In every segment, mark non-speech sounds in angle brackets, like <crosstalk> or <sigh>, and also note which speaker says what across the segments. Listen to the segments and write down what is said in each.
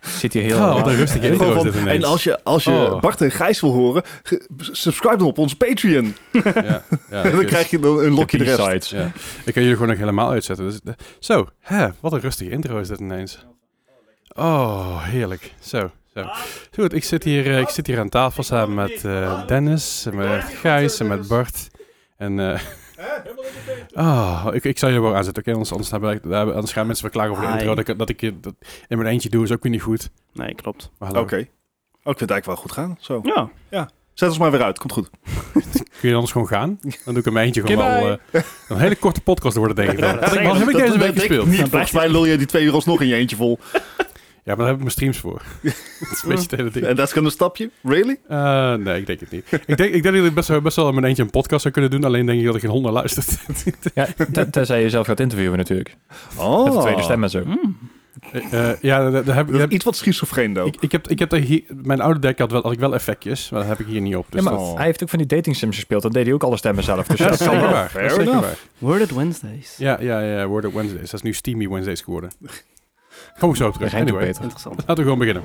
Speaker 1: Zit hier heel
Speaker 2: Oh,
Speaker 1: hard.
Speaker 2: wat een rustige
Speaker 1: Gewoon
Speaker 2: intro is
Speaker 1: van-
Speaker 2: dit ineens.
Speaker 3: En als je, als je
Speaker 2: Oh.
Speaker 3: Bart en Gijs wil horen, ge- subscribe dan op ons Patreon.
Speaker 2: Ja, ja,
Speaker 3: en <laughs> dan krijg je dan een lokje de rest.
Speaker 2: Ja. Ik kan jullie gewoon nog helemaal uitzetten. Dus, de- zo, hè, wat een rustige intro is dit ineens. Oh, heerlijk. Zo, zo. Goed, ik zit hier, eh, ik zit hier aan tafel samen met eh, Dennis, en met Gijs en met Bart. En, eh, <laughs> oh, ik, ik zal je wel aanzetten, oké? Anders, anders, hebben wij- daar- anders gaan mensen weer klagen over de
Speaker 1: Hi.
Speaker 2: intro. Dat ik, dat ik je- dat in mijn eentje doe is ook weer niet goed.
Speaker 1: Nee, klopt.
Speaker 2: Maar
Speaker 3: Oké.
Speaker 2: hallo.
Speaker 3: Oh, ik vind het eigenlijk wel goed gaan. Zo.
Speaker 1: Ja.
Speaker 3: Zet ons maar weer uit. Komt goed.
Speaker 2: Kun je anders gewoon gaan? Dan doe ik in mijn eentje gewoon
Speaker 1: Goodbye.
Speaker 2: wel eh, een hele korte podcast worden, denk ik.
Speaker 3: <laughs>
Speaker 2: dan. Wat, heb ik- wat heb ik
Speaker 3: Dat-
Speaker 2: deze
Speaker 3: dat
Speaker 2: week
Speaker 3: denk ik
Speaker 2: gespeeld?
Speaker 3: Niet.
Speaker 1: Dan
Speaker 3: Volgens
Speaker 1: blijft-
Speaker 3: mij lul je die twee uur alsnog in je eentje vol.
Speaker 2: Ja, maar daar heb ik mijn streams voor. <laughs> dat is een beetje het hele ding.
Speaker 3: En dat is een stapje. Really?
Speaker 2: Eh, nee, ik denk het niet. ik, denk, ik denk dat ik best wel, best wel in mijn eentje een podcast zou kunnen doen. Alleen denk ik dat ik geen hond naar luistert. <laughs>
Speaker 1: Ja, ten- tenzij je zelf gaat interviewen natuurlijk.
Speaker 3: Oh.
Speaker 1: Met een tweede stem en zo.
Speaker 2: Eh, eh, ja, daar daar heb,
Speaker 3: Dat
Speaker 2: daar
Speaker 3: is
Speaker 2: heb
Speaker 3: iets wat schizofreen, though.
Speaker 2: ik... Ik heb, ik heb daar hier, mijn oude deck had wel, had ik wel effectjes, maar dat heb ik hier niet op. Dus
Speaker 1: ja, maar
Speaker 2: dat,
Speaker 1: hij heeft ook van die dating sims gespeeld. Dan deed hij ook alle stemmen zelf. Dus
Speaker 2: ja, dat is zeker
Speaker 1: wel.
Speaker 2: waar. Dat is
Speaker 3: Fair
Speaker 2: zeker
Speaker 3: enough.
Speaker 2: waar.
Speaker 4: Worded Wednesdays.
Speaker 2: Ja, ja, ja, Word of Wednesdays. Dat is nu Steamy Wednesdays geworden. Kom ik zo op
Speaker 1: We
Speaker 2: terug.
Speaker 1: zijn ook
Speaker 2: Anyway,
Speaker 1: beter.
Speaker 4: Interessant.
Speaker 2: laten we gewoon beginnen.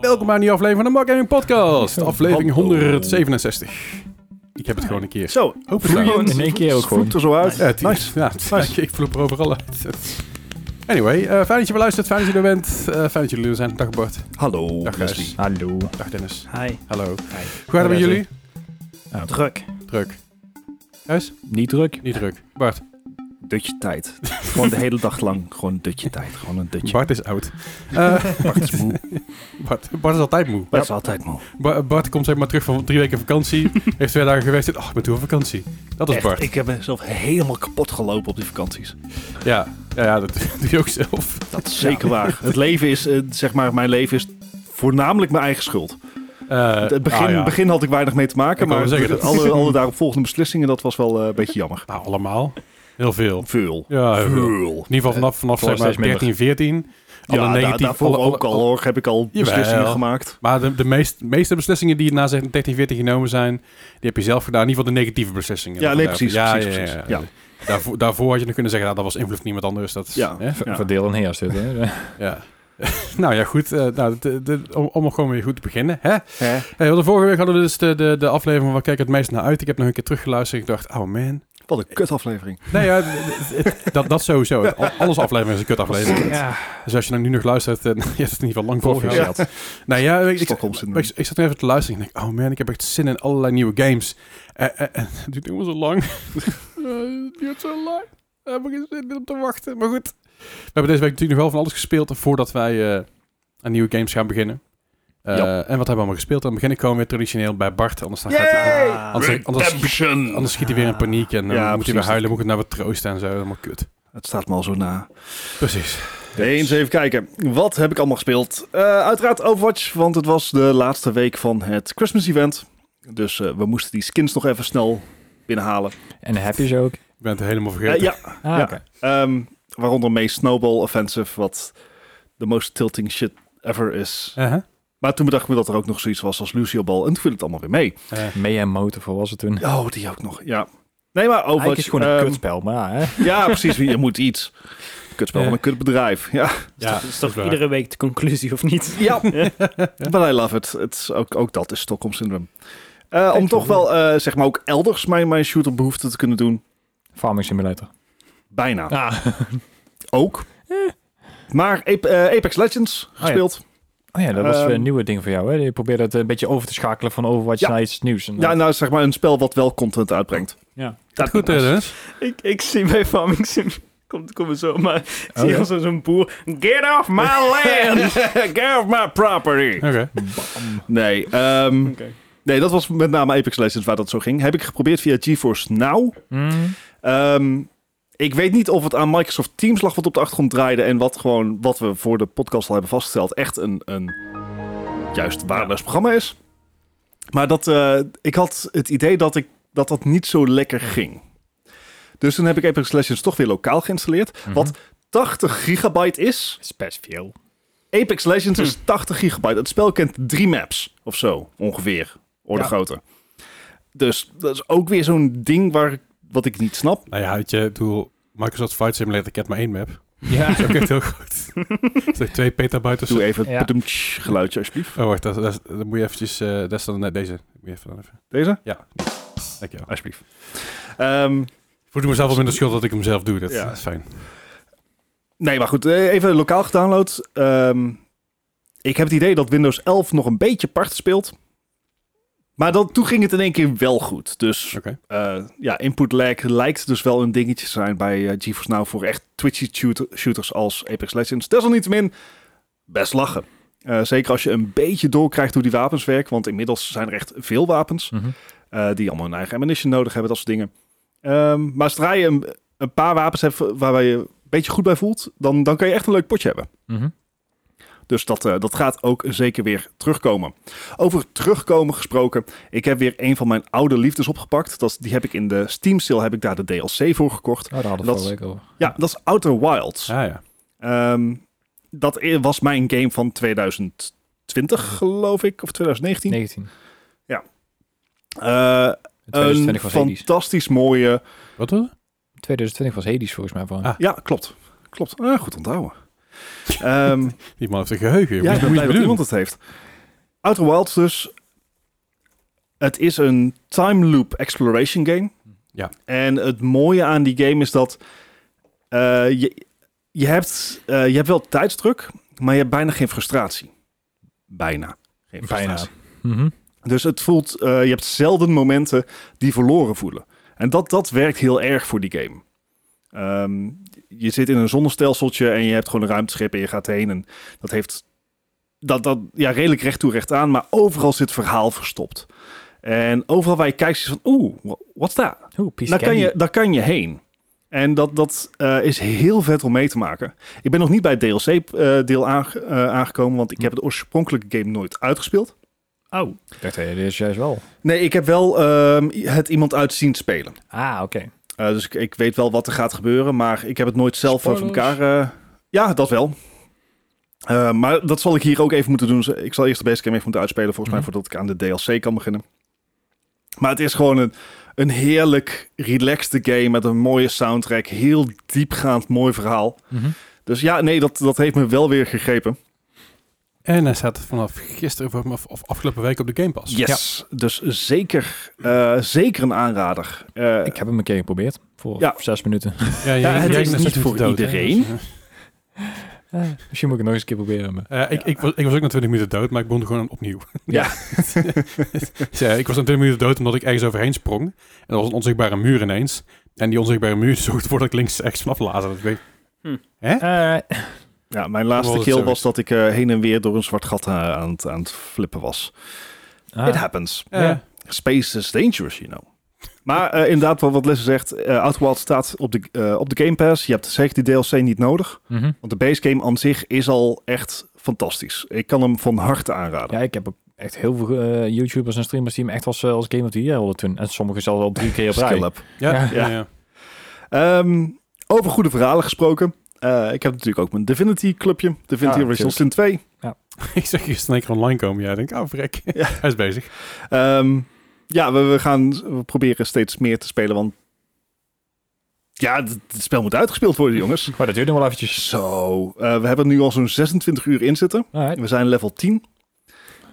Speaker 2: Welkom bij een nieuwe aflevering van de Mark Gaming Podcast. Aflevering 167. Ik heb het gewoon een keer
Speaker 3: Zo.
Speaker 2: Open
Speaker 1: Vloeiend. In één keer ook gewoon.
Speaker 3: Vloept er zo uit.
Speaker 2: Ja, het-
Speaker 3: Nice.
Speaker 2: Ja, het- <laughs> Ik vloep er overal uit. Anyway, eh, fijn dat je weer luistert, fijn dat je er bent, eh, fijn dat jullie er zijn. Dag Bart,
Speaker 3: Hallo.
Speaker 2: dag Gijs,
Speaker 1: Hallo.
Speaker 2: dag Dennis.
Speaker 4: Hi.
Speaker 2: Hallo. Hoe gaat het met jullie?
Speaker 4: Druk.
Speaker 2: Druk. Gijs?
Speaker 1: Niet druk.
Speaker 2: Niet druk. Bart?
Speaker 3: Dutje tijd. Gewoon de hele dag lang. Gewoon dutje tijd. Gewoon een dutje.
Speaker 2: Bart is oud. Eh,
Speaker 3: Bart is moe.
Speaker 2: <laughs> Bart, Bart is altijd moe.
Speaker 3: Bart is altijd moe.
Speaker 2: Ba- Bart komt zeg maar terug van drie weken
Speaker 3: <laughs>
Speaker 2: vakantie, heeft twee dagen geweest en oh, ik ben toe op vakantie. Dat is
Speaker 3: Echt,
Speaker 2: Bart.
Speaker 3: Ik heb mezelf helemaal kapot gelopen op die vakanties.
Speaker 2: Ja, ja, ja, dat <laughs> doe je ook zelf.
Speaker 3: Dat is zeker waar. Het leven is, eh, zeg maar, mijn leven is voornamelijk mijn eigen schuld.
Speaker 2: Eh,
Speaker 3: Het begin,
Speaker 2: ah, ja.
Speaker 3: begin had ik weinig mee te maken,
Speaker 2: Ik wou
Speaker 3: maar
Speaker 2: zeggen, dat-
Speaker 3: alle, alle daaropvolgende beslissingen, dat was wel eh, een beetje jammer.
Speaker 2: Nou, allemaal. Heel veel.
Speaker 3: Veel.
Speaker 2: Ja, heel veel.
Speaker 3: Veel.
Speaker 2: In ieder geval vanaf, vanaf
Speaker 1: het
Speaker 2: zeg
Speaker 1: was
Speaker 2: maar
Speaker 1: steeds minder.
Speaker 2: 13, 14. Alle
Speaker 3: Ja, da-
Speaker 2: 19,
Speaker 3: daarvoor
Speaker 2: alle- alle-
Speaker 3: ook al hoor, heb ik al
Speaker 2: Jawel.
Speaker 3: beslissingen gemaakt.
Speaker 2: Maar de, de meest, meeste beslissingen die na 13, 14 genomen zijn, die heb je zelf gedaan. In ieder geval de negatieve beslissingen.
Speaker 3: Ja, nee,
Speaker 2: Daarvoor-
Speaker 3: precies.
Speaker 2: Ja,
Speaker 3: precies,
Speaker 2: ja,
Speaker 3: precies.
Speaker 2: ja,
Speaker 3: Ja.
Speaker 2: ja. Daarvoor, daarvoor had je nog kunnen zeggen, nou, dat was invloed van iemand anders. Dat, is-
Speaker 3: Ja.
Speaker 2: Hè?
Speaker 1: Ver-
Speaker 3: Ja.
Speaker 1: Verdeel en heerst dit. Hè?
Speaker 2: ja. <laughs> nou ja, goed. eh, nou, de- de- om, om gewoon weer goed te beginnen. Hè?
Speaker 3: Hè?
Speaker 2: Hey, want de vorige week hadden we dus de, de, de aflevering van waar kijk ik het meest naar uit. Ik heb nog een keer teruggeluisterd. Ik dacht, oh man.
Speaker 3: Wat
Speaker 2: <laughs>
Speaker 3: een kutaflevering.
Speaker 2: Nee, ja, d- d- d- dat, dat <laughs> sowieso. Het- al- Alles aflevering is een kutaflevering.
Speaker 1: Ja.
Speaker 2: Dus als je nou nu nog luistert, eh, <laughs> je hebt het in ieder geval lang voor
Speaker 1: Volgens
Speaker 2: gehad.
Speaker 1: gehad.
Speaker 2: Nou ja, ik, ik,
Speaker 3: Stockholm
Speaker 2: maar
Speaker 3: syndroom.
Speaker 2: ik, ik zat er even te luisteren en ik dacht, oh man, ik heb echt zin in allerlei nieuwe games. Eh, eh, eh, het duurt helemaal zo lang. <laughs> Eh, het duurt zo lang. Daar heb ik geen zin in om te wachten. Maar goed, we hebben deze week natuurlijk nog wel van alles gespeeld voordat wij eh, aan nieuwe games gaan beginnen. Eh, En wat hebben we allemaal gespeeld? Dan begin ik gewoon weer traditioneel bij Bart, anders dan gaat hij... Anders, anders,
Speaker 3: Redemption.
Speaker 2: anders schiet hij weer in paniek en dan
Speaker 3: Ja,
Speaker 2: moet hij weer
Speaker 3: precies.
Speaker 2: huilen, moet ik hem nou weer troosten en zo. Helemaal kut.
Speaker 3: Het staat me al zo na.
Speaker 2: Precies.
Speaker 3: Eens even kijken. Wat heb ik allemaal gespeeld? Eh, uiteraard Overwatch, want het was de laatste week van het Christmas event. Dus eh, we moesten die skins nog even snel binnenhalen.
Speaker 1: En heb je ze ook?
Speaker 2: Ik ben het helemaal vergeten.
Speaker 3: Eh, ja,
Speaker 1: Ah,
Speaker 3: Ja.
Speaker 1: oké.
Speaker 3: Ehm, waaronder May Snowball Offensive, wat de most tilting shit ever is.
Speaker 2: Eh, hè?
Speaker 3: Maar toen bedacht ik me dat er ook nog zoiets was als Lucio Ball. En toen viel het allemaal weer mee.
Speaker 2: Eh,
Speaker 1: Mee en motor voor was het toen.
Speaker 3: Oh, die ook nog. Ja. Nee, maar
Speaker 1: Eigenlijk is
Speaker 3: Overwatch...
Speaker 1: het gewoon een
Speaker 3: ehm,
Speaker 1: kutspel, maar hè?
Speaker 3: Ja, precies. Je moet iets. Kutspel
Speaker 2: Ja.
Speaker 3: van een kutbedrijf. Ja,
Speaker 2: ja,
Speaker 4: dat is toch
Speaker 2: waar.
Speaker 4: iedere week de conclusie, of niet?
Speaker 3: ja. but I love it. Het is ook, ook dat is Stockholm Syndrome. Eh, om
Speaker 4: je
Speaker 3: toch wel, eh, zeg maar, ook elders mijn, mijn shooter behoefte te kunnen doen.
Speaker 1: Farming Simulator.
Speaker 3: Bijna.
Speaker 1: Ah.
Speaker 3: <laughs> Ook. Maar Ape- eh, Apex Legends
Speaker 1: ja.
Speaker 3: gespeeld.
Speaker 1: Oh ja, dat was
Speaker 3: Ehm.
Speaker 1: weer een nieuwe ding voor jou, hè? Je probeerde het een beetje over te schakelen van Overwatch
Speaker 3: Ja.
Speaker 1: naar iets nieuws. En
Speaker 3: ja. nou, zeg maar een spel wat wel content uitbrengt.
Speaker 1: ja.
Speaker 2: Gaat goed, eh, Dennis?
Speaker 4: <laughs> ik, ik zie bij Farming Sim... Komt kom zo, maar ik
Speaker 1: Oh,
Speaker 4: zie
Speaker 1: ja?
Speaker 4: al zo- zo'n boer... Get off my land!
Speaker 3: Care of my property.
Speaker 2: Oké.
Speaker 3: Nee, ehm,
Speaker 4: Oké.
Speaker 3: nee, dat was met name Apex Legends waar dat zo ging. Heb ik geprobeerd via GeForce Now.
Speaker 1: Mm.
Speaker 3: Ehm, ik weet niet of het aan Microsoft Teams lag wat op de achtergrond draaide. En wat, gewoon, wat we voor de podcast al hebben vastgesteld echt een, een juist waardeloos programma is. Maar dat, eh, ik had het idee dat, ik, dat dat niet zo lekker ging. Dus toen heb ik Apex Legends toch weer lokaal geïnstalleerd. Wat 80 gigabyte is.
Speaker 1: Dat is best veel.
Speaker 3: Apex Legends is 80 gigabyte. Het spel kent drie maps of zo, ongeveer. Orde
Speaker 1: Ja.
Speaker 3: groter. Dus dat is ook weer zo'n ding waar ik wat ik niet snap.
Speaker 2: Nou ja, weet je, ik bedoel, Microsoft Flight Simulator kent maar één
Speaker 3: <laughs>
Speaker 2: map.
Speaker 1: Ja.
Speaker 2: Dat klinkt heel goed. Dat is twee petabyte of zo.
Speaker 3: Doe even het
Speaker 1: Ja.
Speaker 3: padoemtsch geluidje alsjeblieft.
Speaker 2: Oh, wacht, dat, dat, dat moet je eventjes... eh, dat is dan net deze. Moet je even dan even.
Speaker 3: Deze?
Speaker 2: Dankjewel.
Speaker 3: Alsjeblieft. Ehm,
Speaker 2: Ik voel mezelf al minder schuld dat ik hem zelf doe. Dat
Speaker 3: Ja.
Speaker 2: is fijn.
Speaker 3: nee, maar goed. eh, Even lokaal gedownload. Ehm, ik heb het idee dat Windows 11 nog een beetje part speelt. Maar dan, toen ging het in één keer wel goed. Dus
Speaker 2: Oké.
Speaker 3: eh, ja, input lag lijkt dus wel een dingetje te zijn bij eh, GeForce Now voor echt twitchy shooter- shooters als Apex Legends. Desalniettemin, best lachen. Eh, zeker als je een beetje doorkrijgt hoe die wapens werken, want inmiddels zijn er echt veel wapens.
Speaker 1: Mhm.
Speaker 3: Eh, die allemaal hun eigen ammunition nodig hebben, dat soort dingen. Ehm, maar zodra je een, een paar wapens hebt waarbij je een beetje goed bij voelt, dan, dan kan je echt een leuk potje hebben.
Speaker 1: Mhm.
Speaker 3: Dus dat, eh, dat gaat ook zeker weer terugkomen. Over terugkomen gesproken, ik heb weer een van mijn oude liefdes opgepakt. Dat, die heb ik in de Steam sale, heb ik daar de DLC voor gekocht.
Speaker 1: Oh, daar hadden we
Speaker 3: Dat-
Speaker 1: vorige week over.
Speaker 3: Ja, dat is Outer Wilds.
Speaker 2: Ah ja.
Speaker 3: Ehm, dat i- was mijn game van 2020, geloof ik, of 2019.
Speaker 1: 19.
Speaker 3: Eh,
Speaker 1: En
Speaker 3: een
Speaker 1: 2020 was Hades.
Speaker 3: fantastisch mooie
Speaker 1: 2020 was Hades volgens mij. Van.
Speaker 2: Ah.
Speaker 3: Ja, klopt. Klopt. Ah, goed onthouden.
Speaker 2: <laughs>
Speaker 3: Ehm
Speaker 2: Die man heeft een geheugen. joh.
Speaker 3: ja,
Speaker 2: Moet
Speaker 3: ik ben
Speaker 2: je
Speaker 3: blij dat
Speaker 2: bedoelen?
Speaker 3: iemand het heeft. Outer Wilds dus. Het is een time loop exploration game.
Speaker 2: Ja.
Speaker 3: En het mooie aan die game is dat eh, je, je, hebt, eh, je hebt wel tijdsdruk, maar je hebt bijna geen frustratie. Bijna. Geen
Speaker 1: Bijna.
Speaker 3: frustratie.
Speaker 1: Mhm.
Speaker 3: Dus het voelt, eh, je hebt zelden momenten die verloren voelen. En dat, dat werkt heel erg voor die game. Ehm, je zit in een zonnestelseltje en je hebt gewoon een ruimteschip en je gaat heen. En dat heeft dat, dat, ja, redelijk recht toe recht aan, maar overal zit verhaal verstopt. En overal waar je kijkt, is van oeh, wat's dat?
Speaker 1: Oeh, piece
Speaker 3: Daar kan,
Speaker 1: candy.
Speaker 3: je, daar kan je heen. En dat, dat eh, is heel vet om mee te maken. Ik ben nog niet bij het DLC-deel eh, aangekomen, want ik heb het oorspronkelijke game nooit uitgespeeld.
Speaker 4: Oh,
Speaker 1: Ik dacht, hey, dit is juist wel.
Speaker 3: Nee, ik heb wel ehm, het iemand uit zien spelen.
Speaker 1: Ah, oké.
Speaker 3: Eh, dus ik, ik weet wel wat er gaat gebeuren, maar ik heb het nooit zelf eh, voor
Speaker 1: Spoilers.
Speaker 3: elkaar. eh, ja, dat wel. Eh, maar dat zal ik hier ook even moeten doen. Dus Ik zal eerst de basic game even moeten uitspelen, volgens
Speaker 1: Mhm.
Speaker 3: mij, voordat ik aan de DLC kan beginnen. Maar het is gewoon een, een heerlijk, relaxed game met een mooie soundtrack. Heel diepgaand, mooi verhaal.
Speaker 1: Mhm.
Speaker 3: Dus ja, nee, dat, dat heeft me wel weer gegrepen.
Speaker 2: En hij staat vanaf gisteren voor- of, of afgelopen week op de Game Pass.
Speaker 3: Yes, dus zeker, eh, zeker een aanrader. Eh,
Speaker 1: Ik heb hem een keer geprobeerd. Voor
Speaker 3: Ja.
Speaker 1: zes minuten. <laughs>
Speaker 2: Ja,
Speaker 3: Ja, het is
Speaker 2: net
Speaker 3: niet
Speaker 2: zo goed
Speaker 3: voor
Speaker 2: dood, hè.
Speaker 3: iedereen.
Speaker 2: Dus, eh,
Speaker 1: Eh, misschien moet ik het nog eens een keer proberen. maar-
Speaker 2: Eh, ik, ik, was, ik was ook na 20 minuten dood, maar ik begon gewoon opnieuw. <laughs>
Speaker 1: Ja.
Speaker 2: Dus, eh, ik was na 20 minuten dood omdat ik ergens overheen sprong. En er was een onzichtbare muur ineens. En die onzichtbare muur <laughs> zorgde ervoor dat ik links rechts vanaf lazen. Dat ik weet,
Speaker 1: Eh, Alright.
Speaker 3: Ja, mijn laatste
Speaker 2: Wel,
Speaker 3: kill
Speaker 2: sorry.
Speaker 3: was dat ik eh, heen en weer door een zwart gat eh, aan, het, aan het flippen was.
Speaker 1: Ah.
Speaker 3: It happens.
Speaker 2: eh,
Speaker 1: Ja.
Speaker 3: Space is dangerous, you know. Maar eh, inderdaad, wat, wat Lisse zegt, eh Outer Wilds staat op de, eh, op de Game Pass. Je hebt zeker die DLC niet nodig.
Speaker 1: Mhm.
Speaker 3: Want de base game aan zich is al echt fantastisch. Ik kan hem van harte aanraden.
Speaker 1: Ja, ik heb ook echt heel veel eh, YouTubers en streamers die hem echt als, eh, als Game of the Year wilden toen. En sommigen zelfs al drie keer op rij.
Speaker 3: Skill up.
Speaker 2: Ja,
Speaker 1: Ja.
Speaker 2: ja. ja,
Speaker 3: Ja.
Speaker 2: <laughs> ja.
Speaker 3: Ehm, over goede verhalen gesproken. Eh, ik heb natuurlijk ook mijn Divinity clubje. Divinity
Speaker 1: Ja,
Speaker 3: Original Sin 2.
Speaker 2: ik zeg gisteren een keer online komen. Ja, ik denk, oh vrek.
Speaker 3: Ja.
Speaker 2: <laughs> Hij is bezig.
Speaker 3: Ehm, ja, we, we gaan we proberen steeds meer te spelen, want ja, het het spel moet uitgespeeld worden, jongens.
Speaker 1: Maar dat duurt nog wel eventjes.
Speaker 3: Zo, eh, we hebben er nu al zo'n 26 uur in zitten.
Speaker 1: Alright.
Speaker 3: We zijn level 10.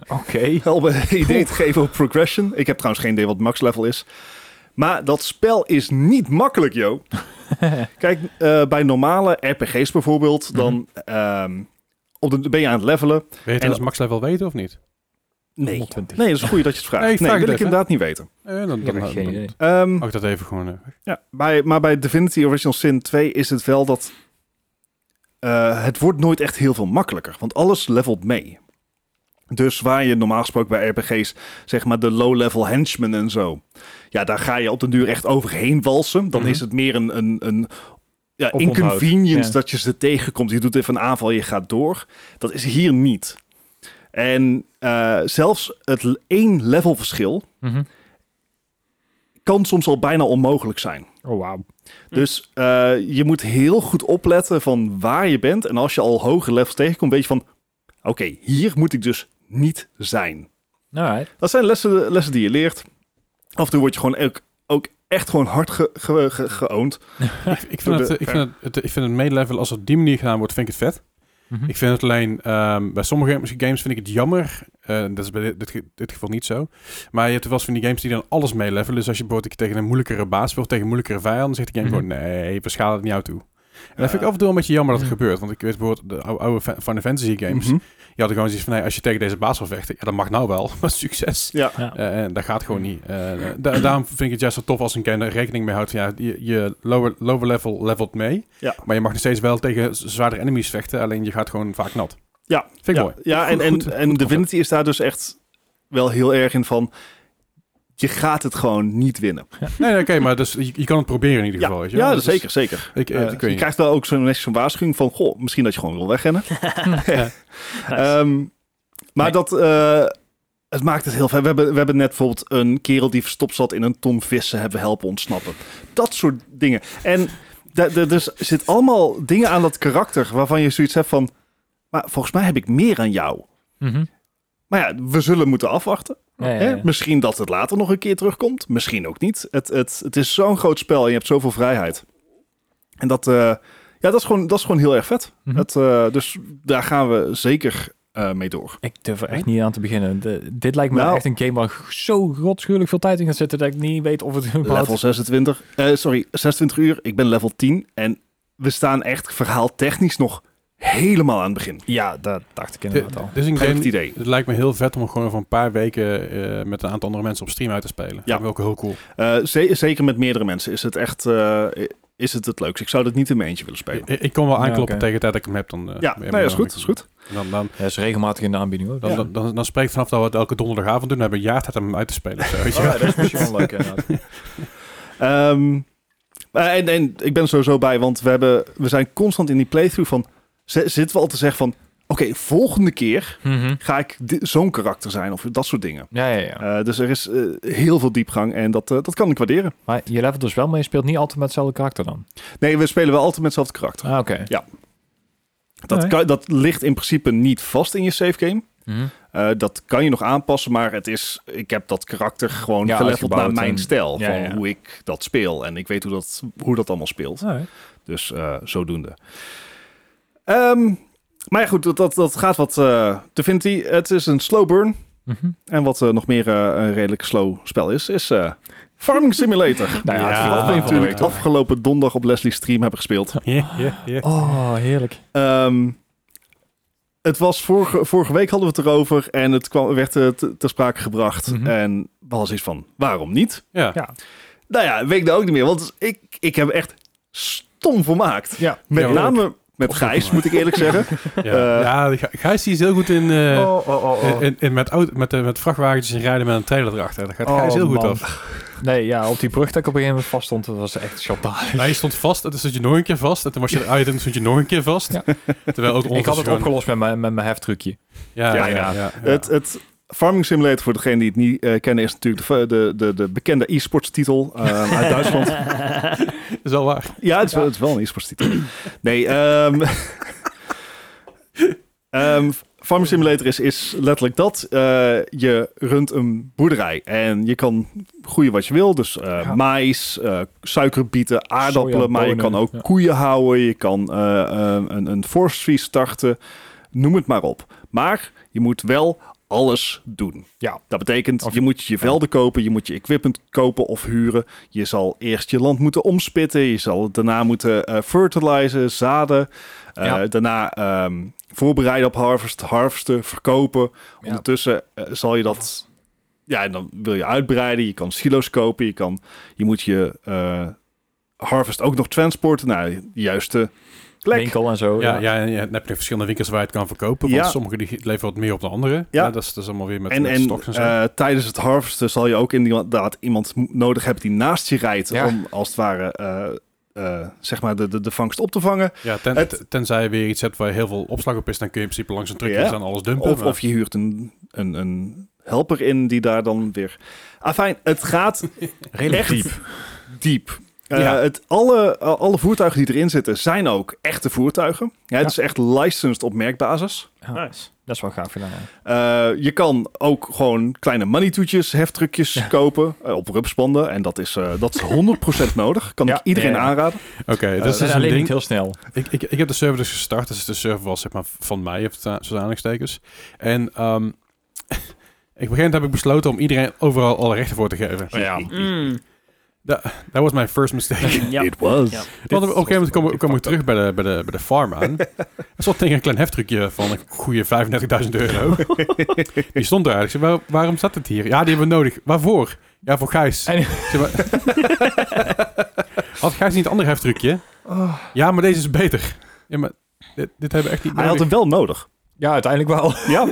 Speaker 1: Oké.
Speaker 3: Al om een idee te geven op progression. Ik heb trouwens geen idee wat max level is. Maar dat spel is niet makkelijk,
Speaker 2: <laughs>
Speaker 3: joh. Kijk, eh, bij normale RPG's
Speaker 2: Mhm.
Speaker 3: bijvoorbeeld, dan ehm, op de, ben je aan het levelen.
Speaker 2: Weet je
Speaker 3: En-
Speaker 2: als Max level weten of niet?
Speaker 3: Nee,
Speaker 1: 120.
Speaker 3: nee dat is goed dat je het vraagt.
Speaker 2: Nee,
Speaker 3: Nee,
Speaker 2: ik vraag
Speaker 3: wil
Speaker 2: het
Speaker 3: ik
Speaker 2: even.
Speaker 3: inderdaad niet weten.
Speaker 2: Eh, dan, dan,
Speaker 1: Ik heb echt geen
Speaker 2: dan-
Speaker 1: idee.
Speaker 3: Ehm,
Speaker 2: mag ik dat even gewoon... eh,
Speaker 3: Ja, bij, maar bij Divinity Original Sin 2 is het wel dat... eh, het wordt nooit echt heel veel makkelijker, want alles levelt mee. Dus waar je normaal gesproken bij RPG's, zeg maar de low-level henchmen en zo... Ja, daar ga je op den duur echt overheen walsen. Dan
Speaker 2: Mhm.
Speaker 3: is het meer een, een, een ja,
Speaker 1: Oponthoud,
Speaker 3: inconvenience
Speaker 1: ja.
Speaker 3: dat je ze tegenkomt. Je doet even een aanval, je gaat door. Dat is hier niet. En eh, zelfs het l- één levelverschil
Speaker 1: Mhm.
Speaker 3: kan soms al bijna onmogelijk zijn.
Speaker 1: Oh, wauw.
Speaker 3: Dus eh, je moet heel goed opletten van waar je bent. En als je al hoge levels tegenkomt, weet je van... Oké, hier moet ik dus niet zijn.
Speaker 1: Alright.
Speaker 3: Dat zijn lessen, lessen die je leert. Af en toe word je gewoon ook, ook echt gewoon hard ge- ge- ge- geowned.
Speaker 2: ik,
Speaker 1: <laughs>
Speaker 2: ik, vind het, eh, ik, vind het, het- ik vind het medelevel, als het op die manier gedaan wordt, vind ik het vet.
Speaker 1: Mhm.
Speaker 2: Ik vind het alleen, ehm, bij sommige games vind ik het jammer. Eh, dat is bij dit, dit, ge- dit geval niet zo. Maar je hebt wel eens van die games die dan alles meelevelen. Dus als je bijvoorbeeld tegen een moeilijkere baas speelt, tegen moeilijkere vijanden, zegt die game
Speaker 1: Mhm.
Speaker 2: gewoon, nee, we schalen het niet jou toe. En
Speaker 3: Ja.
Speaker 2: dat vind ik af en toe een beetje jammer dat het
Speaker 1: Ja.
Speaker 2: gebeurt. Want ik weet bijvoorbeeld, de oude, oude fa- Final Fantasy games,
Speaker 3: Mhm.
Speaker 2: je had gewoon zoiets van, nee, als je tegen deze baas wil vechten, ja, dat mag nou wel. <laughs> Maar succes.
Speaker 3: Ja.
Speaker 1: Ja.
Speaker 2: Eh, en dat gaat gewoon niet. Eh, da- daarom vind ik het juist zo tof als een game er rekening mee houdt. van, Ja, je, je lower, lower level levelt mee.
Speaker 3: Ja.
Speaker 2: Maar je mag nog steeds wel tegen z- zwaardere enemies vechten. Alleen je gaat gewoon vaak nat.
Speaker 3: Ja.
Speaker 2: Vind ik
Speaker 3: ja,
Speaker 2: mooi.
Speaker 3: Ja, en,
Speaker 2: Goed-
Speaker 3: en,
Speaker 2: goed- goed
Speaker 3: en Divinity is daar dus echt wel heel erg in van... Je gaat het gewoon niet winnen.
Speaker 2: Nee, nee, oké, maar dus, je, je kan het proberen in ieder
Speaker 3: Ja,
Speaker 2: geval. weet je
Speaker 3: ja
Speaker 2: wel.
Speaker 3: dat
Speaker 2: Dus
Speaker 3: zeker, zeker.
Speaker 2: Ik, eh,
Speaker 3: Eh,
Speaker 2: ik weet
Speaker 3: je
Speaker 2: niet.
Speaker 3: krijgt wel ook zo'n netjes zo'n waarschuwing van... Goh, misschien dat je gewoon wil wegrennen. Ehm,
Speaker 1: Nee.
Speaker 3: maar dat... eh, het maakt het heel fijn. We hebben, we hebben net bijvoorbeeld een kerel die verstopt zat in een ton vissen. Hebben we helpen ontsnappen. Dat soort dingen. En da- da- dus zit allemaal dingen aan dat karakter waarvan je zoiets hebt van... Maar volgens mij heb ik meer aan jou.
Speaker 1: Mhm.
Speaker 3: Maar ja, we zullen moeten afwachten.
Speaker 1: Ja, ja,
Speaker 3: Hè?
Speaker 1: ja.
Speaker 3: Misschien dat het later nog een keer terugkomt. Misschien ook niet. Het, het, het is zo'n groot spel en je hebt zoveel vrijheid. En dat, eh, ja, dat, is gewoon, dat is gewoon heel erg vet.
Speaker 1: Mhm.
Speaker 3: het, eh, dus daar gaan we zeker eh, mee door.
Speaker 1: Ik durf er echt niet aan te beginnen. De- dit lijkt me
Speaker 3: Nou.
Speaker 1: echt een game waar zo godschuwelijk veel tijd in gaat zitten dat ik niet weet of het überhaupt...
Speaker 3: Level 26. eh, sorry, 26 uur. Ik ben level 10. En we staan echt verhaaltechnisch nog helemaal aan het begin.
Speaker 1: Ja, dat dacht ik
Speaker 2: Dit
Speaker 1: inderdaad al.
Speaker 2: dit is Dus een
Speaker 3: Geen
Speaker 2: game,
Speaker 3: idee.
Speaker 2: het lijkt me heel vet om gewoon voor een paar weken eh, met een aantal andere mensen op stream uit te spelen. Ja. Dat ook heel cool.
Speaker 3: Eh, ze- zeker met meerdere mensen is het echt eh, is het, het leukst. Ik zou dat niet in mijn eentje willen spelen.
Speaker 2: Ik, ik kon wel
Speaker 1: Ja,
Speaker 2: aankloppen
Speaker 1: oké.
Speaker 2: tegen de tijd dat ik hem heb. Dan, eh,
Speaker 3: Ja,
Speaker 2: ben je
Speaker 3: nee,
Speaker 2: me
Speaker 3: is goed.
Speaker 2: dan-
Speaker 3: Is goed.
Speaker 2: Dan, dan,
Speaker 1: Dat is regelmatig in de aanbieding hoor.
Speaker 2: dan,
Speaker 1: Dus,
Speaker 2: dan, dan, dan spreekt vanaf dat we het elke donderdagavond doen, dan hebben we een jaar tijd om hem uit te spelen. of Zo, weet je
Speaker 1: eh,
Speaker 2: wel.
Speaker 1: oh, ja, dat is misschien wel leuk inderdaad.
Speaker 3: Ehm, maar en, en ik ben er sowieso bij, want we, hebben, we zijn constant in die playthrough van... zi- Zitten we al te zeggen van... Oké, volgende keer
Speaker 1: <laughs> Mhm.
Speaker 3: ga ik di- zo'n karakter zijn of dat soort dingen.
Speaker 1: Ja, ja, ja.
Speaker 3: Eh, dus er is eh, heel veel diepgang en dat, eh, dat kan ik waarderen.
Speaker 1: Maar je levelt dus wel, maar je speelt niet altijd met hetzelfde karakter dan.
Speaker 3: Nee, we spelen wel altijd met hetzelfde karakter.
Speaker 1: Ah, oké. Oh,
Speaker 3: Dat, kan, dat ligt in principe niet vast in je save game.
Speaker 1: Mhm.
Speaker 3: Eh, dat kan je nog aanpassen, maar het is, ik heb dat karakter gewoon
Speaker 1: Ja,
Speaker 3: geleveld naar
Speaker 1: uitgebouwd
Speaker 3: mijn
Speaker 1: en-
Speaker 3: stijl.
Speaker 1: Ja,
Speaker 3: van
Speaker 1: ja.
Speaker 3: hoe ik dat speel en ik weet hoe dat, hoe dat allemaal speelt.
Speaker 1: Alright.
Speaker 3: Dus eh, zodoende. Ehm, maar ja, goed, dat, dat, dat gaat wat. eh Divinity, het is een slow burn.
Speaker 1: Mhm.
Speaker 3: En wat eh, nog meer eh, een redelijk slow spel is, is eh, Farming Simulator.
Speaker 1: <laughs> Nou ja,
Speaker 2: Ja,
Speaker 1: het viel
Speaker 3: Wat
Speaker 1: wel
Speaker 3: we
Speaker 1: mee
Speaker 2: natuurlijk
Speaker 1: van de week,
Speaker 3: natuurlijk
Speaker 1: hoor.
Speaker 3: afgelopen donderdag op Leslie's stream hebben gespeeld.
Speaker 2: Ja, ja, ja.
Speaker 1: Oh, heerlijk.
Speaker 3: Ehm, het was vorige, vorige week hadden we het erover en het kwam, werd eh, te, ter sprake gebracht.
Speaker 1: Mhm.
Speaker 3: En we hadden zoiets van, waarom niet?
Speaker 2: Ja.
Speaker 1: Ja.
Speaker 3: Nou ja, weet ik dat ook niet meer, want ik, ik heb echt stom vermaakt.
Speaker 1: Ja.
Speaker 3: Met
Speaker 2: Ja,
Speaker 3: name met
Speaker 2: Of
Speaker 3: Gijs,
Speaker 2: vermaakt.
Speaker 3: moet ik eerlijk zeggen.
Speaker 2: Ja,
Speaker 3: Eh,
Speaker 2: ja die Gij- Gijs die is heel goed in, eh,
Speaker 1: oh, oh, oh, oh.
Speaker 2: in, in- met, auto, met, eh, met vrachtwagentjes en rijden met een trailer erachter. Dat gaat Gijs heel goed
Speaker 1: Oh, man.
Speaker 2: af.
Speaker 1: Nee, ja, op die brug dat ik op een gegeven moment vast stond, dat was echt schandalig.
Speaker 2: Nou, je stond vast, en toen zat je nog een keer vast. En toen was je eruit en toen zat je nog een keer vast.
Speaker 1: Ja.
Speaker 2: Terwijl ook
Speaker 1: Ik had het
Speaker 2: gewoon-
Speaker 1: opgelost met mijn, met mijn heftrucje.
Speaker 2: Ja, ja, ja.
Speaker 3: Ja,
Speaker 2: ja.
Speaker 3: Het, het Farming Simulator, voor degene die het niet eh, kennen, is natuurlijk de, de, de, de bekende e-sports
Speaker 1: <laughs>
Speaker 3: titel eh, uit Duitsland.
Speaker 2: Dat is wel waar.
Speaker 3: <laughs> ja, het is, wel- het is wel een e-sports titel. Nee, ehm <laughs> ehm, Farming Simulator is, is letterlijk dat. Eh, je runt een boerderij en je kan groeien wat je wil. Dus eh
Speaker 1: Ja.
Speaker 3: mais, eh, suikerbieten, aardappelen.
Speaker 1: Soja,
Speaker 3: maar je
Speaker 1: bonen,
Speaker 3: kan ook
Speaker 1: ja.
Speaker 3: koeien houden. Je kan eh, eh, een, een forestry starten. Noem het maar op. Maar je moet wel alles doen.
Speaker 1: Ja.
Speaker 3: Dat betekent,
Speaker 1: Of-
Speaker 3: je moet je velden kopen, je moet je equipment kopen of huren. Je zal eerst je land moeten omspitten. Je zal het daarna moeten eh fertilizen, zaden. eh,
Speaker 1: Ja.
Speaker 3: Daarna ehm, voorbereiden op harvest, harvesten, verkopen. Ondertussen eh, zal je dat... Ja, en dan wil je uitbreiden. Je kan silo's kopen. Je, kan, je moet je eh, harvest ook nog transporten naar de juiste plek.
Speaker 1: Winkel en zo.
Speaker 2: Ja, ja, en je- dan heb je verschillende winkels waar je het kan verkopen. Want
Speaker 3: Ja.
Speaker 2: sommige die leveren wat meer op de andere. Ja. dat, is, dat is allemaal weer met,
Speaker 3: En,
Speaker 2: met
Speaker 3: en
Speaker 2: stocks en zo.
Speaker 3: eh, tijdens het harvesten zal je ook inderdaad iemand mo- nodig hebben die naast je rijdt.
Speaker 1: Ja.
Speaker 3: Om als het ware eh, eh, zeg maar de, de, de vangst op te vangen.
Speaker 2: ja, ten-
Speaker 3: het-
Speaker 2: tenzij je weer iets hebt waar heel veel opslag op is, dan kun je in principe langs een truck
Speaker 3: Ja.
Speaker 2: aan alles dumpen.
Speaker 3: Of,
Speaker 2: maar-
Speaker 3: of je huurt een, een, een helper in die daar dan weer. Ah, fijn, het
Speaker 2: <laughs>
Speaker 3: gaat
Speaker 1: redelijk
Speaker 3: echt
Speaker 1: diep.
Speaker 3: diep. Eh,
Speaker 2: Ja.
Speaker 3: het, alle, alle
Speaker 4: Oh,
Speaker 3: voertuigen die erin zitten zijn ook echte voertuigen. Ja, het is echt licensed op merkbasis.
Speaker 1: Ja.
Speaker 4: Nice.
Speaker 1: Dat is wel gaaf gedaan. ja.
Speaker 3: Eh, je kan ook gewoon kleine money toetjes, heftruckjes
Speaker 1: Ja.
Speaker 3: kopen eh, op rupspanden. En dat is, eh, dat is 100% nodig. Kan
Speaker 1: Ja,
Speaker 3: ik iedereen
Speaker 1: ja, ja.
Speaker 3: aanraden.
Speaker 2: Oké, dat is
Speaker 1: Eh,
Speaker 2: dus een
Speaker 1: alleen
Speaker 2: ding.
Speaker 1: niet heel snel.
Speaker 2: Ik, ik, ik heb de server dus gestart. Dus de server was zeg maar van mij, op sta- zo'n aanhalingstekens. En ehm <laughs> ik, op een gegeven moment heb ik besloten om iedereen overal alle rechten voor te geven.
Speaker 3: Oh Ja.
Speaker 4: Mm.
Speaker 2: That was my first mistake.
Speaker 4: Ja.
Speaker 3: It was.
Speaker 4: Ja.
Speaker 2: Want op een gegeven moment kwam- kwam ik terug bij de, bij de, bij de farm aan. Er zat tegen een klein heftruckje van een goede 35.000 euro. Die stond er eigenlijk. Ik zei, "Waar- waarom staat het hier? Ja, die hebben we nodig. Waarvoor? Ja, voor Gijs.
Speaker 1: En-
Speaker 2: Ik zei, "Maar- Had Gijs niet een ander heftruckje?
Speaker 3: Oh.
Speaker 2: Ja, maar deze is beter. Ja, maar dit, dit hebben we echt niet
Speaker 3: Hij
Speaker 2: nodig.
Speaker 3: had hem wel nodig.
Speaker 1: Ja, uiteindelijk wel.
Speaker 3: Ja.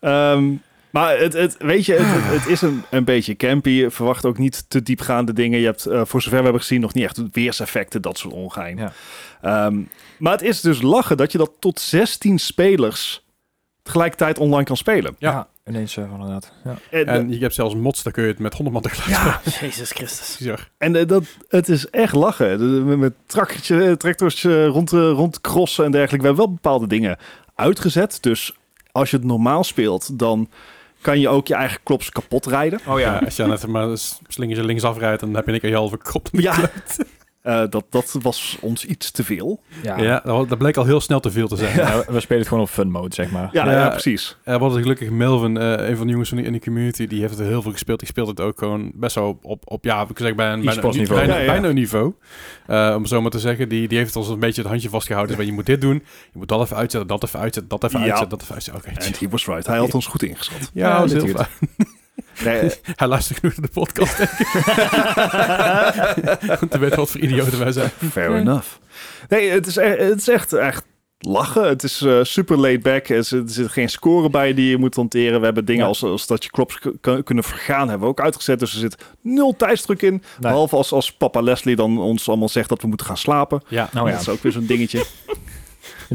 Speaker 3: Ehm, maar het, het, weet je, het, het, het is een, een beetje campy. Verwacht ook niet te diepgaande dingen. Je hebt, eh, voor zover we hebben gezien, nog niet echt weerseffecten, dat soort ongein.
Speaker 1: Ja.
Speaker 3: Ehm, maar het is dus lachen dat je dat tot 16 spelers tegelijkertijd online kan spelen.
Speaker 2: Ja.
Speaker 1: ineens eh, van inderdaad. Ja.
Speaker 3: En,
Speaker 2: En je hebt zelfs mods, daar kun je het met 100 man tegelijk
Speaker 3: ja,
Speaker 4: Jezus Christus.
Speaker 2: Bizar.
Speaker 3: en eh, dat, het is echt lachen. De- de- Met, met trakkertje, eh, tractortje rond, eh, rond crossen en dergelijke. We hebben wel bepaalde dingen uitgezet. Dus als je het normaal speelt, dan kan je ook je eigen klops kapot rijden.
Speaker 1: Oh
Speaker 2: Ja, als je net maar s- slingertje links afrijdt, dan heb je een keer je halve kop.
Speaker 3: Ja, Eh, dat, dat was ons iets te veel.
Speaker 1: Ja.
Speaker 2: Ja, dat, dat bleek al heel snel te veel
Speaker 1: <laughs>
Speaker 2: te zijn.
Speaker 1: Ja, we spelen het gewoon op fun mode, zeg maar.
Speaker 3: Ja,
Speaker 2: Ja.
Speaker 3: ja, precies.
Speaker 2: Eh, we hadden gelukkig Melvin, eh, een van de jongens in de, in de community, die heeft het heel veel gespeeld. Die speelt het ook gewoon best wel op, op, op ja, ik zeg bijna, bijna,
Speaker 1: E-sports
Speaker 2: bijna,
Speaker 1: niveau.
Speaker 2: bijna,
Speaker 3: Ja, ja.
Speaker 2: bijna een niveau. Eh, om het zo maar te zeggen, die, die heeft ons een beetje het handje vastgehouden. Van, je moet dit doen, je moet dat even uitzetten, dat even uitzetten, dat even
Speaker 3: Ja.
Speaker 2: uitzetten, dat even uitzetten. Oké,
Speaker 3: And he was right. Hij had ons goed
Speaker 1: <laughs>
Speaker 3: ingeschat.
Speaker 2: ja,
Speaker 1: Ja,
Speaker 2: dat is
Speaker 1: Nou, dit
Speaker 2: heel
Speaker 1: duurt.
Speaker 2: fijn.
Speaker 3: Nee,
Speaker 2: <laughs> Hij luistert genoeg naar de podcast, <laughs> denk
Speaker 3: <laughs>
Speaker 2: ik. Want hij weet wat voor idioten wij zijn.
Speaker 3: fair enough. Nee, het is, e- het is echt, echt lachen. Het is eh, super laid back. Er zit, er zit geen score bij die je moet hanteren. We hebben dingen
Speaker 1: Ja.
Speaker 3: als, als dat je klops k- k- kunnen vergaan, hebben we ook uitgezet. Dus er zit nul tijdsdruk in. Behalve als, als papa Leslie dan ons allemaal zegt dat we moeten gaan slapen.
Speaker 2: Ja,
Speaker 1: Nou ja,
Speaker 3: Dat is ook weer zo'n dingetje. <laughs>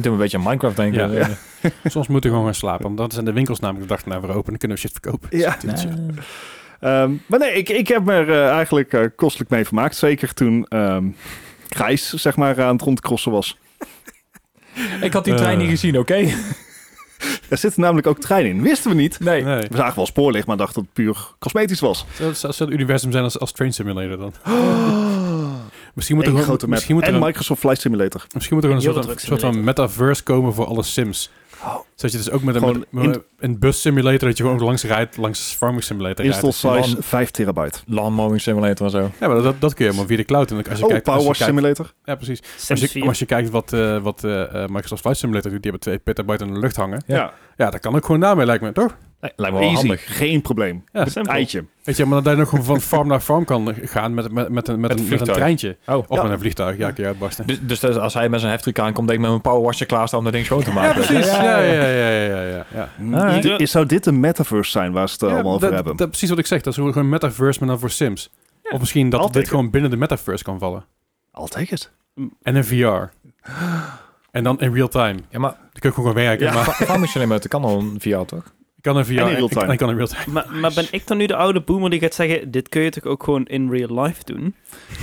Speaker 1: toen een beetje aan Minecraft denken.
Speaker 2: Ja.
Speaker 1: Eh,
Speaker 2: soms moeten we gewoon gaan slapen. Want dan zijn de winkels namelijk de dag erna weer open. Dan kunnen we shit verkopen.
Speaker 3: ja.
Speaker 1: nou,
Speaker 3: Ehm, maar nee, ik, ik heb me er eh, eigenlijk eh, kostelijk mee vermaakt. Zeker toen ehm Gijs zeg maar, aan het rondkrossen was.
Speaker 1: Ik had die trein
Speaker 2: Eh.
Speaker 1: niet gezien, oké? <laughs>
Speaker 3: Er zitten namelijk ook treinen in. Wisten we niet.
Speaker 1: Nee.
Speaker 2: Nee,
Speaker 3: We zagen wel spoorlicht, maar dachten dat het puur cosmetisch was.
Speaker 2: zou zou het universum zijn als, als Train Simulator <gasps> dan? Misschien moet er
Speaker 3: Eén
Speaker 2: gewoon,
Speaker 3: grote map.
Speaker 2: misschien moet er
Speaker 3: En
Speaker 2: een-
Speaker 3: Microsoft Flight Simulator.
Speaker 2: Misschien moet er gewoon
Speaker 4: Heel
Speaker 2: een
Speaker 4: de
Speaker 2: soort, van- soort
Speaker 4: drugsimulator.
Speaker 2: van metaverse komen voor alle Sims. Zodat je dus ook met een,
Speaker 3: Oh. Gewoon
Speaker 2: met, met
Speaker 3: in-
Speaker 2: een bus simulator, dat je gewoon langs rijdt, langs farming simulator
Speaker 3: Install
Speaker 2: rijdt.
Speaker 3: size 5 terabyte.
Speaker 1: Landmowing simulator en zo.
Speaker 2: Ja, maar dat, dat kun je helemaal via de cloud. En als je
Speaker 3: Oh,
Speaker 2: kijkt,
Speaker 3: Power
Speaker 2: als
Speaker 3: Wash
Speaker 2: je kijkt,
Speaker 3: Simulator.
Speaker 2: ja, precies. Als
Speaker 4: Sims
Speaker 2: je,
Speaker 4: 4.
Speaker 2: als je kijkt wat, eh, wat eh, eh, Microsoft Flight Simulator doet, die hebben twee petabyte in de lucht hangen.
Speaker 1: Ja.
Speaker 2: Ja, dat kan ook gewoon daarmee, lijkt me, toch?
Speaker 1: Nee, lijkt me wel
Speaker 3: Easy,
Speaker 1: handig.
Speaker 3: geen probleem.
Speaker 2: Ja.
Speaker 4: Simpel.
Speaker 3: Eitje.
Speaker 2: Weet je, maar dat je nog gewoon van farm naar farm kan gaan met, met, met, een,
Speaker 1: Met
Speaker 2: met, een, met een
Speaker 1: vliegtuig.
Speaker 2: treintje.
Speaker 1: Oh.
Speaker 2: Of
Speaker 3: Ja.
Speaker 2: met een vliegtuig, ja, kun je uitbarsten.
Speaker 1: Dus, dus dat is- als hij met zijn heftruck aankomt, denk ik met mijn powerwasher klaarstaan om dat ding schoon te maken.
Speaker 2: Ja, precies. Ja, ja, ja, ja, ja. ja.
Speaker 1: Alright.
Speaker 3: I- Hmm. Zou dit een metaverse zijn waar ze het eh,
Speaker 2: Ja,
Speaker 3: allemaal over
Speaker 2: dat-
Speaker 3: hebben?
Speaker 2: dat- precies wat ik zeg. Dat is gewoon een metaverse, maar dan voor Sims. Of misschien dat
Speaker 3: I'll take
Speaker 2: dit
Speaker 3: it.
Speaker 2: gewoon binnen de metaverse kan vallen.
Speaker 3: I'll take it.
Speaker 2: En een VR. En dan in real time. Dan
Speaker 1: Ja, maar
Speaker 2: kun je gewoon werken.
Speaker 1: ja.
Speaker 2: Maar
Speaker 1: farming simulator kan al een VR, toch?
Speaker 2: ik kan een VR
Speaker 3: in
Speaker 2: en
Speaker 3: real
Speaker 2: ik-
Speaker 3: time.
Speaker 2: en ik kan in real time.
Speaker 4: Maar, maar ben ik dan nu de oude boomer die gaat zeggen, dit kun je toch ook gewoon in real life doen?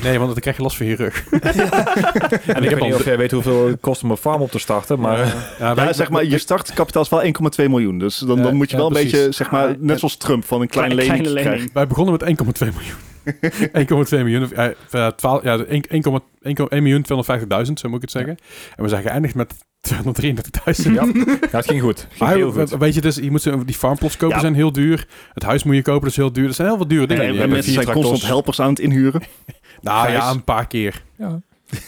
Speaker 2: Nee, want dan krijg je last van je
Speaker 3: <laughs>
Speaker 2: rug.
Speaker 1: En ik,
Speaker 2: heb
Speaker 1: weet niet
Speaker 2: al-
Speaker 1: of jij weet hoeveel het kost om een farm op te starten, maar... eh,
Speaker 2: Ja,
Speaker 3: Ja,
Speaker 2: wij-
Speaker 3: zeg maar, je startkapitaal is wel 1,2 miljoen. Dus dan,
Speaker 2: Ja,
Speaker 3: dan moet je
Speaker 2: ja,
Speaker 3: wel een
Speaker 2: precies.
Speaker 3: beetje, zeg maar, net zoals Trump, van een klein
Speaker 4: Kleine
Speaker 3: lening
Speaker 4: lening.
Speaker 3: krijgen.
Speaker 2: Wij begonnen met 1,2
Speaker 3: <laughs>
Speaker 2: miljoen. 1,2 miljoen. Of, eh, eh, 12 ja, 1, 1 miljoen 250.000, zo moet ik het zeggen. En we zijn geëindigd met 233.000.
Speaker 1: ja. ja, het ging goed. Ging
Speaker 3: <laughs>
Speaker 2: Maar
Speaker 1: heel goed.
Speaker 2: weet je, dus, je moet zo- die farmplots kopen
Speaker 3: Ja.
Speaker 2: zijn heel duur. Het huis moet je kopen, dat is heel duur. Dat zijn heel veel dure
Speaker 3: En,
Speaker 2: dingen.
Speaker 3: en
Speaker 2: die je hebt.
Speaker 3: mensen
Speaker 1: vier
Speaker 3: zijn constant
Speaker 1: tractors.
Speaker 3: helpers aan het inhuren.
Speaker 2: Nou
Speaker 1: Gijs.
Speaker 2: ja, een paar keer.
Speaker 1: Ja.
Speaker 2: <laughs>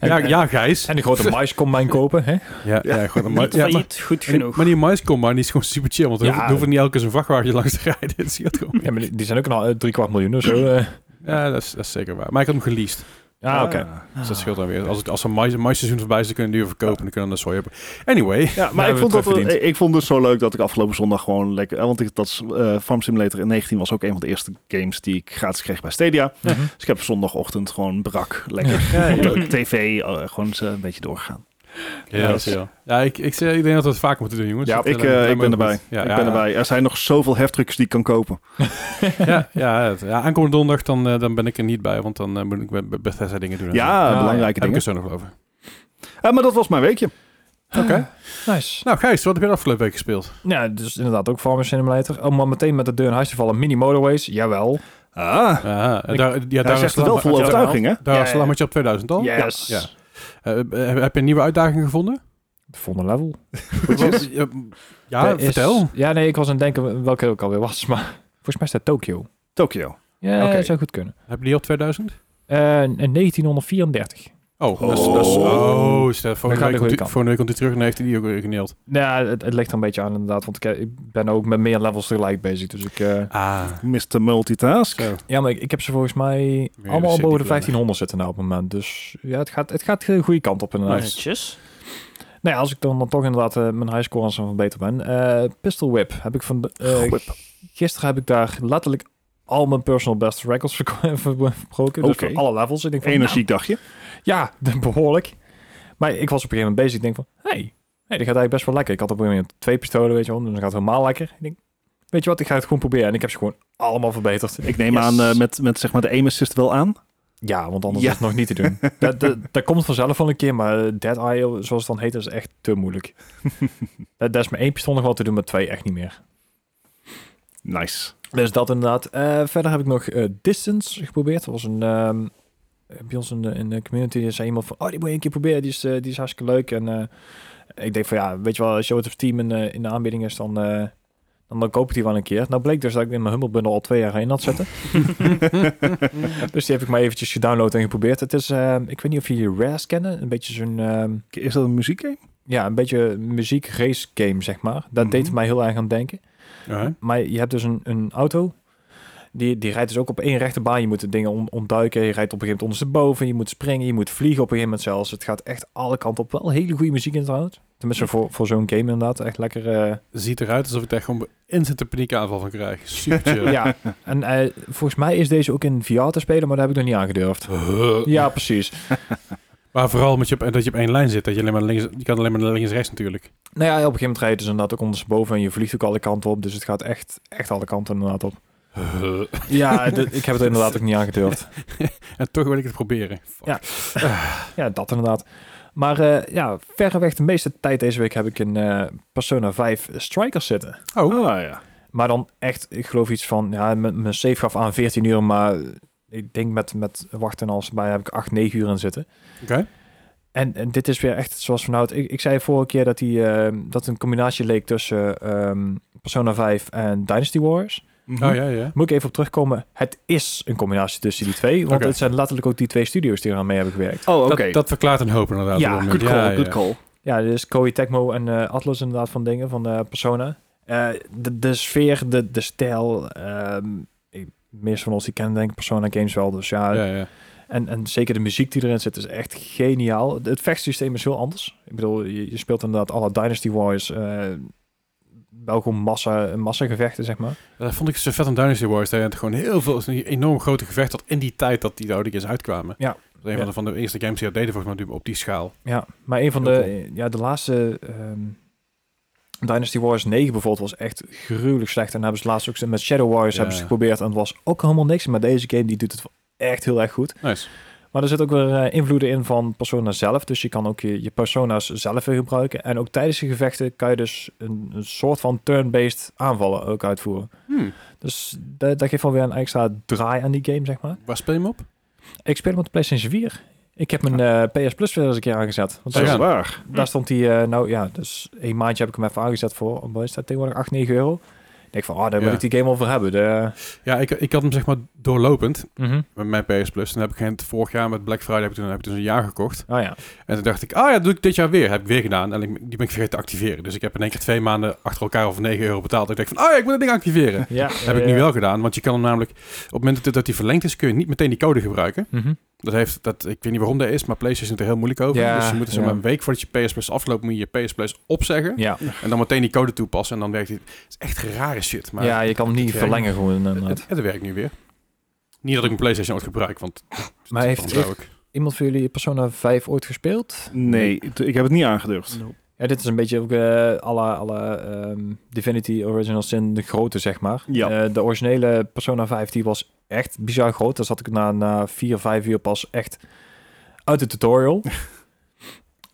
Speaker 2: Ja, ja Gijs.
Speaker 1: En die grote
Speaker 2: <laughs>
Speaker 1: maiscombine kopen, hè?
Speaker 2: Ja, ja, gewoon een ma- ja, maar,
Speaker 4: Failliet, goed genoeg.
Speaker 2: maar die maiscombine die is gewoon super chill, want er
Speaker 1: Ja.
Speaker 2: hoeft- er hoeft niet elke keer zo'n vrachtwagen langs te rijden. <laughs> Het scheelt gewoon.
Speaker 1: Ja, maar die die zijn ook al eh, drie kwart miljoen of zo. eh.
Speaker 2: Ja, dat is, dat is zeker waar. Maar ik had hem geleased.
Speaker 1: Ja, oké.
Speaker 2: Dus dat scheelt dan weer. Als, het, als een mais- maisseizoen voorbij is, dan kunnen die weer verkopen. Dan kunnen we dat soja hebben. Anyway.
Speaker 3: Ja,
Speaker 1: Nou,
Speaker 3: maar ik
Speaker 1: hebben
Speaker 3: vond,
Speaker 1: we het
Speaker 3: dat, wel-
Speaker 1: verdiend.
Speaker 3: ik vond het zo leuk dat ik afgelopen zondag gewoon lekker... eh, Want ik, dat is, eh, Farm Simulator in 19 was ook een van de eerste games die ik gratis kreeg bij Stadia.
Speaker 1: Mhm.
Speaker 3: Dus ik heb zondagochtend gewoon brak, lekker op de tv, eh, gewoon eens, eh, een beetje doorgegaan.
Speaker 2: Ja, dat is heel. Ja, ik, ik, zeg- ik denk dat we het vaak moeten doen, jongens.
Speaker 1: Ja,
Speaker 2: Dat
Speaker 3: ik,
Speaker 2: lijkt me-
Speaker 3: eh,
Speaker 2: lijkt
Speaker 3: ik
Speaker 2: me
Speaker 3: ben
Speaker 2: ook
Speaker 3: erbij.
Speaker 2: goed. Ja,
Speaker 3: ik
Speaker 2: ja,
Speaker 3: ben erbij. Er zijn nog zoveel heftrucks die ik kan kopen.
Speaker 2: Ja, ja, het- ja, aankomende donderdag dan, eh, dan ben ik er niet bij, want dan eh, moet ik be- be- Bethesda dingen doen.
Speaker 3: Ja,
Speaker 2: en zo.
Speaker 1: ja,
Speaker 3: belangrijke
Speaker 2: heb ik
Speaker 3: dingen.
Speaker 2: het zo nog over.
Speaker 3: Eh, maar dat was mijn weekje.
Speaker 2: Oké.
Speaker 1: Nice.
Speaker 2: Nou, Gijs, wat heb je de afgelopen week gespeeld?
Speaker 1: Ja, dus inderdaad ook Farming Simulator. Om maar meteen met de deur in huis te vallen. Mini motorways, jawel.
Speaker 3: Ah,
Speaker 2: Ah, en
Speaker 1: Ik-
Speaker 2: daar, ja,
Speaker 3: hij
Speaker 2: daar
Speaker 3: zegt het wel vol
Speaker 1: Ja,
Speaker 3: overtuiging, hè?
Speaker 2: Daar
Speaker 1: Ja,
Speaker 2: was
Speaker 1: ja.
Speaker 2: je op 2000 al.
Speaker 1: Yes.
Speaker 2: Ja. Eh, eh, heb je een nieuwe uitdaging gevonden?
Speaker 1: Volgende level.
Speaker 2: Wat- Ja, ja
Speaker 1: Er is-
Speaker 2: vertel.
Speaker 1: Ja, nee, ik was aan het denken welke het ook alweer was. Maar <laughs> volgens mij staat Tokyo.
Speaker 3: Tokio.
Speaker 1: Ja,
Speaker 2: Oké.
Speaker 1: zou goed kunnen.
Speaker 2: Heb je die op 2000?
Speaker 1: Eh, en 1934.
Speaker 2: Oh, dat is... dat is-
Speaker 3: Oh.
Speaker 2: Oh, stel,
Speaker 1: gaat
Speaker 2: volgende
Speaker 1: de
Speaker 2: week, komt
Speaker 1: goede
Speaker 2: hij-
Speaker 1: kant.
Speaker 2: volgende week komt hij terug en heeft hij die ook weer geneeld.
Speaker 1: Nou, het, het ligt er een beetje aan inderdaad, want ik, eh, ik ben ook met meer levels tegelijk bezig. Dus ik, eh,
Speaker 2: Ah,
Speaker 3: Mr. Multitask.
Speaker 2: zo.
Speaker 1: ja, maar ik, ik heb ze volgens mij allemaal
Speaker 2: city
Speaker 1: boven de
Speaker 2: plannen.
Speaker 1: 1500 zitten nou op het moment. Dus ja, het gaat, het gaat de goede kant op inderdaad.
Speaker 4: Netjes.
Speaker 1: Nou ja, als ik dan, dan toch inderdaad eh, mijn highscore aan van beter ben. Eh Pistol Whip heb ik van de, eh,
Speaker 3: Whip.
Speaker 1: gisteren heb ik daar letterlijk al mijn personal best records <laughs> verko- ver- verbroken. Dus
Speaker 3: Oké.
Speaker 1: voor alle levels. Ik denk van, nou,
Speaker 3: Energiek dagje.
Speaker 1: Ja, <laughs> behoorlijk. Maar ik was op een gegeven moment bezig. Ik denk van, hé, hey, hey, dit gaat eigenlijk best wel lekker. Ik had op een gegeven moment twee pistolen, weet je wel. Dus dat gaat het helemaal lekker. Ik denk, weet je wat, ik ga het gewoon proberen. En ik heb ze gewoon allemaal verbeterd.
Speaker 3: Ik neem
Speaker 1: Yes.
Speaker 3: aan eh, met, met zeg maar de aim assist wel aan.
Speaker 1: Ja, want anders
Speaker 3: Ja.
Speaker 1: is het nog niet te doen. dat, dat, dat komt vanzelf wel een keer, maar eh, Dead Eye, zoals het dan heet, is echt te moeilijk. dat, dat is met één pistool nog wel te doen, met twee echt niet meer.
Speaker 3: Nice.
Speaker 1: Dus dat inderdaad. Eh, verder heb ik nog eh, Distance geprobeerd. Dat was een... ehm, bij ons in de, in de community zei iemand van... Oh, die moet je een keer proberen. Die is, eh, die is hartstikke leuk. En eh, ik denk van ja, weet je wel... Als Show of Team in, eh, in de aanbieding is, dan, eh, dan, dan koop ik die wel een keer. Nou bleek dus dat ik in mijn Humble Bundle al twee jaar in had zitten. dus die heb ik maar eventjes gedownload en geprobeerd. Het is... ehm, ik weet niet of jullie Raz kennen. Een beetje zo'n... ehm,
Speaker 3: Is dat een muziekgame?
Speaker 1: ja, een beetje muziek race game, zeg maar. Dat
Speaker 3: Mhm.
Speaker 1: deed het mij heel erg aan denken.
Speaker 2: Ja.
Speaker 1: Maar je hebt dus een, een auto. Die, die rijdt dus ook op één rechte baan. Je moet de dingen om, omduiken. Je rijdt op een gegeven moment ondersteboven. Je moet springen. Je moet vliegen op een gegeven moment zelfs. Het gaat echt alle kanten op. Wel hele goede muziek in trouwens. Tenminste voor, voor zo'n game inderdaad. Echt lekker. eh,
Speaker 2: Ziet eruit alsof ik daar gewoon instant een paniekaanval van krijg. Super chill.
Speaker 1: ja. En eh, volgens mij is deze ook in VR te spelen. Maar daar heb ik nog niet aangedurfd. <laughs>
Speaker 2: Huh.
Speaker 1: <laughs> Ja, precies.
Speaker 2: Maar vooral moet je op, dat je op één lijn zit. Dat je, alleen maar links, je kan alleen maar naar links en rechts
Speaker 1: <laughs>
Speaker 2: natuurlijk.
Speaker 1: Nou ja, op een gegeven moment rijd je dus inderdaad ook ondersteboven. En je vliegt ook alle kanten op. Dus het gaat echt, echt alle kanten inderdaad op. Dus-
Speaker 2: Huh.
Speaker 1: Ja, dit- <laughs> ik heb het inderdaad ook niet aangedurfd.
Speaker 2: En toch wil ik het proberen. Fuck.
Speaker 1: Ja. Ja, <laughs> dat inderdaad. Maar eh ja, verreweg de meeste tijd deze week heb ik in eh, Persona 5 Strikers zitten.
Speaker 2: Oh.
Speaker 3: Ah ja.
Speaker 1: Maar dan echt, ik geloof iets van, ja, mijn mijn save gaf aan 14 uur, maar ik denk met, met wachten als bij heb ik 8, 9 uur in zitten.
Speaker 2: Oké.
Speaker 1: En, en dit is weer echt zoals vanuit, ik, ik zei vorige keer dat, die, eh, dat een combinatie leek tussen ehm, Persona 5 en Dynasty Warriors.
Speaker 3: Mhm.
Speaker 2: Oh ja, ja.
Speaker 1: Moet ik even op terugkomen, het is een combinatie tussen die twee, want
Speaker 2: Oké.
Speaker 1: het zijn letterlijk ook die twee studio's die eraan mee hebben gewerkt.
Speaker 3: Oh, oké.
Speaker 2: Dat, dat verklaart een hoop inderdaad.
Speaker 1: Ja,
Speaker 2: op dit
Speaker 3: Good
Speaker 2: moment.
Speaker 3: call,
Speaker 2: Ja,
Speaker 3: good
Speaker 2: ja.
Speaker 3: call.
Speaker 1: Ja, dus Koei Tecmo en eh, Atlas inderdaad van dingen, van eh, Persona. Eh, de, de sfeer, de, de stijl. ehm ik- meest van ons die kennen denk ik Persona games wel, dus ja.
Speaker 2: Ja, ja.
Speaker 1: En, en zeker de muziek die erin zit is echt geniaal. Het- Het vechtsysteem is heel anders. Ik bedoel, je, je speelt inderdaad alle Dynasty Warriors... eh wel gewoon massa, massagevechten, zeg maar.
Speaker 2: Dat Eh, vond ik zo vet aan Dynasty Wars. Dat je het gewoon heel veel, een enorm grote gevecht had in die tijd dat die de oude games uitkwamen.
Speaker 1: Ja.
Speaker 2: Dat is een van de, van de eerste games die dat deden volgens mij op die schaal.
Speaker 1: Ja, maar een van
Speaker 2: Heel
Speaker 1: de, ja, de laatste ehm, Dynasty Warriors 9 bijvoorbeeld was echt gruwelijk slecht. En dan hebben ze laatst ook met Shadow Warriors
Speaker 2: Ja.
Speaker 1: hebben ze geprobeerd en het was ook helemaal niks. Maar deze game die doet het wel echt heel erg goed.
Speaker 2: Nice.
Speaker 1: Maar er zit ook weer eh, invloeden in van persona zelf. Dus je kan ook je, je persona's zelf weer gebruiken. En ook tijdens de gevechten kan je dus een, een soort van turn-based aanvallen ook uitvoeren.
Speaker 2: Hmm.
Speaker 1: Dus dat, dat geeft wel weer een extra draai aan die game, zeg maar.
Speaker 2: Waar speel je hem op?
Speaker 1: Ik speel hem op de PlayStation 4. Ik heb mijn eh, PS Plus weer eens een keer aangezet. Want
Speaker 2: Daar
Speaker 3: Dat
Speaker 1: zo-
Speaker 3: is
Speaker 2: gaan.
Speaker 3: waar.
Speaker 1: daar stond hij, eh, nou ja, dus een maandje heb ik hem even aangezet voor, wat is dat tegenwoordig, 8, 9 euro. Ik denk van, ah, daar wil
Speaker 2: Ja.
Speaker 1: ik die game over hebben. eh, De,
Speaker 2: Ja, ik, ik had hem zeg maar doorlopend
Speaker 1: Mhm.
Speaker 2: met mijn PS Plus. En heb ik geen- vorig jaar met Black Friday heb ik toen, heb ik toen een jaar gekocht.
Speaker 1: Oh ja,
Speaker 2: En toen dacht ik, ah ja, dat doe ik dit jaar weer. Heb ik weer gedaan. En ik, die ben ik vergeten te activeren. Dus ik heb in één keer twee maanden achter elkaar of 9 euro betaald. Ik dacht van, ah ja, ik moet dat ding
Speaker 1: <laughs>
Speaker 2: activeren.
Speaker 1: ja. eh,
Speaker 2: Dat heb ik nu wel gedaan, want je kan hem namelijk... Op het moment dat- dat die verlengd is, kun je niet meteen die code gebruiken.
Speaker 1: Mhm.
Speaker 2: Dat heeft, dat, ik weet niet waarom dat is, maar PlayStation is er heel moeilijk over.
Speaker 1: Ja,
Speaker 2: dus je moet dus
Speaker 1: ja.
Speaker 2: maar een week voordat je PS Plus afloopt, moet je je PS Plus opzeggen.
Speaker 1: Ja.
Speaker 2: En dan meteen die code toepassen en dan werkt het. Het is echt rare shit, maar
Speaker 1: ja, je kan hem niet
Speaker 2: Ja.
Speaker 1: verlengen gewoon.
Speaker 2: het,
Speaker 1: inderdaad.
Speaker 2: het werkt nu weer. Niet dat ik mijn PlayStation ooit gebruik, want
Speaker 1: Maar
Speaker 2: dat
Speaker 1: heeft,
Speaker 2: zou
Speaker 1: heeft
Speaker 2: ik.
Speaker 1: iemand van jullie Persona 5 ooit gespeeld?
Speaker 3: Nee, ik ik heb het niet aangedurfd.
Speaker 1: Ja, dit is een beetje ook eh alle, alle ehm, Divinity Original Sin, de grote zeg maar.
Speaker 3: Ja.
Speaker 1: Eh, de originele Persona 5 die was echt bizar groot. Daar zat ik na, na 4, 5 uur pas echt uit de tutorial.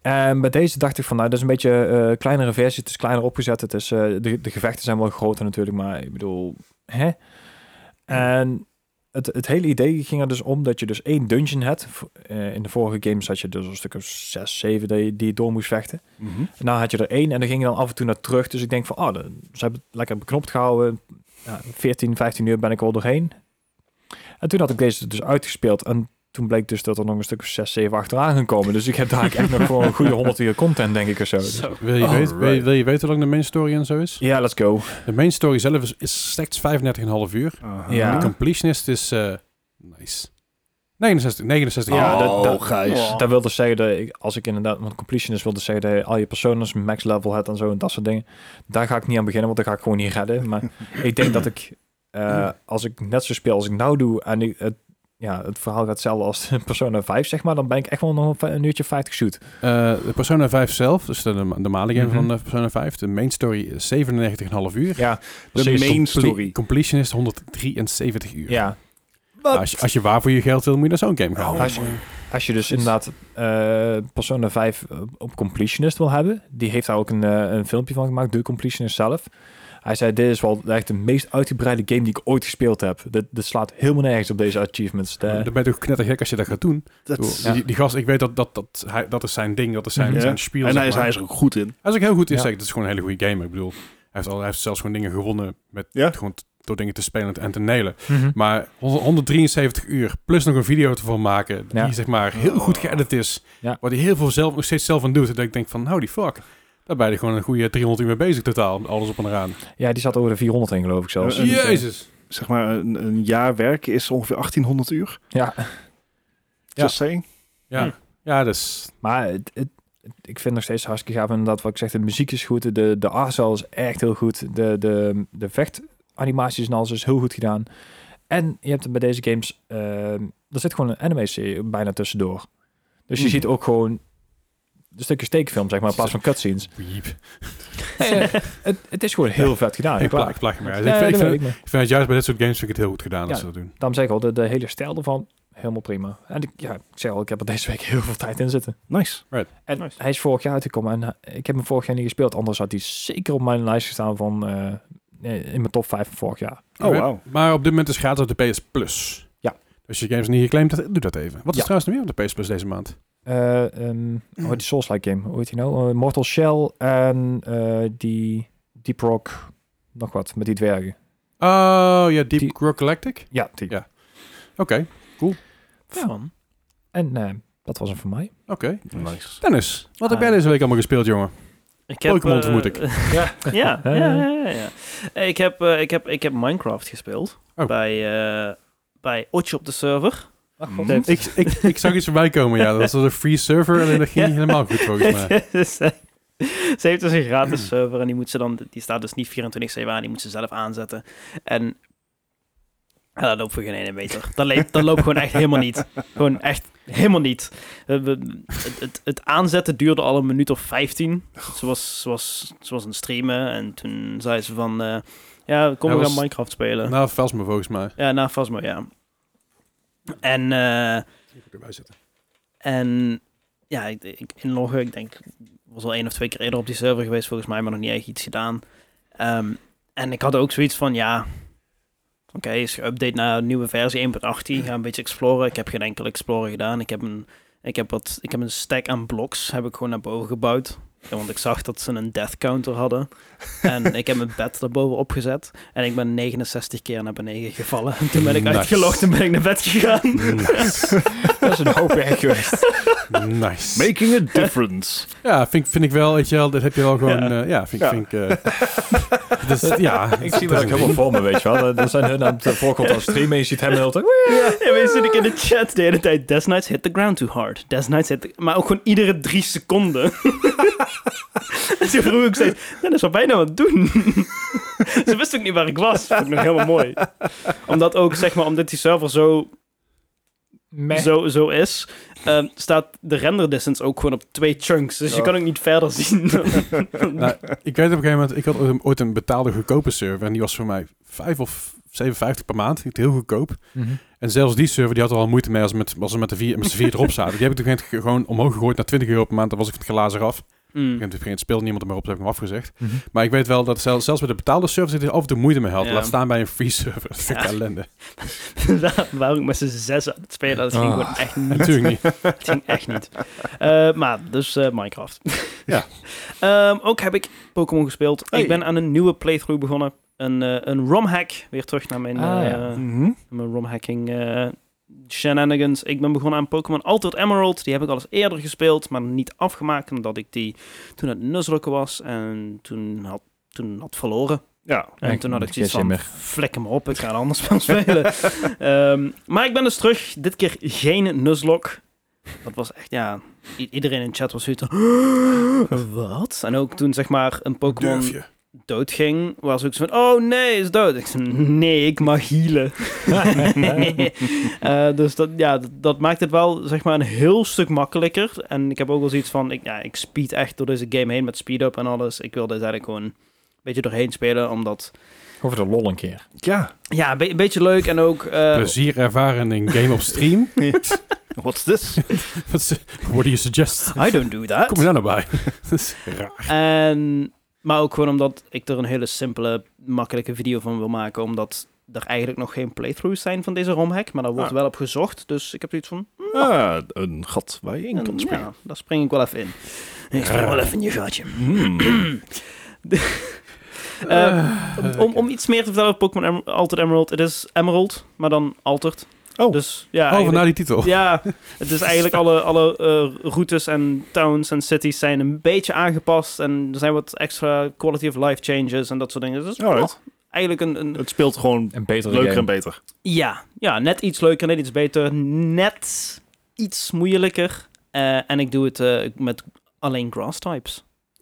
Speaker 1: En bij deze dacht ik van, nou, dat is een beetje eh, een kleinere versie. Het is kleiner opgezet. Het is, eh, de, de gevechten zijn wel groter natuurlijk, maar ik bedoel, hè? En het, het hele idee ging er dus om dat je dus één dungeon hebt. V- eh, in de vorige games had je dus een stuk of zes, zeven die, je- die je door moest vechten.
Speaker 3: Mhm.
Speaker 1: En nou had je er één en dan ging je dan af en toe naar terug. Dus ik denk van, oh, de- ze hebben het lekker beknopt gehouden. Ja, 14, 15 uur ben ik al doorheen. En toen had ik deze dus uitgespeeld. En toen bleek dus dat er nog een stuk of 6, 7 achteraan gekomen. Dus ik heb daar echt nog gewoon een goede 100 uur content, denk ik, of
Speaker 4: <laughs>
Speaker 1: zo. Dus-
Speaker 4: Zo.
Speaker 2: Wil je,
Speaker 1: Alright.
Speaker 2: weten, wil, je, wil je weten hoe lang de main story en zo is?
Speaker 1: Ja, let's go.
Speaker 2: De main story zelf is, is slechts 35,5 uur.
Speaker 1: Ja.
Speaker 2: De completionist is... eh, nice. 69, 69
Speaker 1: Ja,
Speaker 2: uur.
Speaker 1: dat-
Speaker 3: oh,
Speaker 1: dat-
Speaker 3: Gijs.
Speaker 4: Oh.
Speaker 1: Dat wilde zeggen, dat ik, als ik inderdaad, want completionist wilde zeggen dat je al je personas max level hebt en zo en dat soort dingen. Daar ga ik niet aan beginnen, want daar ga ik gewoon niet redden. Maar ik denk dat ik, eh, als ik net zo speel als ik nou doe en ik- het, ja, het verhaal gaat hetzelfde als <laughs> Persona 5, zeg maar, dan ben ik echt wel nog een, een uurtje 50 shoot.
Speaker 2: Eh, de Persona 5 zelf, dus de de normale game
Speaker 1: Mhm.
Speaker 2: van eh, Persona 5. De main story is 97,5 uur.
Speaker 1: Ja,
Speaker 3: De
Speaker 2: Comple-
Speaker 3: main story.
Speaker 2: Completionist 173 uur.
Speaker 1: ja.
Speaker 2: Nou, Als, je, als je waar voor je geld wil, moet je naar zo'n game gaan.
Speaker 1: Oh, Als je- Als je dus inderdaad eh, Persona 5 op- op completionist wil hebben, die heeft daar ook een, eh, een filmpje van gemaakt, de completionist zelf. Hij zei, dit is wel echt de meest uitgebreide game die ik ooit gespeeld heb. Dit, dit slaat helemaal nergens op deze achievements. De-
Speaker 2: Dan ben je toch knettergek als je dat gaat doen.
Speaker 3: Dat
Speaker 2: Bedoel,
Speaker 3: is-
Speaker 2: die, die gast, ik weet dat dat, dat, hij, dat is zijn ding, dat is zijn,
Speaker 1: Mhm.
Speaker 2: zijn
Speaker 3: Ja.
Speaker 2: spiel.
Speaker 3: En
Speaker 2: zeg
Speaker 3: hij is,
Speaker 2: maar.
Speaker 3: hij is er ook goed in.
Speaker 2: Hij is ook heel goed
Speaker 1: Ja.
Speaker 2: in zeggen. Het is gewoon een hele goede game. Ik bedoel, hij heeft, al, hij heeft zelfs gewoon dingen gewonnen met
Speaker 3: Ja.
Speaker 2: gewoon t- door dingen te spelen en te nelen.
Speaker 1: Mhm.
Speaker 2: Maar 100 173 uur, plus nog een video ervan maken, die
Speaker 1: Ja.
Speaker 2: zeg maar heel goed geëdit is.
Speaker 1: Ja.
Speaker 2: Waar hij heel veel zelf, nog steeds zelf aan doet. Dat ik denk van, holy fuck. Daar ben je gewoon een goede 300 uur mee bezig totaal. Alles op en eraan.
Speaker 1: Ja, die zat over de 400 in, geloof ik zelfs.
Speaker 3: Ja, en-
Speaker 2: Jezus.
Speaker 3: Zeg maar, een, een jaar werken is ongeveer 1800 uur.
Speaker 1: Ja,
Speaker 3: Just saying.
Speaker 2: Ja, ja dus
Speaker 1: maar het, het- het- ik vind nog steeds hartstikke gaaf inderdaad wat ik zeg. De muziek is goed, de, de artstyle is echt heel goed. De, de, de vechtanimaties en alles is heel goed gedaan. En je hebt bij deze games, eh, er zit gewoon een anime-serie bijna tussendoor. Dus je
Speaker 3: Hmm.
Speaker 1: ziet ook gewoon een stukje steekfilm, zeg maar, in plaats van
Speaker 2: <laughs>
Speaker 1: cutscenes. Eh,
Speaker 2: Wiep.
Speaker 1: het, het is gewoon heel vet gedaan.
Speaker 2: ik, pla
Speaker 1: klaar. Eh,
Speaker 2: ik plaag je maar.
Speaker 1: Nee,
Speaker 2: ik, vind,
Speaker 1: dat
Speaker 2: ik, vind,
Speaker 1: weet ik niet.
Speaker 2: ik vind het juist bij dit soort games vind ik het heel goed gedaan dat
Speaker 1: Ja.
Speaker 2: ze dat doen.
Speaker 1: Daarom zeg ik al, de, de hele stijl ervan, helemaal prima. En ik, ja, ik zeg al, ik heb er deze week heel veel tijd in zitten.
Speaker 3: Nice.
Speaker 1: En
Speaker 4: Nice.
Speaker 1: hij is vorig jaar uitgekomen en hij- ik heb hem vorig jaar niet gespeeld. Anders had hij zeker op mijn lijst gestaan van eh, in mijn top 5 van vorig jaar.
Speaker 3: Oh,
Speaker 2: Oké.
Speaker 3: wauw.
Speaker 2: Maar op dit moment is gratis op de PS Plus.
Speaker 1: Ja.
Speaker 2: Als je games niet geclaimd hebt, doe dat even. Wat is
Speaker 1: Ja.
Speaker 2: trouwens nog meer op de PS Plus deze maand?
Speaker 1: Eh ehm oh, die Souls-like game, hoe heet die nou? Eh, Mortal Shell en eh, die Deep Rock, nog wat, met die dwergen.
Speaker 2: Oh ja, Deep
Speaker 1: Die-
Speaker 2: Rock Galactic.
Speaker 1: Ja, die.
Speaker 2: Ja. Oké,
Speaker 4: Van.
Speaker 1: En eh, dat was hem voor mij. <laughs>
Speaker 2: oké.
Speaker 3: Nice.
Speaker 2: Dennis, wat heb
Speaker 4: Ah.
Speaker 2: jij deze week allemaal gespeeld, jongen?
Speaker 4: Ik heb,
Speaker 2: Pokémon
Speaker 4: eh,
Speaker 2: vermoed
Speaker 4: <laughs>
Speaker 2: ik.
Speaker 1: Ja.
Speaker 4: ja, ja, ja, ja, ja. Eh, Ik heb, eh, ik heb, ik heb Minecraft gespeeld.
Speaker 2: Oh.
Speaker 4: Bij, eh bij Otje op de server.
Speaker 3: Hm. Mhm.
Speaker 2: Ik, ik, ik zag iets voorbij komen, ja. Dat was een free server, alleen dat ging niet
Speaker 4: Ja.
Speaker 2: helemaal goed
Speaker 4: <laughs>
Speaker 2: volgens mij.
Speaker 4: ze ze heeft dus een gratis server en die, moet ze dan, die staat dus niet 24-7 aan, die moet ze zelf aanzetten. En ja, dat loopt voor geen ene meter. Dat, le- dat loopt gewoon echt helemaal niet. Gewoon echt helemaal niet. Eh, we- Het, het, het aanzetten duurde al een minuut of 15. Ze was, ze was, ze was aan het streamen en toen zei ze van... eh, ja, kom,
Speaker 2: Hij
Speaker 4: we gaan
Speaker 2: was-
Speaker 4: Minecraft spelen.
Speaker 2: Nou, vast me volgens mij.
Speaker 4: Ja, na Fasmo, ja. En, eh, en ja, ik, ik inloggen, ik denk, was al één of twee keer eerder op die server geweest volgens mij, maar nog niet echt iets gedaan. Ehm, en ik had ook zoiets van, ja, oké, is geüpdate naar een nieuwe versie 1.18, ga een beetje exploren. Ik heb geen enkele exploren gedaan. Ik heb een, ik heb wat, ik heb een stack aan blocks, heb ik gewoon naar boven gebouwd. Ja, want ik zag dat ze een death counter hadden. En ik heb mijn bed erboven opgezet. En ik ben 69 keer naar beneden gevallen. En toen ben ik
Speaker 2: Nice.
Speaker 4: uitgelogd en ben ik naar bed gegaan.
Speaker 2: Nice.
Speaker 1: Dat is een hoop werk geweest.
Speaker 2: nice.
Speaker 3: <laughs> Making a difference.
Speaker 2: Ja, vind, ik- vind ik wel, weet je wel, dat heb je wel gewoon, ja, ja vind, ik-
Speaker 3: Ja.
Speaker 2: vind ik, eh, <laughs> dus,
Speaker 1: <laughs>
Speaker 2: ja.
Speaker 1: Ik
Speaker 2: dat
Speaker 1: zie dat
Speaker 2: is
Speaker 1: ook
Speaker 2: een
Speaker 1: helemaal voor me, weet je wel. Dan zijn hun aan het voorkant aan streamen je ziet hem heel
Speaker 4: <laughs> Ja, weet je, zit ik in de chat de hele tijd. Death Knights hit the ground too hard. Death Knights hit the- Maar ook gewoon iedere drie seconden. <laughs> en ze vroeg ook steeds, Dennis, wat ben je nou aan het doen? <laughs> ze wist ook niet waar ik was. Vond ik nog helemaal mooi. Omdat ook, zeg maar, omdat die server zo, zo, zo is, ehm, staat de render distance ook gewoon op twee chunks. Dus je
Speaker 3: Oh.
Speaker 4: kan ook niet verder zien.
Speaker 2: Nou, ik weet op een gegeven moment, ik had ooit een- ooit een betaalde goedkope server en die was voor mij vijf of 57 per maand. Vind ik heel goedkoop.
Speaker 1: Mhm.
Speaker 2: En zelfs die server die had er al moeite mee als ze met, als ze met de vier, met z'n vier erop zaten. Die heb ik toen ge- gewoon omhoog gegooid naar 20 euro per maand. Dan was ik het glazen af.
Speaker 4: Mm.
Speaker 2: Ik heb het speelde niemand er meer op, dus heb ik hem afgezegd.
Speaker 1: Mhm.
Speaker 2: Maar ik weet wel dat zelfs, zelfs bij de betaalde servers die er af en toe moeite mee had.
Speaker 4: Ja.
Speaker 2: Laat staan bij een free server. Dat vind ik
Speaker 4: Ja.
Speaker 2: ellende.
Speaker 4: <laughs> Daar waren we met z'n zes aan het spelen. Dat ging
Speaker 1: Ah.
Speaker 4: gewoon echt niet.
Speaker 2: Natuurlijk niet.
Speaker 4: Het ging echt niet. Eh, maar, dus eh, Minecraft.
Speaker 2: Ja.
Speaker 4: <laughs> Ehm, ook heb ik Pokémon gespeeld.
Speaker 3: Hey.
Speaker 4: Ik ben aan een nieuwe playthrough begonnen. Een, eh een romhack. Weer terug naar mijn,
Speaker 1: Ah, ja.
Speaker 4: eh,
Speaker 3: Mhm.
Speaker 4: mijn romhacking eh, shenanigans. Ik ben begonnen aan Pokémon Altered Emerald. Die heb ik al eens eerder gespeeld, maar niet afgemaakt. Omdat ik die toen aan het nuzzelken was en toen had, toen had verloren.
Speaker 3: Ja.
Speaker 4: En
Speaker 1: Ik-
Speaker 4: toen had ik
Speaker 1: ik
Speaker 4: zoiets
Speaker 1: zin
Speaker 4: van,
Speaker 1: meer.
Speaker 4: flik hem op, ik ga een ander spel
Speaker 1: <laughs>
Speaker 4: spelen. Ehm, maar ik ben dus terug, dit keer geen Nuzlocke. Dat was echt, ja, i- iedereen in de chat was zoiets van, <gasps> wat? En ook toen zeg maar een
Speaker 2: Durf
Speaker 4: Pokémon
Speaker 2: je.
Speaker 4: doodging, was ook zo van, oh nee, is dood. Ik zei, nee, ik mag healen. Eh, dus dat, ja, dat, dat maakt het wel zeg maar een heel stuk makkelijker. En ik heb ook wel zoiets van, ik, ja, ik speed echt door deze game heen met speed-up en alles. Ik wil dit eigenlijk gewoon een beetje doorheen spelen, omdat...
Speaker 1: Over de lol een keer.
Speaker 3: Ja.
Speaker 4: Ja, een be- een beetje leuk en ook... eh,
Speaker 2: Plezier ervaren in game op stream.
Speaker 3: What's this?
Speaker 2: <laughs> Wat is- What do you suggest?
Speaker 4: I don't do that.
Speaker 2: Kom je daar nou
Speaker 4: <laughs>
Speaker 2: bij? <laughs> Dat is raar.
Speaker 4: En, maar ook gewoon omdat ik er een hele simpele, makkelijke video van wil maken. Omdat er eigenlijk nog geen playthroughs zijn van deze romhack. Maar daar wordt
Speaker 3: Ah.
Speaker 4: wel op gezocht. Dus ik heb zoiets van... mm,
Speaker 3: Ah, een gat waar je in
Speaker 4: en
Speaker 3: kan springen.
Speaker 4: Ja, daar spring ik wel even in. Ik spring wel even in je gaatje.
Speaker 3: Hmm.
Speaker 4: Eh, om, om iets meer te vertellen over Pokémon Emer- Altered Emerald. Het is Emerald, maar dan Altered.
Speaker 3: Oh.
Speaker 4: Dus, ja,
Speaker 2: Oh,
Speaker 4: eigenlijk-
Speaker 2: naar die titel.
Speaker 4: Ja, het is eigenlijk alle, alle eh, routes en towns en cities zijn een beetje aangepast. En er zijn wat extra quality of life changes en dat soort dingen. Dus
Speaker 3: Alright.
Speaker 4: oh, eigenlijk een... een
Speaker 3: Het speelt gewoon
Speaker 1: Een betere
Speaker 3: leuker en
Speaker 1: game.
Speaker 3: beter.
Speaker 4: ja, ja, net iets leuker, net iets beter. Net iets moeilijker. Eh, en ik doe het eh, met alleen grass types.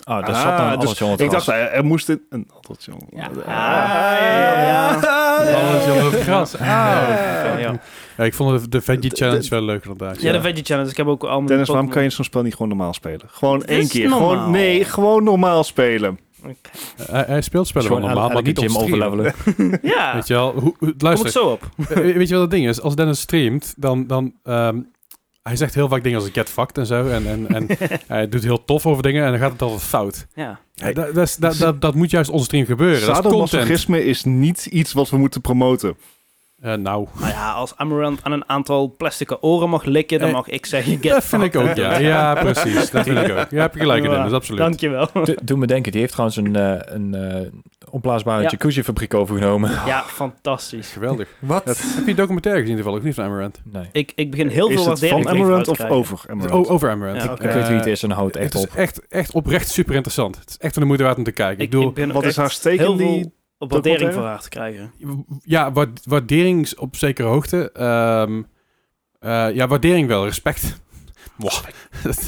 Speaker 1: Oh, dat
Speaker 3: Ah,
Speaker 1: zat dan
Speaker 3: dus
Speaker 1: alles jongen
Speaker 3: Ik dacht, er, er moest in... Een addertje.
Speaker 4: Ja.
Speaker 3: Ah,
Speaker 4: ja,
Speaker 2: Alles jongen op het gras.
Speaker 4: Ja, ja.
Speaker 2: Ja, ik vond de, de Veggie
Speaker 3: De-
Speaker 2: Challenge
Speaker 3: de-
Speaker 2: wel leuker inderdaad.
Speaker 4: ja, de Veggie Challenge. Ik heb ook al mijn
Speaker 3: Dennis, waarom kan
Speaker 4: Pokémon-
Speaker 3: je zo'n spel niet gewoon normaal spelen? Gewoon
Speaker 4: Het
Speaker 3: één
Speaker 4: is
Speaker 3: keer.
Speaker 4: normaal.
Speaker 3: Gewoon, nee, gewoon normaal spelen.
Speaker 2: Eh, Hij, hij speelt spellen wel normaal, maar niet op
Speaker 1: gym
Speaker 2: stream.
Speaker 1: overlevelen.
Speaker 4: Ja,
Speaker 2: Weet je wel, hoe, hoe-
Speaker 4: kom ik
Speaker 2: luister,
Speaker 4: zo op.
Speaker 2: eh, weet je wat het ding is? Als Dennis streamt, dan... dan ehm, hij zegt heel vaak dingen als get fucked en zo. En, en,
Speaker 4: <laughs>
Speaker 2: en hij doet heel tof over dingen en dan gaat het altijd fout.
Speaker 4: Ja.
Speaker 2: Ja, dat, dat, is- dat,
Speaker 4: Dus-
Speaker 2: dat, dat moet juist onstream gebeuren. Dat is content.
Speaker 3: Sadomasochisme is niet iets wat we moeten promoten.
Speaker 2: Eh, nou,
Speaker 4: Nou ja, als Amaranth aan een aantal plastic oren mag likken, dan
Speaker 2: Eh,
Speaker 4: mag ik
Speaker 3: <laughs>
Speaker 4: zeggen... Get
Speaker 2: dat vind ik ook,
Speaker 4: fucked.
Speaker 2: ja. Ja, precies. Dat vind ik ook. Ja, heb je gelijk in, Dennis, absoluut.
Speaker 3: <laughs>
Speaker 4: Dankjewel.
Speaker 1: Do- Doe me denken, die heeft trouwens een, eh, een eh, opblaasbare
Speaker 4: Ja.
Speaker 1: jacuzzi-fabriek overgenomen.
Speaker 4: Ja, fantastisch.
Speaker 2: Geweldig.
Speaker 1: Wat?
Speaker 2: Heb je documentaire gezien toevallig? Of niet van Amaranth?
Speaker 1: Nee.
Speaker 4: Ik, ik begin heel
Speaker 3: is
Speaker 4: veel
Speaker 3: het
Speaker 4: waardering
Speaker 3: van
Speaker 4: tegen
Speaker 3: Amaranth of
Speaker 4: vooruit te
Speaker 3: over Amaranth?
Speaker 2: Oh, over Amaranth.
Speaker 4: Ja,
Speaker 2: Ik-
Speaker 4: oké.
Speaker 1: Ik
Speaker 2: eh,
Speaker 1: weet wie het is en houdt echt
Speaker 2: het is
Speaker 1: op.
Speaker 2: echt, echt oprecht super interessant. Het is echt van de moeite waard om te kijken. Ik,
Speaker 4: krijgen.
Speaker 2: bedoel,
Speaker 4: begin ook
Speaker 3: Wat is
Speaker 4: echt
Speaker 3: haar steek in
Speaker 4: heel
Speaker 3: die...
Speaker 4: veel op waardering
Speaker 3: documentaire?
Speaker 4: voor haar te krijgen.
Speaker 2: ja, waard- waardering is op zekere hoogte. Ehm, eh, ja, waardering wel, respect. <laughs> Mwah.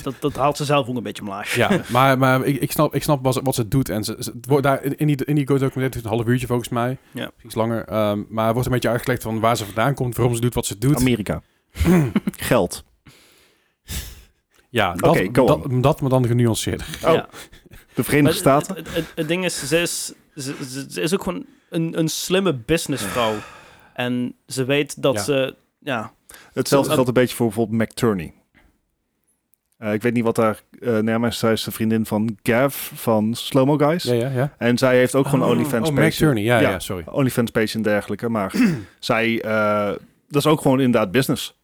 Speaker 4: Dat, dat haalt ze zelf ook een beetje omlaag.
Speaker 2: ja, maar, maar ik, ik snap, ik snap wat, ze- wat ze doet. En ze, ze- het wordt daar, in die, in die Go-documentaire, het is een half uurtje volgens mij.
Speaker 4: Ja.
Speaker 2: Iets langer. ehm, maar het wordt een beetje uitgelegd van waar ze vandaan komt, waarom ze doet wat ze doet. <clears throat>
Speaker 3: Amerika. Geld.
Speaker 2: ja, dat,
Speaker 3: Oké, go
Speaker 2: dat, dat, maar dan genuanceerder.
Speaker 3: Oh, De
Speaker 4: Maar
Speaker 3: Verenigde
Speaker 4: het-
Speaker 3: Staten.
Speaker 4: Het, het- het ding is, ze is, ze, ze- ze is ook gewoon een, een slimme businessvrouw. En ze weet dat
Speaker 2: Ja.
Speaker 4: ze... Ja,
Speaker 3: Hetzelfde
Speaker 4: het-
Speaker 3: geldt een beetje voor bijvoorbeeld McTurney. Eh, ik weet niet wat daar... eh nee, maar zij is de vriendin van Gav van Slow Mo Guys.
Speaker 2: Ja, ja, ja.
Speaker 3: En zij heeft ook gewoon
Speaker 2: Oh,
Speaker 3: OnlyFans
Speaker 2: Oh,
Speaker 3: page.
Speaker 2: Mac Journey. Ja, ja.
Speaker 3: Ja.
Speaker 2: sorry.
Speaker 3: OnlyFans page en dergelijke.
Speaker 2: <clears throat>
Speaker 3: Maar zij, eh, dat is ook gewoon inderdaad business.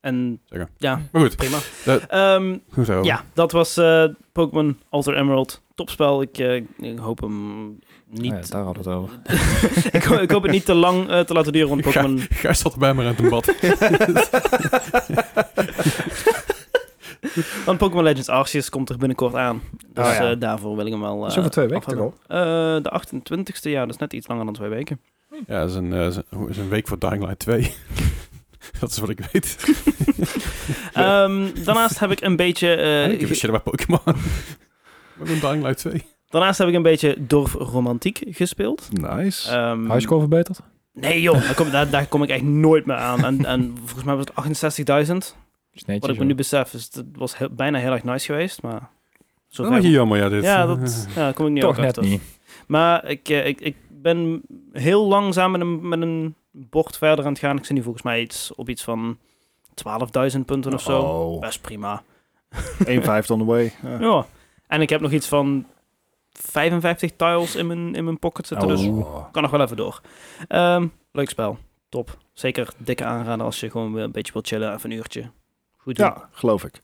Speaker 4: en...
Speaker 2: Zeker.
Speaker 4: Ja,
Speaker 2: Maar goed,
Speaker 4: prima.
Speaker 2: Dat-
Speaker 4: Ehm,
Speaker 2: goed zo.
Speaker 4: Ja, dat was eh, Pokémon Alter Emerald. Topspel. Ik, eh, ik hoop hem
Speaker 1: Oh Ja,
Speaker 4: niet...
Speaker 1: daar hadden we het
Speaker 4: <laughs>
Speaker 1: over.
Speaker 4: ik, ho- ik hoop het niet te lang eh, te laten duren, want
Speaker 2: Ga-
Speaker 4: Pokémon...
Speaker 2: <laughs> Gijs zat bij me aan het bad.
Speaker 4: Want Pokémon Legends Arceus komt er binnenkort aan. Dus
Speaker 3: Oh ja.
Speaker 4: eh, daarvoor wil ik hem wel... eh,
Speaker 1: Dat is over twee weken toch
Speaker 4: afhebben.
Speaker 1: al?
Speaker 4: Eh, de 28ste, ja. Dat is net iets langer dan twee weken.
Speaker 2: Ja, dat is een, eh, is een- hoe- is een week voor Dying Light 2. <laughs> dat is wat ik weet.
Speaker 4: Ehm, daarnaast heb ik een beetje...
Speaker 1: <laughs>
Speaker 4: eh,
Speaker 2: ik heb een shit bij Pokémon. <laughs> Maar een Dying Light 2.
Speaker 4: daarnaast heb ik een beetje dorfromantiek gespeeld.
Speaker 3: Nice.
Speaker 4: Ehm,
Speaker 1: Huiscore verbeterd?
Speaker 4: Nee joh, daar kom, daar, daar kom ik echt nooit meer aan. En, en volgens mij was het 68.000.
Speaker 1: Is netjes,
Speaker 4: Wat ik me
Speaker 1: hoor.
Speaker 4: nu besef, is dat was heel- bijna heel erg nice geweest, maar... Zo
Speaker 2: Dat is jammer, ja. Dit.
Speaker 4: Ja, dat ja, daar kom ik nu
Speaker 1: Toch
Speaker 4: ook
Speaker 1: net
Speaker 4: achter.
Speaker 1: niet.
Speaker 4: Maar ik, eh, ik, ik ben heel langzaam met een, met een bord verder aan het gaan. Ik zit nu volgens mij iets, op iets van 12.000 punten of zo.
Speaker 3: Oh,
Speaker 4: Best prima.
Speaker 3: 1,5 on the way. Ja.
Speaker 4: Ja. En ik heb nog iets van 55 tiles in mijn, in mijn pocket zitten, dus
Speaker 3: Oh.
Speaker 4: kan nog wel even door. Ehm, leuk spel. Top. Zeker dikke aanrader als je gewoon weer een beetje wilt chillen, even een uurtje. Goed doen.
Speaker 3: Ja, geloof ik.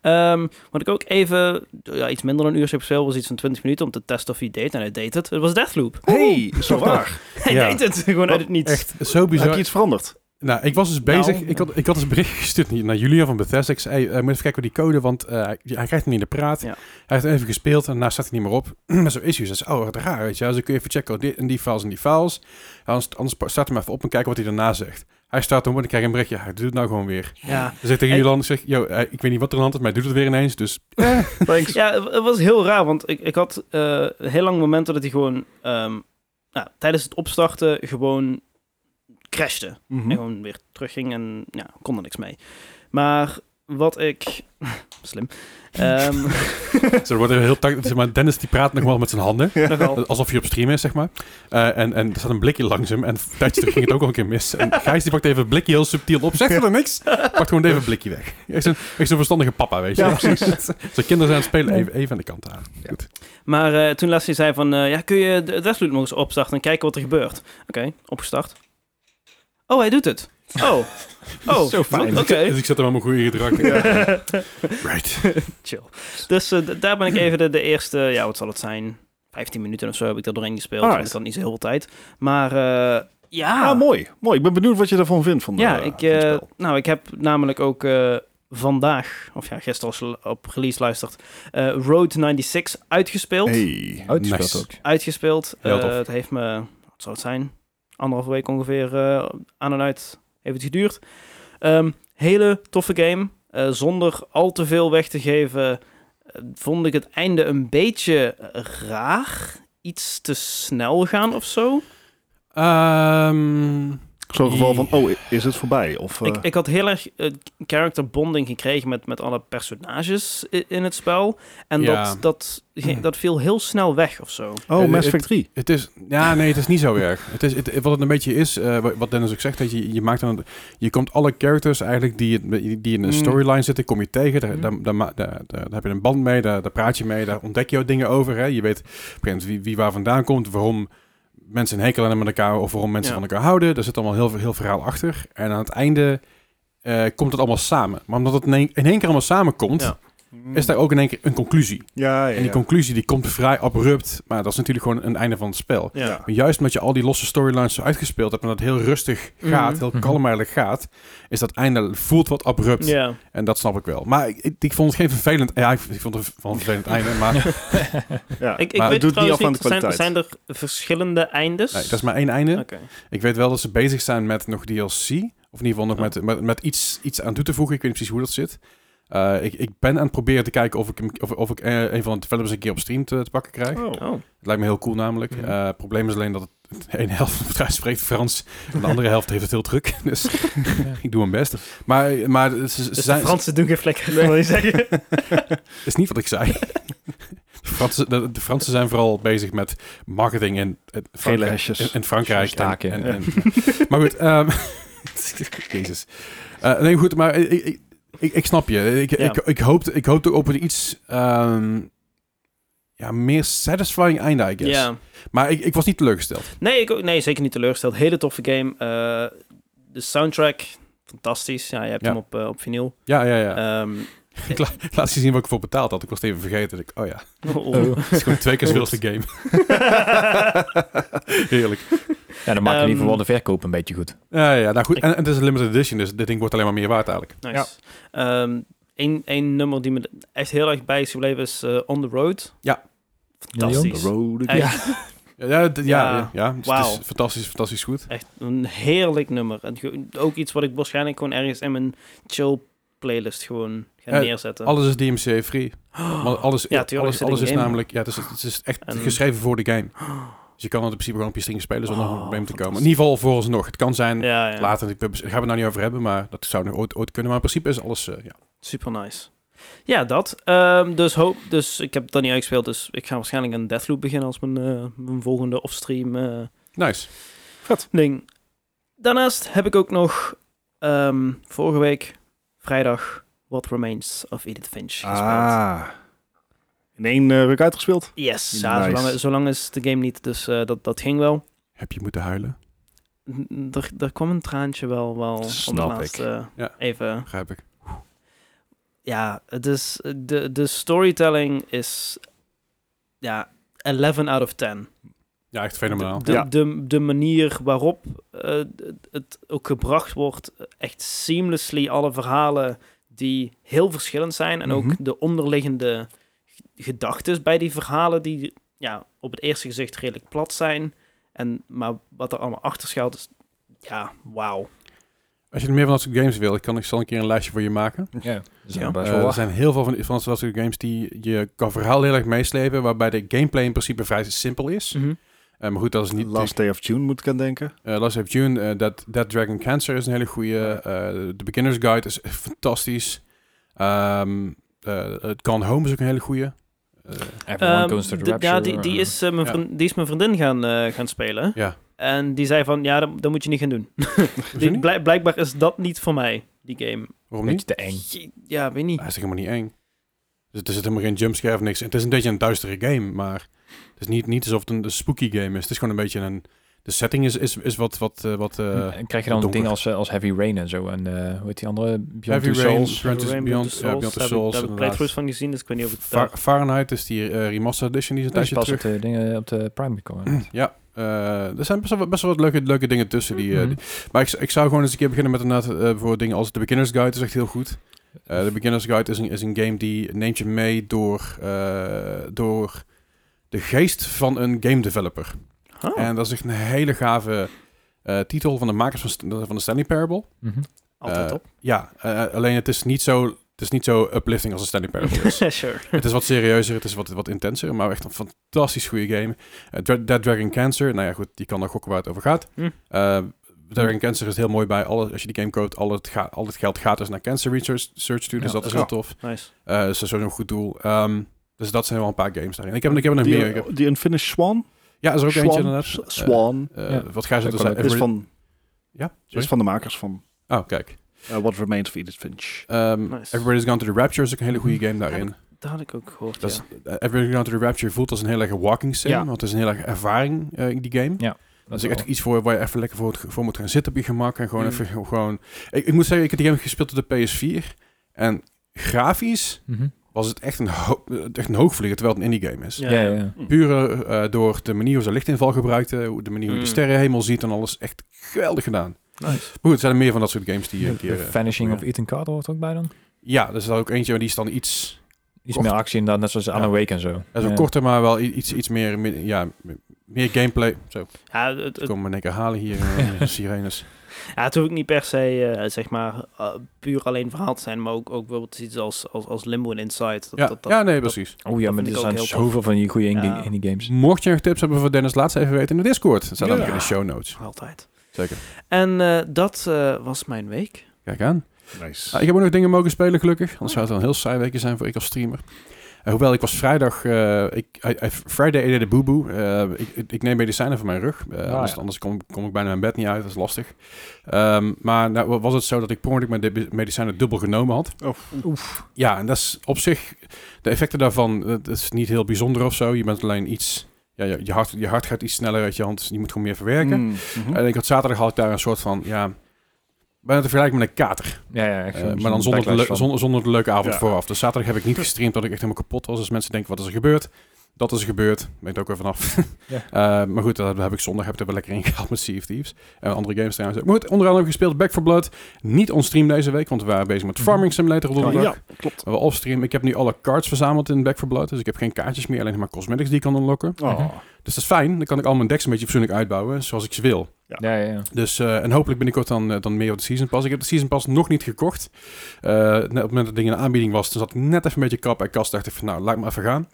Speaker 4: Ehm, wat ik ook even, ja, iets minder dan een uur heb gespeeld, was iets van 20 minuten om te testen of hij deed. En hij deed het. Het was Deathloop.
Speaker 3: Hey, zo waar.
Speaker 4: Hij
Speaker 2: Ja.
Speaker 4: deed het <laughs> gewoon uit het niets.
Speaker 2: Echt zo bizar.
Speaker 3: Heb je iets veranderd?
Speaker 2: Nou, ik was dus bezig.
Speaker 4: Nou.
Speaker 2: ik, had, ik had dus een bericht gestuurd naar Julia van Bethesda. Ik zei, hey, eh, moet even kijken wat die code, want eh, hij- hij krijgt hem niet in de praat.
Speaker 4: Ja.
Speaker 2: Hij heeft even gespeeld en daarna staat hij niet meer op. <clears throat> Maar zo is hij. Dus oh, wat raar, weet je. wel. Dus dan kun je even checken, oh, dit en die files en die files. Anders, anders pa- staat hem even op en kijken wat hij daarna zegt. Hij staat erop en ik krijg een berichtje. Hij doet het nou gewoon weer.
Speaker 4: Ja.
Speaker 2: Dan zeg ik tegen
Speaker 4: Hey.
Speaker 2: Julian, ik zeg, yo, eh, ik weet niet wat er aan de hand is, maar hij doet het weer ineens. Dus <laughs>
Speaker 3: Thanks.
Speaker 4: ja, het het was heel raar, want ik, ik had eh, heel lang momenten dat hij gewoon ehm, nou, tijdens het opstarten gewoon crashte.
Speaker 3: Mhm.
Speaker 4: En gewoon weer terugging en ja, kon er niks mee. Maar wat ik... <laughs> Slim. Ehm,
Speaker 2: zo wordt er heel tak- zeg maar, Dennis die praat nog wel met zijn handen.
Speaker 4: nogal.
Speaker 2: Alsof je op stream is, zeg maar. Eh, en, en er staat een blikje langs hem. En tijdens ging het ook al een keer mis. En Gijs die pakt even het blikje heel subtiel op. Zegt er niks. Pakt gewoon even het blikje weg. Echt zo'n echt zo'n verstandige papa, weet je.
Speaker 3: Ja,
Speaker 2: wel. <laughs> Zijn kinderen zijn aan het spelen. Even, even aan de kant aan. Goed.
Speaker 4: Maar eh, toen laatst hij zei van... eh, ja, kun je de Deathloop nog eens opstarten en kijken wat er gebeurt? Oké, opgestart. Oh, hij doet het. Oh. Oh,
Speaker 1: Zo fijn.
Speaker 4: Oké.
Speaker 2: Dus ik zet hem allemaal goed in gedrag. Right.
Speaker 4: <laughs> Chill. Dus eh, d- daar ben ik even de, de eerste, ja, wat zal het zijn? 15 minuten of zo heb ik daar doorheen gespeeld.
Speaker 3: Alright.
Speaker 4: Dat is dan niet zo heel veel tijd. Maar eh, ja,
Speaker 3: Ah, mooi. Mooi. Ik ben benieuwd wat je daarvan vindt. Van,
Speaker 4: ja
Speaker 3: eh,
Speaker 4: ik,
Speaker 3: van het
Speaker 4: eh,
Speaker 3: spel.
Speaker 4: nou, ik heb namelijk ook eh, vandaag, of ja, gisteren als je op release luistert, eh, Road 96 uitgespeeld.
Speaker 3: Hey.
Speaker 1: Uitgespeeld
Speaker 2: Nice.
Speaker 1: ook.
Speaker 4: Uitgespeeld.
Speaker 2: Heel
Speaker 4: Eh,
Speaker 2: tof.
Speaker 4: het heeft me, wat zou het zijn? Anderhalve week ongeveer eh, aan en uit heeft het geduurd. Ehm, hele toffe game. Eh, zonder al te veel weg te geven, eh, vond ik het einde een beetje raar. Iets te snel gaan of zo.
Speaker 2: Ehm,
Speaker 3: Zo'n geval van, oh, i- is het voorbij? Of, eh,
Speaker 4: Ik, ik had heel erg eh, character bonding gekregen met, met alle personages i- in het spel. En
Speaker 2: Ja.
Speaker 4: dat, dat, ge- dat viel heel snel weg of zo.
Speaker 3: oh, Mass
Speaker 2: eh,
Speaker 3: Effect 3.
Speaker 2: Het is, ja, nee, het is niet zo erg. Het is, het, wat het een beetje is, eh, wa- wat Dennis ook zegt, dat je, je maakt dan, je komt alle characters eigenlijk die, het- die in een
Speaker 1: Mm.
Speaker 2: storyline zitten, kom je tegen. Daar,
Speaker 1: Mm.
Speaker 2: daar, daar, ma- daar- daar- daar heb je een band mee, daar, daar praat je mee, daar ontdek je ook dingen over. Hè. Je weet op een gegeven moment wie, wie waar vandaan komt, waarom mensen een hekel hebben met elkaar of waarom mensen
Speaker 4: Ja.
Speaker 2: van elkaar houden. Daar zit allemaal heel, veel- heel verhaal achter. En aan het einde eh, komt het allemaal samen. Maar omdat het in één, in één keer allemaal samenkomt,
Speaker 4: Ja.
Speaker 2: mm. is daar ook in één keer een conclusie.
Speaker 3: Ja, ja,
Speaker 2: En die
Speaker 3: ja.
Speaker 2: conclusie die komt vrij abrupt, maar dat is natuurlijk gewoon een einde van het spel.
Speaker 3: Ja.
Speaker 2: Maar juist omdat je al die losse storylines zo uitgespeeld hebt en dat het heel rustig gaat,
Speaker 4: Mhm.
Speaker 2: heel kalm eigenlijk gaat, is dat einde voelt wat abrupt.
Speaker 4: Ja.
Speaker 2: En dat snap ik wel. Maar ik, ik- ik vond het geen vervelend. Ja, ik, ik vond het wel een vervelend einde,
Speaker 4: <laughs>
Speaker 2: maar
Speaker 3: Ja.
Speaker 4: Ik, ik
Speaker 2: Maar
Speaker 4: weet
Speaker 3: het doet niet
Speaker 4: trouwens
Speaker 3: af aan
Speaker 4: niet,
Speaker 3: de
Speaker 4: zijn,
Speaker 3: kwaliteit.
Speaker 4: zijn er verschillende eindes?
Speaker 2: nee, dat is maar één einde.
Speaker 4: Oké.
Speaker 2: Ik weet wel dat ze bezig zijn met nog DLC. Of in ieder geval nog
Speaker 4: Oh.
Speaker 2: met, met, met iets, iets aan toe te voegen. Ik weet niet precies hoe dat zit. Eh, ik, ik ben aan het proberen te kijken of ik, hem- of, of ik eh, een van de developers een keer op stream te, te pakken krijg.
Speaker 3: Oh.
Speaker 4: Oh.
Speaker 2: Het lijkt me heel cool namelijk. Eh,
Speaker 1: Mhm.
Speaker 2: Het probleem is alleen dat het de ene helft van het bedrijf spreekt Frans. En de andere helft heeft het heel druk. <laughs> Dus ik doe mijn best. Maar, maar ze- ze,
Speaker 4: Dus
Speaker 2: zijn,
Speaker 4: de Fransen doen geen vlekken, <laughs> wil je
Speaker 2: <laughs>
Speaker 4: zeggen?
Speaker 2: is niet wat ik zei. <laughs> De Fransen, de, de Fransen zijn vooral bezig met marketing in, in
Speaker 3: Gele
Speaker 2: Frankrijk.
Speaker 3: hesjes.
Speaker 2: In, in Frankrijk.
Speaker 1: Staken.
Speaker 2: En, <laughs> en, en- maar goed. ehm, <laughs> Jezus. Eh, nee, goed. Maar ik, ik, ik, ik snap je. Ik,
Speaker 4: Ja.
Speaker 2: ik, ik, hoopte, ik hoopte op een iets ehm, ja, meer satisfying einde, I guess.
Speaker 4: Ja.
Speaker 2: Maar ik, ik was niet teleurgesteld.
Speaker 4: Nee, ik, ook- nee, zeker niet teleurgesteld. Hele toffe game. Eh, de soundtrack, fantastisch. Ja, je hebt
Speaker 2: Ja.
Speaker 4: hem op, eh, op vinyl.
Speaker 2: Ja, ja, ja.
Speaker 4: Ehm,
Speaker 2: ik la laatst gezien wat ik voor betaald had. Ik was het even vergeten. Ik, <laughs>
Speaker 4: <laughs>
Speaker 2: oh ja,
Speaker 4: oh.
Speaker 2: <laughs>
Speaker 1: Oh.
Speaker 2: het is gewoon twee keer zoveel als de game. <laughs> Heerlijk.
Speaker 1: Ja, dan maak je in
Speaker 4: Ehm,
Speaker 1: ieder geval de verkoop een beetje goed.
Speaker 2: Ja, ja, nou goed.
Speaker 4: Ik-
Speaker 2: En, en het is een limited edition, dus dit ding wordt alleen maar meer waard eigenlijk.
Speaker 4: Nice. Ehm, Eén één nummer die me echt heel erg bij is gebleven is eh, On The Road.
Speaker 2: Ja.
Speaker 3: The
Speaker 4: Fantastisch.
Speaker 3: road again.
Speaker 4: Echt,
Speaker 2: Ja, ja, d- ja,
Speaker 4: Ja.
Speaker 2: ja, ja. Dus
Speaker 4: Wauw.
Speaker 2: Het is fantastisch, fantastisch goed.
Speaker 4: echt een heerlijk nummer. En ge- ook iets wat ik waarschijnlijk gewoon ergens in mijn chill playlist gewoon ga
Speaker 2: Eh, <gasps>
Speaker 4: neerzetten.
Speaker 2: Alles is DMCA-free. Alles,
Speaker 4: Oh. Ja, tuurlijk,
Speaker 2: alles,
Speaker 4: zit in
Speaker 2: alles is
Speaker 4: game.
Speaker 2: namelijk... Ja, het is, het is echt
Speaker 4: En-
Speaker 2: geschreven voor de game. Dus je kan het in principe gewoon op je string spelen zonder
Speaker 4: Oh,
Speaker 2: een probleem te komen. In
Speaker 4: fantastisch.
Speaker 2: ieder geval vooralsnog. Het kan zijn...
Speaker 4: ja, ja.
Speaker 2: Later, daar gaan we het nou niet over hebben, maar dat zou nog ooit, ooit kunnen. Maar in principe is alles... eh, ja.
Speaker 4: Super nice. Ja, dat. Ehm, dus, hoop, dus ik heb dat niet uitgespeeld, dus ik ga waarschijnlijk een Deathloop beginnen als mijn, eh, mijn volgende offstream eh,
Speaker 2: Nice.
Speaker 4: ding. Daarnaast heb ik ook nog ehm, vorige week, vrijdag, What Remains of Edith Finch gespeeld.
Speaker 3: Ah. In één eh, ruk uitgespeeld.
Speaker 4: Yes, ja,
Speaker 3: Nice.
Speaker 4: zolang, zolang is de game niet, dus eh, dat, dat ging wel.
Speaker 2: Heb je moeten huilen?
Speaker 4: N- Er, er kwam een traantje wel, wel op
Speaker 3: Snap
Speaker 4: de
Speaker 3: ik.
Speaker 4: laatste
Speaker 2: Ja.
Speaker 4: even.
Speaker 2: Begrijp ik.
Speaker 4: Ja, het is, de, de storytelling is ja, 11 out of 10.
Speaker 2: Ja, echt fenomenaal.
Speaker 4: De,
Speaker 3: Ja.
Speaker 4: de, de manier waarop eh, het ook gebracht wordt, echt seamlessly alle verhalen die heel verschillend zijn en
Speaker 1: Mhm.
Speaker 4: ook de onderliggende gedachten bij die verhalen die ja, op het eerste gezicht redelijk plat zijn. En, maar wat er allemaal achter schuilt is, ja, wauw.
Speaker 2: Als je meer van dat soort games wil, ik, kan, ik zal een keer een lijstje voor je maken.
Speaker 1: Ja, dat is nou best
Speaker 2: Eh,
Speaker 1: wel
Speaker 2: er
Speaker 1: wat.
Speaker 2: zijn heel veel van, die- van dat soort games die je kan verhaal heel erg meeslepen, waarbij de gameplay in principe vrij simpel is.
Speaker 1: Mhm.
Speaker 2: Eh, maar goed, dat is niet...
Speaker 3: Last Day of June moet ik aan denken.
Speaker 2: eh Last of June, eh, Dead, Dead Dragon Cancer is een hele goede. de Beginner's Guide is fantastisch. Ehm eh, het Gone Home is ook een hele Eh, goede.
Speaker 1: Everyone
Speaker 4: Ehm,
Speaker 1: goes to the
Speaker 4: d- ja,
Speaker 1: rapture,
Speaker 4: die, die,
Speaker 1: eh.
Speaker 4: is, eh, mijn
Speaker 2: Ja.
Speaker 4: vriend- die is mijn vriendin gaan, eh, gaan spelen.
Speaker 2: Ja.
Speaker 4: En die zei van, ja, dat, dat moet je niet gaan doen. Die-
Speaker 2: niet?
Speaker 4: blijk- blijkbaar is dat niet voor mij, die game.
Speaker 2: Waarom niet?
Speaker 1: Beetje te eng.
Speaker 4: Je- Ja, weet niet.
Speaker 2: Hij is toch helemaal niet eng. Dus er zit helemaal geen jumpscare of niks. Het is een beetje een duistere game, maar het is niet, niet alsof het een, een spooky game is. Het is gewoon een beetje een... De setting is, is, is wat... wat, eh, wat eh,
Speaker 1: en krijg je dan
Speaker 2: donker.
Speaker 1: dingen als, eh, als Heavy Rain en zo. En eh hoe heet die andere? Beyond
Speaker 2: Heavy
Speaker 1: Two
Speaker 2: Rain,
Speaker 1: Souls.
Speaker 2: Beyond, Beyond,
Speaker 4: Rainbow
Speaker 2: eh, Beyond the
Speaker 4: Souls, daar heb ik-
Speaker 2: Souls,
Speaker 4: Daar heb ik
Speaker 2: inderdaad.
Speaker 4: playthroughs van gezien, dus ik weet niet of ik
Speaker 2: Fa-
Speaker 4: daar...
Speaker 2: Fahrenheit is die eh, remastered edition die is een
Speaker 1: Dat is
Speaker 2: tijdje
Speaker 1: pas
Speaker 2: terug. Mm-hmm.
Speaker 1: op de, dingen, op de Prime gekomen.
Speaker 2: Ja, eh, er zijn best wel, best wel wat leuke, leuke dingen tussen. Die, eh,
Speaker 1: Mhm.
Speaker 2: die- maar ik, ik zou gewoon eens een keer beginnen met inderdaad eh, bijvoorbeeld dingen als de Beginner's Guide is echt heel goed. Eh, de Beginner's Guide is een, is een game die neemt je mee door, eh, door de geest van een game developer.
Speaker 4: Oh,
Speaker 2: En dat is echt een hele gave eh, titel van de makers van, St- van de Stanley Parable.
Speaker 1: Mhm.
Speaker 4: altijd
Speaker 2: eh,
Speaker 4: op.
Speaker 2: Ja, eh, alleen het is niet zo... Het is niet zo uplifting als een Stanley
Speaker 4: <laughs>
Speaker 2: Parable is.
Speaker 4: sure.
Speaker 2: <laughs> Het is wat serieuzer, het is wat, wat intenser, maar echt een fantastisch goede game. Eh, Dra- Dead Dragon Cancer, nou ja goed, je kan nog gokken waar het over gaat.
Speaker 4: Hm.
Speaker 2: Eh, Dragon Cancer is heel mooi bij, alle, als je die game koopt, al het, ga- al het geld gaat dus naar Cancer Research search toe, dus
Speaker 1: Ja,
Speaker 2: dat is
Speaker 3: ja.
Speaker 2: heel tof.
Speaker 4: Nice.
Speaker 2: Eh, dat is sowieso een goed doel. Ehm, dus dat zijn wel een paar games daarin. Ik heb, ik heb er nog
Speaker 3: die,
Speaker 2: meer. Ik heb-
Speaker 3: die Unfinished Swan.
Speaker 2: ja, is er ook
Speaker 3: Swan?
Speaker 2: eentje inderdaad.
Speaker 3: S- Swan.
Speaker 2: Eh,
Speaker 1: Ja.
Speaker 2: Wat ga je zo
Speaker 1: Dat
Speaker 2: te
Speaker 1: kan ook.
Speaker 2: zeggen?
Speaker 3: is,
Speaker 2: Every-
Speaker 3: van,
Speaker 2: Ja,
Speaker 3: is
Speaker 2: sorry.
Speaker 3: van de makers van
Speaker 2: Oh, kijk.
Speaker 3: eh, What Remains of Edith Finch.
Speaker 2: Ehm,
Speaker 4: Nice.
Speaker 2: Everybody's Gone to the Rapture is ook een hele goede game daarin.
Speaker 4: Dat had ik ook gehoord,
Speaker 2: Dat is,
Speaker 4: ja.
Speaker 2: eh, Everybody's Gone to the Rapture voelt als een heel erg walking sim,
Speaker 3: Ja.
Speaker 2: want het is een heel erg ervaring eh, in die game. Dat is echt iets voor waar je even lekker voor, voor moet gaan zitten op je gemak. En gewoon
Speaker 4: Mm.
Speaker 2: even gewoon... Ik, ik moet zeggen, ik heb die game gespeeld op de PS4. En grafisch
Speaker 1: Mhm.
Speaker 2: was het echt een, ho- eh, echt een hoogvlieger, terwijl het een indie game is.
Speaker 1: Ja, ja, ja.
Speaker 2: Puur eh, door de manier hoe ze lichtinval gebruikte, hoe- de manier hoe je de
Speaker 4: Mm.
Speaker 2: sterrenhemel ziet en alles. Echt geweldig gedaan.
Speaker 1: Nice.
Speaker 2: Maar goed, er zijn er meer van dat soort games die... eh, die
Speaker 1: The
Speaker 2: eh,
Speaker 1: Vanishing
Speaker 2: ja.
Speaker 1: of Ethan Carter hoort er ook bij dan.
Speaker 2: eh, ja, er is daar ook eentje, maar die is dan iets...
Speaker 1: Iets
Speaker 2: Kort.
Speaker 1: meer actie inderdaad, net zoals Alan
Speaker 2: Ja.
Speaker 1: Wake en zo.
Speaker 2: Dat is wel
Speaker 1: Ja.
Speaker 2: korter, maar wel i- iets, iets meer, meer- Ja, meer gameplay. Zo,
Speaker 4: Ja, het,
Speaker 2: ik
Speaker 4: het,
Speaker 2: kom me niks halen hier. eh,
Speaker 4: <laughs>
Speaker 2: sirenes.
Speaker 4: ja, het hoeft ook niet per se, eh, zeg maar, eh, puur alleen verhaal te zijn, maar ook, ook bijvoorbeeld iets als, als, als Limbo en Inside. Dat,
Speaker 2: Ja,
Speaker 4: dat, dat,
Speaker 2: ja, nee, precies.
Speaker 1: Oh ja,
Speaker 4: vind
Speaker 1: maar
Speaker 4: ik
Speaker 1: er
Speaker 4: ook
Speaker 1: zijn
Speaker 4: heel
Speaker 1: zoveel van die goede indie,
Speaker 4: Ja.
Speaker 1: indie games.
Speaker 2: Mocht je nog tips hebben voor Dennis, laat ze even weten in de Discord. Dat staat
Speaker 3: Ja.
Speaker 2: namelijk in de show notes.
Speaker 4: Altijd.
Speaker 2: Zeker.
Speaker 4: En eh, dat eh, was mijn week.
Speaker 2: Kijk aan.
Speaker 3: Nice.
Speaker 2: Nou, ik heb ook nog dingen mogen spelen, gelukkig. Anders zou het wel een heel saai weekje zijn voor ik als streamer. Eh, hoewel, ik was vrijdag... eh, ik, I- I- Friday I did a boo-boo. Eh, ik, ik- ik neem medicijnen voor mijn rug. Eh,
Speaker 1: ja.
Speaker 2: anders anders kom, kom ik bijna mijn bed niet uit. Dat is lastig. Ehm, maar nou, was het zo dat ik per ongeluk mijn de- medicijnen dubbel genomen had.
Speaker 1: Oef.
Speaker 2: Ja, en dat is op zich... De effecten daarvan, eh, dat is niet heel bijzonder of zo. Je bent alleen iets... Ja, je, je hart, je hart gaat iets sneller uit je hand. dus Je moet gewoon meer verwerken.
Speaker 3: Mm, mhm.
Speaker 1: Hm?
Speaker 2: En ik had zaterdag had ik daar een soort van, ja, bijna te vergelijken met een kater.
Speaker 1: Ja, ja. echt
Speaker 2: Eh,
Speaker 1: zo'n-
Speaker 2: maar dan
Speaker 1: zo'n
Speaker 2: zonder de,
Speaker 1: backlash
Speaker 2: leu-
Speaker 1: van-
Speaker 2: zonder, zonder de leuke avond
Speaker 3: Ja.
Speaker 2: vooraf. Dus zaterdag heb ik niet gestreamd dat ik echt helemaal kapot was. Dus mensen denken, wat is er gebeurd? Dat is er gebeurd. Weet ook weer
Speaker 1: <laughs>
Speaker 2: vanaf.
Speaker 1: Ja.
Speaker 2: Eh, maar goed, dat heb ik zondag heb ik er wel lekker in gehaald met Sea of Thieves. En andere games trouwens. ook. Maar goed, onder andere heb ik gespeeld Back for Blood. Niet onstream deze week, want we waren bezig met Farming Simulator op
Speaker 1: Oh,
Speaker 2: donderdag.
Speaker 3: ja, klopt.
Speaker 2: Maar wel offstream. Ik heb nu alle cards verzameld in Back for Blood. Dus ik heb geen kaartjes meer, alleen nog maar cosmetics die ik kan unlocken.
Speaker 3: Oh.
Speaker 2: Dus dat is fijn. Dan kan ik al mijn decks een beetje fatsoenlijk uitbouwen, zoals ik ze wil.
Speaker 1: Ja, ja, ja.
Speaker 2: Dus, eh, en hopelijk binnenkort dan, eh, dan meer op de Season Pass. Ik heb de Season Pass nog niet gekocht. Eh, net op het moment dat het ding in de aanbieding was, toen zat ik net even een beetje kap en kast. Dacht ik van, nou, laat maar even gaan.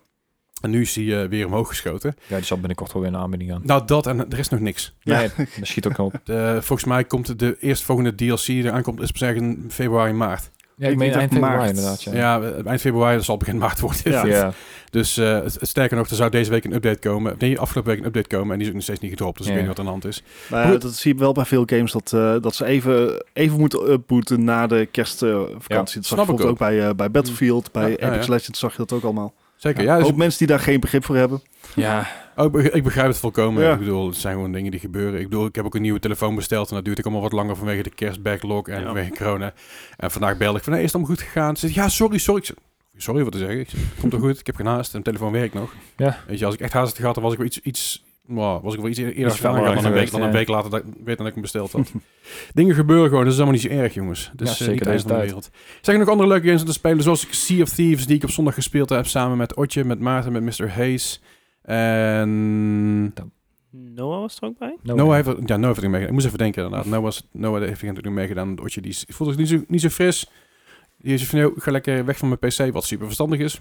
Speaker 2: En nu is hij eh, weer omhoog geschoten.
Speaker 1: Ja, die zal binnenkort wel weer in de aanbieding gaan.
Speaker 2: Nou, dat en er is nog niks.
Speaker 1: Ja, ja
Speaker 2: <laughs>
Speaker 1: dat schiet ook al op.
Speaker 2: De, volgens mij komt de eerstvolgende DLC die eraan komt, is pas ergens in februari, maart.
Speaker 1: Ja, ik
Speaker 3: Ik
Speaker 1: meen
Speaker 3: denk
Speaker 1: eind
Speaker 3: dat
Speaker 1: februari
Speaker 3: maart.
Speaker 1: inderdaad, ja.
Speaker 2: Ja, eh, eind februari dat zal begin maart worden.
Speaker 3: Ja.
Speaker 1: Ja.
Speaker 2: Dus eh, het- het- sterker nog, er zou deze week een update komen. Nee, afgelopen week een update komen. En die is ook nog steeds niet gedropt. Dus
Speaker 1: Ja.
Speaker 2: ik weet niet wat er aan de hand is.
Speaker 3: Nou ja,
Speaker 2: Hoe-
Speaker 3: dat zie je wel bij veel games dat, eh, dat ze even, even moeten upbooten na de kerstvakantie.
Speaker 1: Ja,
Speaker 3: dat zag
Speaker 2: snap
Speaker 3: je
Speaker 2: ik
Speaker 3: bijvoorbeeld
Speaker 2: ook.
Speaker 3: ook bij, eh, bij Battlefield, bij
Speaker 2: Ja, ja,
Speaker 3: Apex
Speaker 2: ja.
Speaker 3: Legends zag je dat ook allemaal.
Speaker 2: Zeker,
Speaker 1: Ja,
Speaker 2: ja.
Speaker 3: Een
Speaker 2: dus-
Speaker 3: hoop mensen die daar geen begrip voor hebben.
Speaker 1: Ja,
Speaker 2: oh, ik be- ik begrijp het volkomen.
Speaker 3: Ja.
Speaker 2: Ik bedoel, het zijn gewoon dingen die gebeuren. Ik bedoel, ik heb ook een nieuwe telefoon besteld. En dat duurt ook allemaal wat langer vanwege de kerstbacklog en
Speaker 4: Ja.
Speaker 2: vanwege corona. En vandaag belde ik van, nee, is het allemaal goed gegaan? Ze zegt, ja, sorry, sorry. Ik zeg, sorry wat te zeggen. Ik zeg, het komt toch goed? Ik heb geen haast. En mijn telefoon werkt nog.
Speaker 1: Ja.
Speaker 2: Weet je, als ik echt haast had gehad, dan was ik wel iets... iets wow, was ik wel iets eerder
Speaker 1: Iets
Speaker 2: verder
Speaker 1: sneller
Speaker 2: dan een week,
Speaker 1: geweest,
Speaker 2: dan een
Speaker 1: ja.
Speaker 2: week later dat, weet dan ik hem besteld had. Dingen gebeuren gewoon, dat is allemaal niet zo erg, jongens. Dus
Speaker 1: Ja,
Speaker 2: is
Speaker 1: zeker
Speaker 2: zeker niet het einde van de
Speaker 1: deze
Speaker 2: wereld. Zijn er nog andere leuke games om te spelen, zoals Sea of Thieves, die ik op zondag gespeeld heb, samen met Otje, met Maarten, met Mr. Hayes. En...
Speaker 4: Noah was er ook bij?
Speaker 1: no
Speaker 2: Noah
Speaker 1: way.
Speaker 2: heeft, er- ja, Noah heeft er meegedaan. Ik moest even denken inderdaad. Noah, was, Noah heeft er natuurlijk meegedaan. Otje die is, voelt zich niet zo, niet zo fris. Die is van, "Yo, ik ga lekker weg van mijn PC, wat super verstandig is.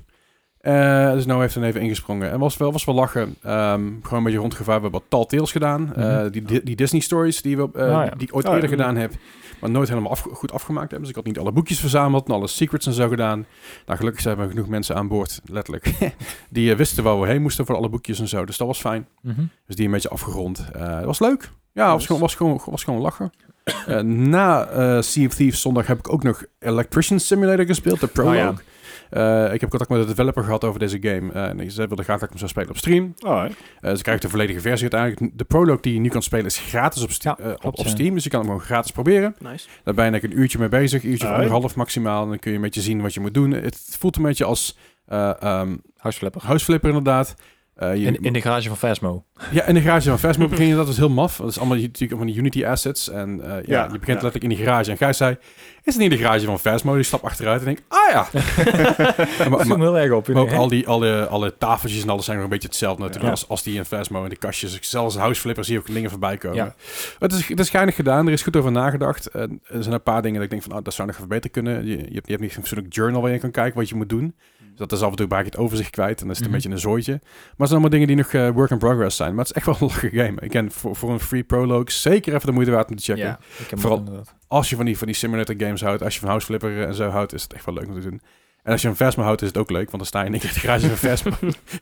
Speaker 2: Eh, dus Noah heeft er even ingesprongen. En was wel, was wel lachen. Ehm, gewoon een beetje rondgevaar. We hebben wat Telltales gedaan. Eh, die, Di- die Disney stories die, we, op- eh,
Speaker 1: Ah, ja.
Speaker 2: die ik ooit
Speaker 3: Ah, ja.
Speaker 2: eerder gedaan heb. Maar nooit helemaal afge- goed afgemaakt hebben. Dus ik had niet alle boekjes verzameld en alle secrets en zo gedaan. Nou, gelukkig zijn er genoeg mensen aan boord, letterlijk. <laughs> die eh, wisten waar we heen moesten voor alle boekjes en zo. Dus dat was fijn.
Speaker 1: Mhm.
Speaker 2: Dus die een beetje afgerond. Eh, Het was leuk. Ja, het was
Speaker 3: Nice.
Speaker 2: gewoon, was gewoon, was gewoon lachen. Eh, na eh Sea of Thieves zondag heb ik ook nog Electrician Simulator gespeeld, de prologue.
Speaker 1: Oh, ja.
Speaker 2: Eh, ik heb contact met de developer gehad over deze game. Eh, en ze wilde graag dat ik hem zou spelen op stream.
Speaker 3: Alright.
Speaker 2: Eh, ze krijgt de volledige versie uiteindelijk. De prologue die je nu kan spelen is gratis op, st-
Speaker 1: Ja,
Speaker 2: eh, op-
Speaker 1: klopt,
Speaker 2: op
Speaker 1: ja.
Speaker 2: Steam. Dus je kan hem gewoon gratis proberen. <laughs>
Speaker 4: Nice. Mm.
Speaker 2: Daar ben ik een uurtje mee bezig. Een uurtje of
Speaker 3: Alright.
Speaker 2: anderhalf maximaal. En dan kun je een beetje zien wat je moet doen. Het voelt een beetje als eh ehm
Speaker 1: Huisflipper.
Speaker 2: houseflipper inderdaad. Eh, je-
Speaker 1: In, in de garage van
Speaker 2: <laughs>
Speaker 1: Fasmo.
Speaker 2: ja, in de garage van Vesmo begin je dat was heel maf. Dat is allemaal je- natuurlijk allemaal die Unity assets. En eh, ja,
Speaker 3: Ja,
Speaker 2: je begint
Speaker 3: ja.
Speaker 2: letterlijk in die garage. En Gijs zei, is het niet de garage van Vesmo? Die stap achteruit en denk, ah ja. Maar-
Speaker 1: Dat
Speaker 2: maar,
Speaker 1: viel me heel erg op.
Speaker 2: maar ook al die, alle, alle tafeltjes en alles zijn nog een beetje hetzelfde natuurlijk
Speaker 1: Ja.
Speaker 2: als, als die in Vesmo en de kastjes. Zelfs houseflippers zie je ook dingen voorbij komen.
Speaker 1: Ja.
Speaker 2: Het, is, het is geinig gedaan, er is goed over nagedacht. En er zijn een paar dingen dat ik denk van, ah, dat zou nog verbeterd kunnen. Je, je, hebt, je hebt niet een soort journal waar je kan kijken wat je moet doen. Dus dat is af en toe raak je het overzicht kwijt en dan is het
Speaker 1: Mhm.
Speaker 2: een beetje een zooitje. Maar het zijn allemaal dingen die nog eh, work in progress zijn. Maar het is echt wel een lachen game. Again, voor, voor een free prologue zeker even de moeite waard om te checken.
Speaker 1: Ja, ik heb
Speaker 2: Vooral-
Speaker 1: het inderdaad.
Speaker 2: Als je van die, van die simulator games houdt, als je van House Flipper eh, en zo houdt, is het echt wel leuk om te doen. En als je een Vesma houdt, is het ook leuk, want dan sta je in één keer in de garage van Vesma. <laughs>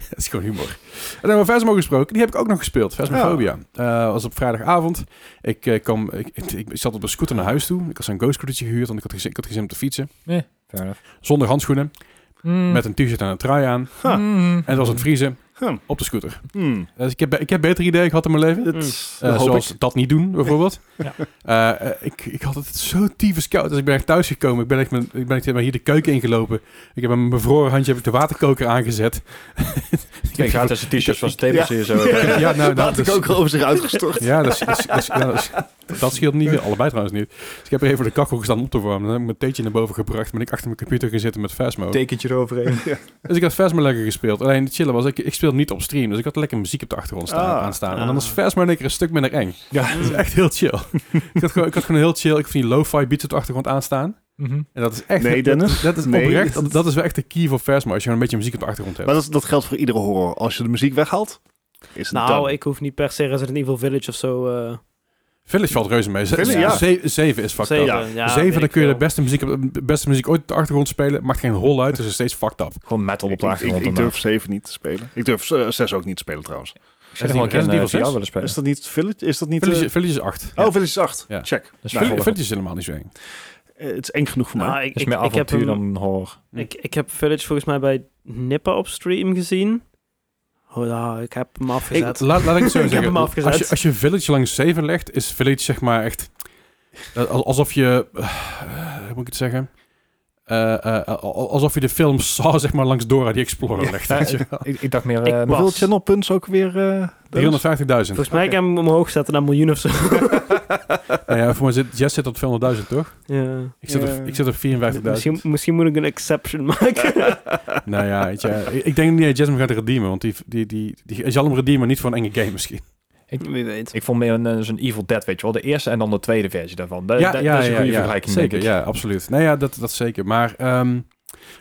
Speaker 2: dat is gewoon humor. En dan hebben we Vesma gesproken, die heb ik ook nog gespeeld, Vesmaphobia. Eh was op vrijdagavond. Ik, eh, kwam, ik, ik, ik zat op een scooter naar huis toe. Ik had zo'n ghost scootertje gehuurd, want ik had gezin, ik had gezin om te fietsen.
Speaker 1: Fair enough.
Speaker 2: Zonder handschoenen,
Speaker 1: Mm.
Speaker 2: met een t-shirt en een trui aan.
Speaker 3: Ha.
Speaker 1: Mm.
Speaker 2: En het was aan het vriezen,
Speaker 3: Huh.
Speaker 2: op de scooter.
Speaker 3: Hmm.
Speaker 2: Dus ik heb, ik heb betere ideeën gehad in mijn leven.
Speaker 3: Dat
Speaker 4: Mm.
Speaker 2: Eh,
Speaker 3: hoop
Speaker 2: zoals
Speaker 3: ik.
Speaker 2: dat niet doen, bijvoorbeeld.
Speaker 4: Ja.
Speaker 2: Eh, eh, ik, ik had het zo tyfus koud. Dus ik ben echt thuis gekomen. Ik ben, echt mijn, ik ben echt helemaal hier de keuken ingelopen. Ik heb met mijn bevroren handje heb ik de waterkoker aangezet. <laughs> ik
Speaker 1: Ik ga
Speaker 2: heb-
Speaker 1: tussen t-shirts van
Speaker 3: Ja.
Speaker 1: Staples hier
Speaker 3: <laughs>
Speaker 1: zo.
Speaker 2: Ja, nou, dat
Speaker 3: dat had ik
Speaker 2: is-
Speaker 3: ook al over zich
Speaker 2: <laughs>
Speaker 3: uitgestort.
Speaker 2: ja, dat, is- dat, is- dat, is- ja, dat, is- dat scheelt niet. veel. Allebei trouwens niet. Dus ik heb er even voor de kachel gestaan op te warmen. Dan heb ik mijn theetje naar boven gebracht. Ben ik achter mijn computer gaan zitten met Fasmo.
Speaker 1: Tekentje eroverheen.
Speaker 2: Dus ik had Vesma lekker gespeeld. Alleen het chillen was, ik, ik speel niet op stream. Dus ik had lekker muziek op de achtergrond staan,
Speaker 3: Ah.
Speaker 2: aanstaan. En
Speaker 4: Ah.
Speaker 2: dan is Vesma in één keer een stuk minder eng.
Speaker 1: Ja.
Speaker 2: Dat is echt heel chill. Mm. ik, had gewoon, ik had gewoon heel chill. Ik vind die lo-fi beats op de achtergrond aanstaan.
Speaker 1: Mhm.
Speaker 2: En dat is echt...
Speaker 3: Nee, Dennis.
Speaker 2: Dat, dat is
Speaker 3: Nee.
Speaker 2: oprecht. Dat, dat is wel echt de key voor Vesma. Als je gewoon een beetje muziek op de achtergrond hebt.
Speaker 3: Maar dat, is- dat geldt voor iedere horror. Als je de muziek weghaalt, is het
Speaker 4: Nou,
Speaker 3: done.
Speaker 4: ik hoef niet per se Resident Evil Village of zo. eh
Speaker 2: Village valt reuze mee. Ze-
Speaker 3: Village,
Speaker 2: ze-
Speaker 3: ja.
Speaker 2: ze- zeven is fucked up.
Speaker 4: zeven,
Speaker 3: up.
Speaker 4: ja, weet
Speaker 2: zeven, dan
Speaker 4: ik
Speaker 2: kun je de
Speaker 4: veel.
Speaker 2: beste muziek, op- de beste muziek ooit op de achtergrond spelen. Maakt geen hol uit. Dus is steeds fucked up.
Speaker 1: Gewoon metal op
Speaker 3: Ik,
Speaker 1: de
Speaker 3: ik,
Speaker 1: achtergrond.
Speaker 3: ik durf 7 niet te spelen. Ik durf 6 ook niet te spelen trouwens.
Speaker 1: Ik zou gewoon Resident Evil 6 willen
Speaker 3: Is
Speaker 1: spelen.
Speaker 3: dat niet Village? Is dat niet... eh,
Speaker 2: Village, Village is acht.
Speaker 3: Oh, Village is 8.
Speaker 2: Ja.
Speaker 3: Check. Nou,
Speaker 1: Dat is
Speaker 2: Vill-
Speaker 1: volgen.
Speaker 2: Village
Speaker 1: Dat
Speaker 2: is helemaal niet zo eng.
Speaker 3: Eh, het is eng genoeg voor mij.
Speaker 4: Nou, ik,
Speaker 1: is
Speaker 4: ik,
Speaker 1: meer
Speaker 4: ik heb
Speaker 1: avontuur
Speaker 4: hem-
Speaker 1: dan horror.
Speaker 4: Ik, ik heb Village volgens mij bij Nippa op stream gezien. Oh, ja, ik heb hem
Speaker 2: Ik-
Speaker 4: afgezet.
Speaker 2: laat, laat ik het zo
Speaker 4: <laughs> Ik heb
Speaker 2: zeggen.
Speaker 4: hem afgezet.
Speaker 2: Als je, als je Village langs 7 legt, is Village zeg maar echt... eh, al- alsof je... eh, hoe moet ik het zeggen? Eh, eh, al- alsof je de film Saw zeg maar langs Dora die Explorer legt. weet je wel.
Speaker 1: Ik, ik dacht meer...
Speaker 4: Ik
Speaker 1: eh,
Speaker 4: was-
Speaker 3: Hoeveel channel punts ook weer? eh, <laughs> Dennis?
Speaker 2: 350.000.
Speaker 4: Volgens mij kan ik hem omhoog zetten naar een miljoen of zo.
Speaker 2: Nou ja, voor mij zit, Jess zit op 200.000, toch?
Speaker 4: ja.
Speaker 2: Ik zit,
Speaker 3: Ja.
Speaker 2: op, ik zit op 54.000.
Speaker 4: misschien, misschien moet ik een exception
Speaker 3: <laughs>
Speaker 4: maken.
Speaker 2: Nou ja, weet je, eh, ik, ik denk niet dat Jess hem gaat redeemen. Want die, die, die, die, je zal hem redeemen, niet voor een enge game misschien.
Speaker 4: <laughs> Wie weet.
Speaker 1: Ik vond meer een, eh, zo'n Evil Dead, weet je wel. De eerste en dan de tweede versie daarvan. Da- da- dat is een goede vergelijking,
Speaker 2: zeker,
Speaker 1: denk ik.
Speaker 2: Ja, absoluut. Nou ja, dat, dat zeker. Maar ehm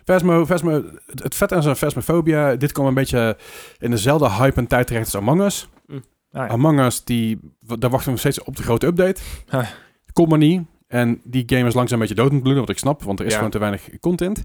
Speaker 2: Vesmo, Vesmo, het, het vet aan zo'n Vesmophobia, dit kwam een beetje in dezelfde hype en tijd terecht als Among Us.
Speaker 1: Ah, ja.
Speaker 2: Among Us, die, w- daar wachten we nog steeds op de grote update.
Speaker 1: Ah.
Speaker 2: Komt maar niet. En die game is langzaam een beetje dood aan het bloeden, wat ik snap, want er is
Speaker 3: Ja.
Speaker 2: gewoon te weinig content.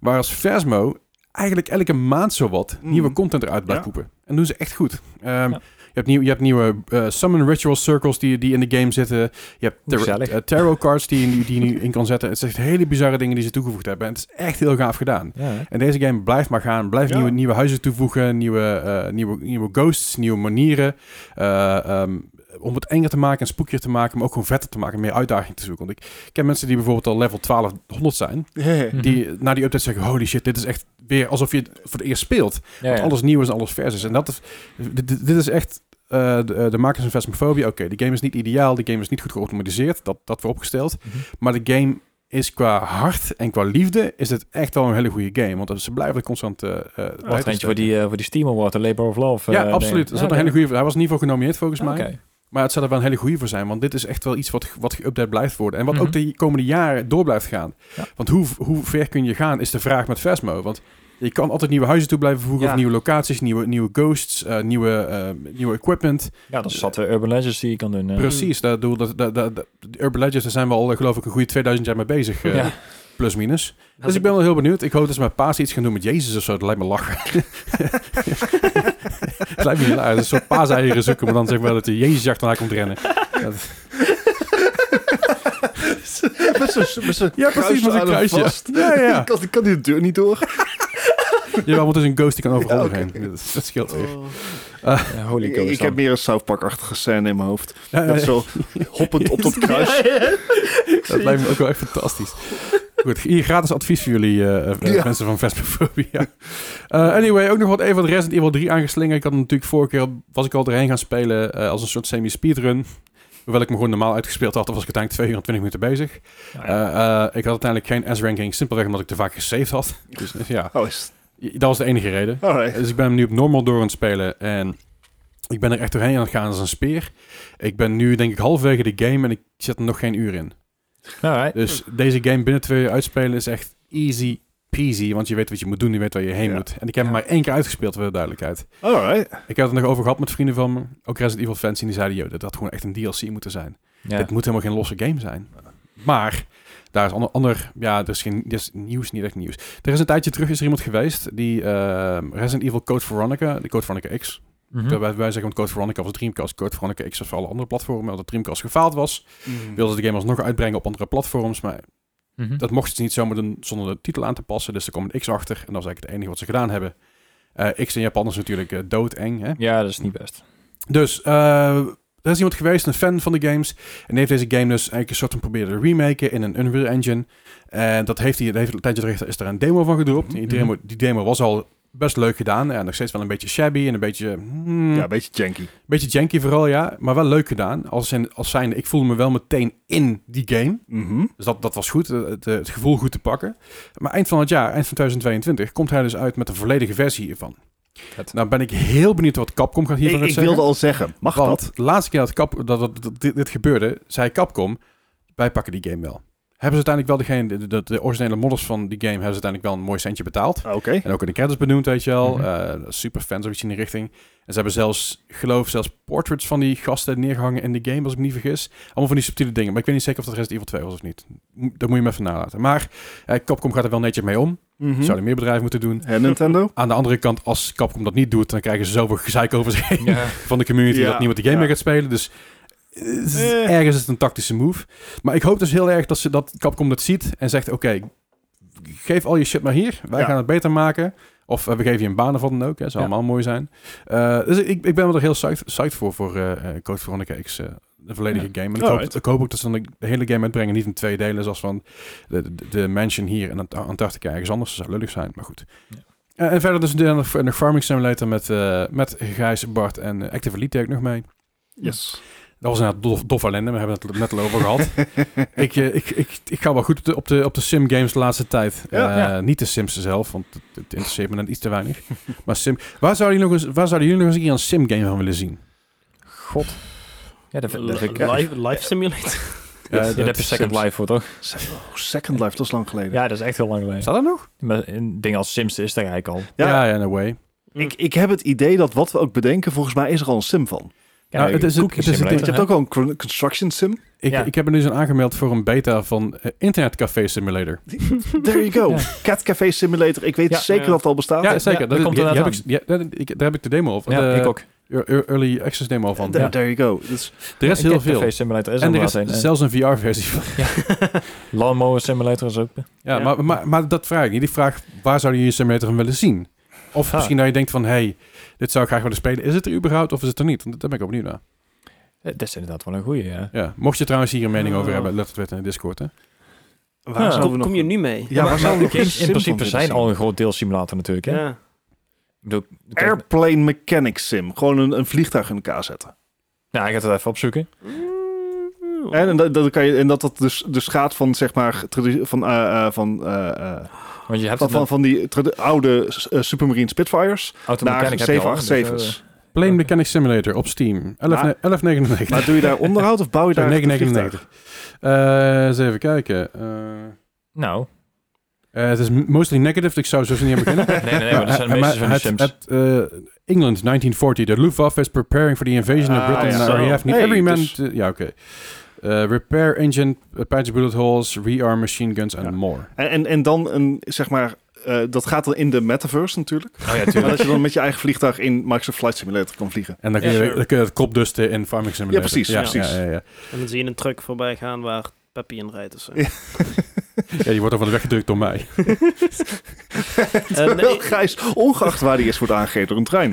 Speaker 2: Waar als Versmo eigenlijk elke maand zowat
Speaker 3: Mm.
Speaker 2: nieuwe content eruit blijft
Speaker 3: Ja.
Speaker 2: poepen. En doen ze echt goed. Ehm,
Speaker 1: Ja.
Speaker 2: je, hebt nieuw, je hebt nieuwe eh, summon ritual circles die, die in de game zitten. Je hebt tar-
Speaker 1: Gezellig.
Speaker 2: eh, tarot cards die, je nu- die je
Speaker 1: <laughs>
Speaker 2: nu in kan zetten. Het is echt hele bizarre dingen die ze toegevoegd hebben. En het is echt heel gaaf gedaan.
Speaker 1: Ja, hè?
Speaker 2: En deze game blijft maar gaan. Blijft
Speaker 3: Ja.
Speaker 2: nieuwe, nieuwe huizen toevoegen, nieuwe, eh, nieuwe, nieuwe ghosts, nieuwe manieren. eh, ehm, om het enger te maken en spookier te maken, maar ook gewoon vetter te maken, meer uitdaging te zoeken. Want ik ken mensen die bijvoorbeeld al level 1200 zijn,
Speaker 1: Mhm.
Speaker 2: die na die update zeggen, holy shit, dit is echt weer alsof je het voor het eerst speelt.
Speaker 1: Ja, ja.
Speaker 2: Want alles nieuw is en alles vers is. En dat is, dit, dit- dit is echt eh, de, de makers van Phasmophobia. Oké, de game is niet ideaal, de game is niet goed geautomatiseerd, dat, dat vooropgesteld.
Speaker 1: Mhm.
Speaker 2: Maar de game is qua hart en qua liefde is het echt wel een hele goede game. Want ze blijven er constant eh eh, tijd in
Speaker 1: Wat eentje voor
Speaker 2: steken.
Speaker 1: die, eh, voor die Steam Award, de Labor of Love.
Speaker 2: Ja,
Speaker 1: eh,
Speaker 2: absoluut.
Speaker 1: ding.
Speaker 2: Er
Speaker 1: Ja,
Speaker 2: zat een hele goede, hij was in ieder geval genomineerd volgens
Speaker 1: Oké.
Speaker 2: mij. Maar het zou er wel een hele goede voor zijn. Want dit is echt wel iets wat, ge- wat geüpdate blijft worden. En wat ook
Speaker 1: Mhm.
Speaker 2: de komende jaren door blijft gaan.
Speaker 1: Ja.
Speaker 2: Want hoe, hoe ver kun je gaan is de vraag met Vesmo. Want je kan altijd nieuwe huizen toe blijven voegen.
Speaker 3: Ja.
Speaker 2: Of nieuwe locaties, nieuwe, nieuwe ghosts, eh, nieuwe, eh, nieuwe equipment.
Speaker 1: Ja, dat is zat eh, Urban Legends die je kan doen. eh.
Speaker 2: Precies. Dat, doel- dat, dat, dat, dat- die Urban Legends, daar zijn we al eh, geloof ik een goede 2000 jaar mee bezig. eh,
Speaker 1: Ja.
Speaker 2: Plus minus. Dus ik ben wel heel benieuwd. Ik hoop dat ze met Paas iets gaan doen met Jezus of zo. Dat lijkt me lachen.
Speaker 1: <laughs>
Speaker 2: <laughs> het lijkt me hilarisch. Een soort paaseieren zoeken, maar dan zeg maar dat de Jezus achterna komt rennen. Dat-
Speaker 3: Met zo'n- met zo'n
Speaker 2: Ja, precies, met zo'n
Speaker 3: aan
Speaker 2: kruisje.
Speaker 3: hem vast.
Speaker 2: Ja, ja.
Speaker 3: <laughs> Ik kan, ik kan die deur niet door.
Speaker 2: Jawel, want het is dus een ghost die kan overal
Speaker 3: Ja, oké. Oh.
Speaker 2: heen. Dat, dat scheelt weer.
Speaker 1: Eh, holy
Speaker 3: Ik,
Speaker 1: cow.
Speaker 3: ik heb meer een South Park-achtige scène in mijn hoofd. Dat
Speaker 2: <laughs>
Speaker 3: zo hoppend op dat kruis.
Speaker 2: Dat lijkt me ook wel echt fantastisch. Goed, hier gratis advies voor jullie eh, eh,
Speaker 3: Ja.
Speaker 2: mensen van Vesperphobia. Eh, anyway, ook nog wat even wat Resident Evil 3 aangeslingerd. Ik had hem natuurlijk vorige keer, was ik al erheen gaan spelen eh, als een soort semi-speedrun. Hoewel ik me gewoon normaal uitgespeeld had, dan was ik uiteindelijk 2 uur en 20 minuten bezig.
Speaker 1: Ja, ja.
Speaker 2: Eh, eh, ik had uiteindelijk geen S-ranking, simpelweg omdat ik te vaak gesaved had. <laughs> Dus eh, ja,
Speaker 3: Oh, is
Speaker 2: dat was de enige reden.
Speaker 3: Alright.
Speaker 2: Dus ik ben hem nu op normal door aan het spelen. En ik ben er echt doorheen aan het gaan als een speer. Ik ben nu denk ik halverwege de game en ik zet er nog geen uur in.
Speaker 1: Nou, Alright.
Speaker 2: Dus deze game binnen twee uur uitspelen is echt easy peasy. Want je weet wat je moet doen, je weet waar je heen
Speaker 3: Ja.
Speaker 2: moet. En ik heb hem
Speaker 1: Ja.
Speaker 2: maar één keer uitgespeeld, voor de duidelijkheid.
Speaker 3: Alright.
Speaker 2: Ik heb het er nog over gehad met vrienden van me. Ook Resident Evil fans. En die zeiden, joh, dat had gewoon echt een DLC moeten zijn.
Speaker 1: Ja.
Speaker 2: Het moet helemaal geen losse game zijn. Maar daar is ander, ander ja, er is geen er is nieuws, niet echt nieuws. Er is een tijdje terug is er iemand geweest die eh, Resident Evil Code Veronica, de Code Veronica X,
Speaker 1: Mhm.
Speaker 2: wij, wij zeggen want Code Veronica was Dreamcast, Code Veronica X was voor alle andere platformen, omdat Dreamcast gefaald was, wilden ze de game alsnog uitbrengen op andere platforms, maar
Speaker 1: Mhm.
Speaker 2: dat mochten ze niet zomaar doen zonder de titel aan te passen, dus er kwam een X achter en dat is eigenlijk het enige wat ze gedaan hebben. Eh, X in Japan is natuurlijk eh, doodeng, hè?
Speaker 1: Ja, dat is niet best.
Speaker 2: Dus eh, er is iemand geweest, een fan van de games. En die heeft deze game dus eigenlijk een soort van proberen te remaken in een Unreal Engine. En dat heeft hij, dat heeft een tijdje terug is er een demo van gedropt.
Speaker 3: Mhm.
Speaker 2: Die demo, die demo was al best leuk gedaan. En nog steeds wel een beetje shabby en een beetje... hmm,
Speaker 3: Ja, een beetje janky.
Speaker 2: beetje janky vooral, ja. Maar wel leuk gedaan. Als, in, als zijnde, ik voelde me wel meteen in die game.
Speaker 3: Mhm.
Speaker 2: Dus dat, dat was goed, eh, het, eh, het gevoel goed te pakken. Maar eind van het jaar, eind van 2022, komt hij dus uit met een volledige versie hiervan.
Speaker 1: Vet.
Speaker 2: Nou ben ik heel benieuwd wat Capcom gaat hiervan
Speaker 3: Ik, ik
Speaker 2: zeggen.
Speaker 3: wilde al zeggen, mag
Speaker 2: Want
Speaker 3: dat?
Speaker 2: de laatste keer dat, Cap, dat, dat- dat dit, dit gebeurde, zei Capcom, wij pakken die game wel. Hebben ze uiteindelijk wel degene, de, de, de originele modders van die game, hebben ze uiteindelijk wel een mooi centje betaald.
Speaker 3: Ah, Oké.
Speaker 2: En ook in de credits benoemd, weet je wel. Eh,
Speaker 1: Mhm.
Speaker 2: superfans of iets in die richting. En ze hebben zelfs, geloof zelfs portraits van die gasten neergehangen in de game, als ik me niet vergis. Allemaal van die subtiele dingen. Maar ik weet niet zeker of dat Resident Evil 2 was of niet. Mo- Dat moet je me even nalaten. Maar eh, Capcom gaat er wel netjes mee om.
Speaker 3: Mhm.
Speaker 2: Zouden meer bedrijven moeten doen.
Speaker 3: En Nintendo?
Speaker 2: Aan de andere kant, als Capcom dat niet doet, dan krijgen ze zoveel gezeik over zich heen
Speaker 1: Ja.
Speaker 2: van de community
Speaker 3: Ja,
Speaker 2: dat niemand de game
Speaker 3: ja.
Speaker 2: meer gaat spelen. Dus eh, het is-
Speaker 3: Eh.
Speaker 2: ergens is het een tactische move. Maar ik hoop dus heel erg dat, ze, dat Capcom dat ziet en zegt... oké, geef al je shit maar hier. Wij
Speaker 3: Ja.
Speaker 2: gaan het beter maken. Of eh, we geven je een baan of wat dan ook. Hè. Zou allemaal mooi zijn. Eh, dus ik, ik ben wel er heel psyched, psyched voor, voor eh, eh, Code Veronica X... eh, de volledige game. En ik hoop,
Speaker 3: Alright.
Speaker 2: ik hoop ook dat ze dan de hele game uitbrengen. Niet in twee delen, zoals van de, de, de mansion hier en Ant- Antarctica ergens anders. Dat zou lullig zijn, maar goed.
Speaker 1: Ja.
Speaker 2: Eh, en verder dus nog nog Farming Simulator met, eh met Gijs, Bart en eh, Active Elite deed ik nog mee.
Speaker 3: Yes.
Speaker 2: Dat was inderdaad dof, dof ellende. We hebben het er net al over
Speaker 1: <laughs>
Speaker 2: gehad. ik, eh, ik, ik, ik ga wel goed op de, op de, op de sim games de laatste tijd.
Speaker 3: Ja,
Speaker 2: Eh,
Speaker 1: ja.
Speaker 2: Niet de sims zelf, want het, het interesseert me net iets te weinig. Maar sim, waar, zouden jullie nog eens, waar zouden jullie nog eens een keer een sim game van willen zien?
Speaker 1: God. Ja, dat, dat, dat,
Speaker 4: Li- Live, live simulator.
Speaker 2: Eh,
Speaker 1: Ja,
Speaker 2: dat-
Speaker 1: daar heb je Second
Speaker 3: Sims.
Speaker 1: Life voor, toch?
Speaker 3: Oh, Second Life, dat is lang geleden.
Speaker 1: Ja, dat is echt heel lang geleden.
Speaker 2: Staat dat nog?
Speaker 1: Maar een ding als Sims is daar eigenlijk al.
Speaker 2: Ja,
Speaker 3: Ja.
Speaker 2: ja, in a way.
Speaker 1: Hm.
Speaker 3: Ik, ik heb het idee dat wat we ook bedenken, volgens mij is er al een sim van.
Speaker 1: Ja,
Speaker 2: Nou, het is-
Speaker 1: cookie
Speaker 2: het is-
Speaker 1: simulator,
Speaker 3: Want je hebt
Speaker 1: hè?
Speaker 3: ook wel een cr- construction
Speaker 1: <laughs>
Speaker 3: sim.
Speaker 2: Ik,
Speaker 1: Ja.
Speaker 2: ik heb me nu eens aangemeld voor een beta van eh, Internetcafé Simulator.
Speaker 3: There you go.
Speaker 1: Ja.
Speaker 3: Cat Café Simulator. Ik weet
Speaker 1: Ja.
Speaker 3: zeker
Speaker 5: Ja.
Speaker 3: dat het al bestaat.
Speaker 2: ja, zeker.
Speaker 1: ja,
Speaker 2: dat
Speaker 1: dat komt
Speaker 2: die- die
Speaker 1: inderdaad
Speaker 2: heb ik, ja, dat- ik- daar heb ik de demo van.
Speaker 1: Ja,
Speaker 2: de
Speaker 1: ik ook.
Speaker 2: ear- ear- Early access demo van.
Speaker 3: There,
Speaker 2: Ja.
Speaker 3: there you go. Dus,
Speaker 2: Er is
Speaker 1: Ja,
Speaker 2: heel
Speaker 1: Cat Cafe
Speaker 2: veel.
Speaker 1: Simulator is
Speaker 2: En er
Speaker 1: inderdaad
Speaker 2: is
Speaker 1: een. En
Speaker 2: zelfs een VR-versie van. <laughs>
Speaker 1: Lawnmower Simulator is ook.
Speaker 2: Ja,
Speaker 5: Ja.
Speaker 2: Maar, maar, maar dat vraag ik niet. Die vraag, waar zou je je simulator van willen zien? Of
Speaker 1: Ah.
Speaker 2: misschien dat je denkt van, hey, dit zou ik graag willen spelen. Is het er überhaupt of is het er niet? Want Daar ben ik ook benieuwd naar.
Speaker 1: Eh, Dat is inderdaad wel een goeie, ja.
Speaker 2: Ja. Mocht je trouwens hier een mening over
Speaker 5: Oh.
Speaker 2: hebben, let het weten in de Discord. Hè?
Speaker 3: waar
Speaker 1: Ja.
Speaker 3: zouden
Speaker 5: Kom,
Speaker 3: we nog...
Speaker 5: kom je nu mee?
Speaker 3: Ja, waar zouden we nog een
Speaker 1: Nou, Games
Speaker 3: sim
Speaker 1: in principe
Speaker 3: van
Speaker 1: zijn
Speaker 3: willen
Speaker 1: al
Speaker 3: zien?
Speaker 1: een groot deel simulator natuurlijk, hè?
Speaker 5: Ja.
Speaker 1: Ik bedoel, kijk,
Speaker 3: Airplane Mechanic Sim. Gewoon een, een vliegtuig in elkaar zetten.
Speaker 1: nou, ik ga het even opzoeken.
Speaker 3: En, en dat, dat kan je, en dat dat dus, dus gaat van, zeg maar, tradi- van, eh, eh, van, eh, eh,
Speaker 1: Want je hebt
Speaker 3: van,
Speaker 1: het
Speaker 3: van, van die tradi- oude eh, Supermarine Spitfires naar
Speaker 1: automechanic heb je al, dus, eh,
Speaker 3: 787's.
Speaker 2: Plane
Speaker 1: Oké.
Speaker 2: Mechanic Simulator op Steam. 11
Speaker 3: Maar-
Speaker 2: 11,99.
Speaker 3: Maar doe je daar onderhoud of bouw je daar echt een vliegtuig?
Speaker 2: 9,99. Eh, eens even kijken. Eh,
Speaker 1: Nou,
Speaker 2: eh, het is mostly negative, dus ik zou zo niet aan beginnen.
Speaker 1: nee, nee, nee, maar dat
Speaker 2: <laughs>
Speaker 1: zijn
Speaker 2: Maar
Speaker 1: meestal van die
Speaker 2: het-
Speaker 1: sims.
Speaker 2: het, eh, England, 1940. The Luftwaffe is preparing for the invasion of
Speaker 3: Ah,
Speaker 2: Britain
Speaker 3: ja.
Speaker 2: and our RAF. Need
Speaker 3: Hey,
Speaker 2: every man...
Speaker 3: dus-
Speaker 2: to- ja, oké. Eh, repair engine, uh, patch bullet holes, rearm machine guns and
Speaker 3: Ja.
Speaker 2: more.
Speaker 3: En, en, en dan een, zeg maar, eh, dat gaat dan in de metaverse natuurlijk.
Speaker 1: Oh ja,
Speaker 3: Maar
Speaker 1: tuurlijk.
Speaker 3: dat je dan met je eigen vliegtuig in Microsoft Flight Simulator kan vliegen.
Speaker 2: En dan kun je,
Speaker 5: Ja, sure.
Speaker 2: dan kun je het kop dusten in Farming Simulator.
Speaker 3: Ja, precies,
Speaker 2: Ja,
Speaker 3: precies.
Speaker 2: Ja, ja, ja.
Speaker 5: En dan zie je een truck voorbij gaan waar Peppy in rijdt of zo.
Speaker 3: oh. Ja.
Speaker 2: Ja, die wordt al van de weg gedrukt door mij. <laughs>
Speaker 5: Eh,
Speaker 3: <laughs> Terwijl
Speaker 5: nee.
Speaker 3: Gijs, ongeacht waar hij is, wordt aangegeven door een
Speaker 2: <laughs>
Speaker 3: trein.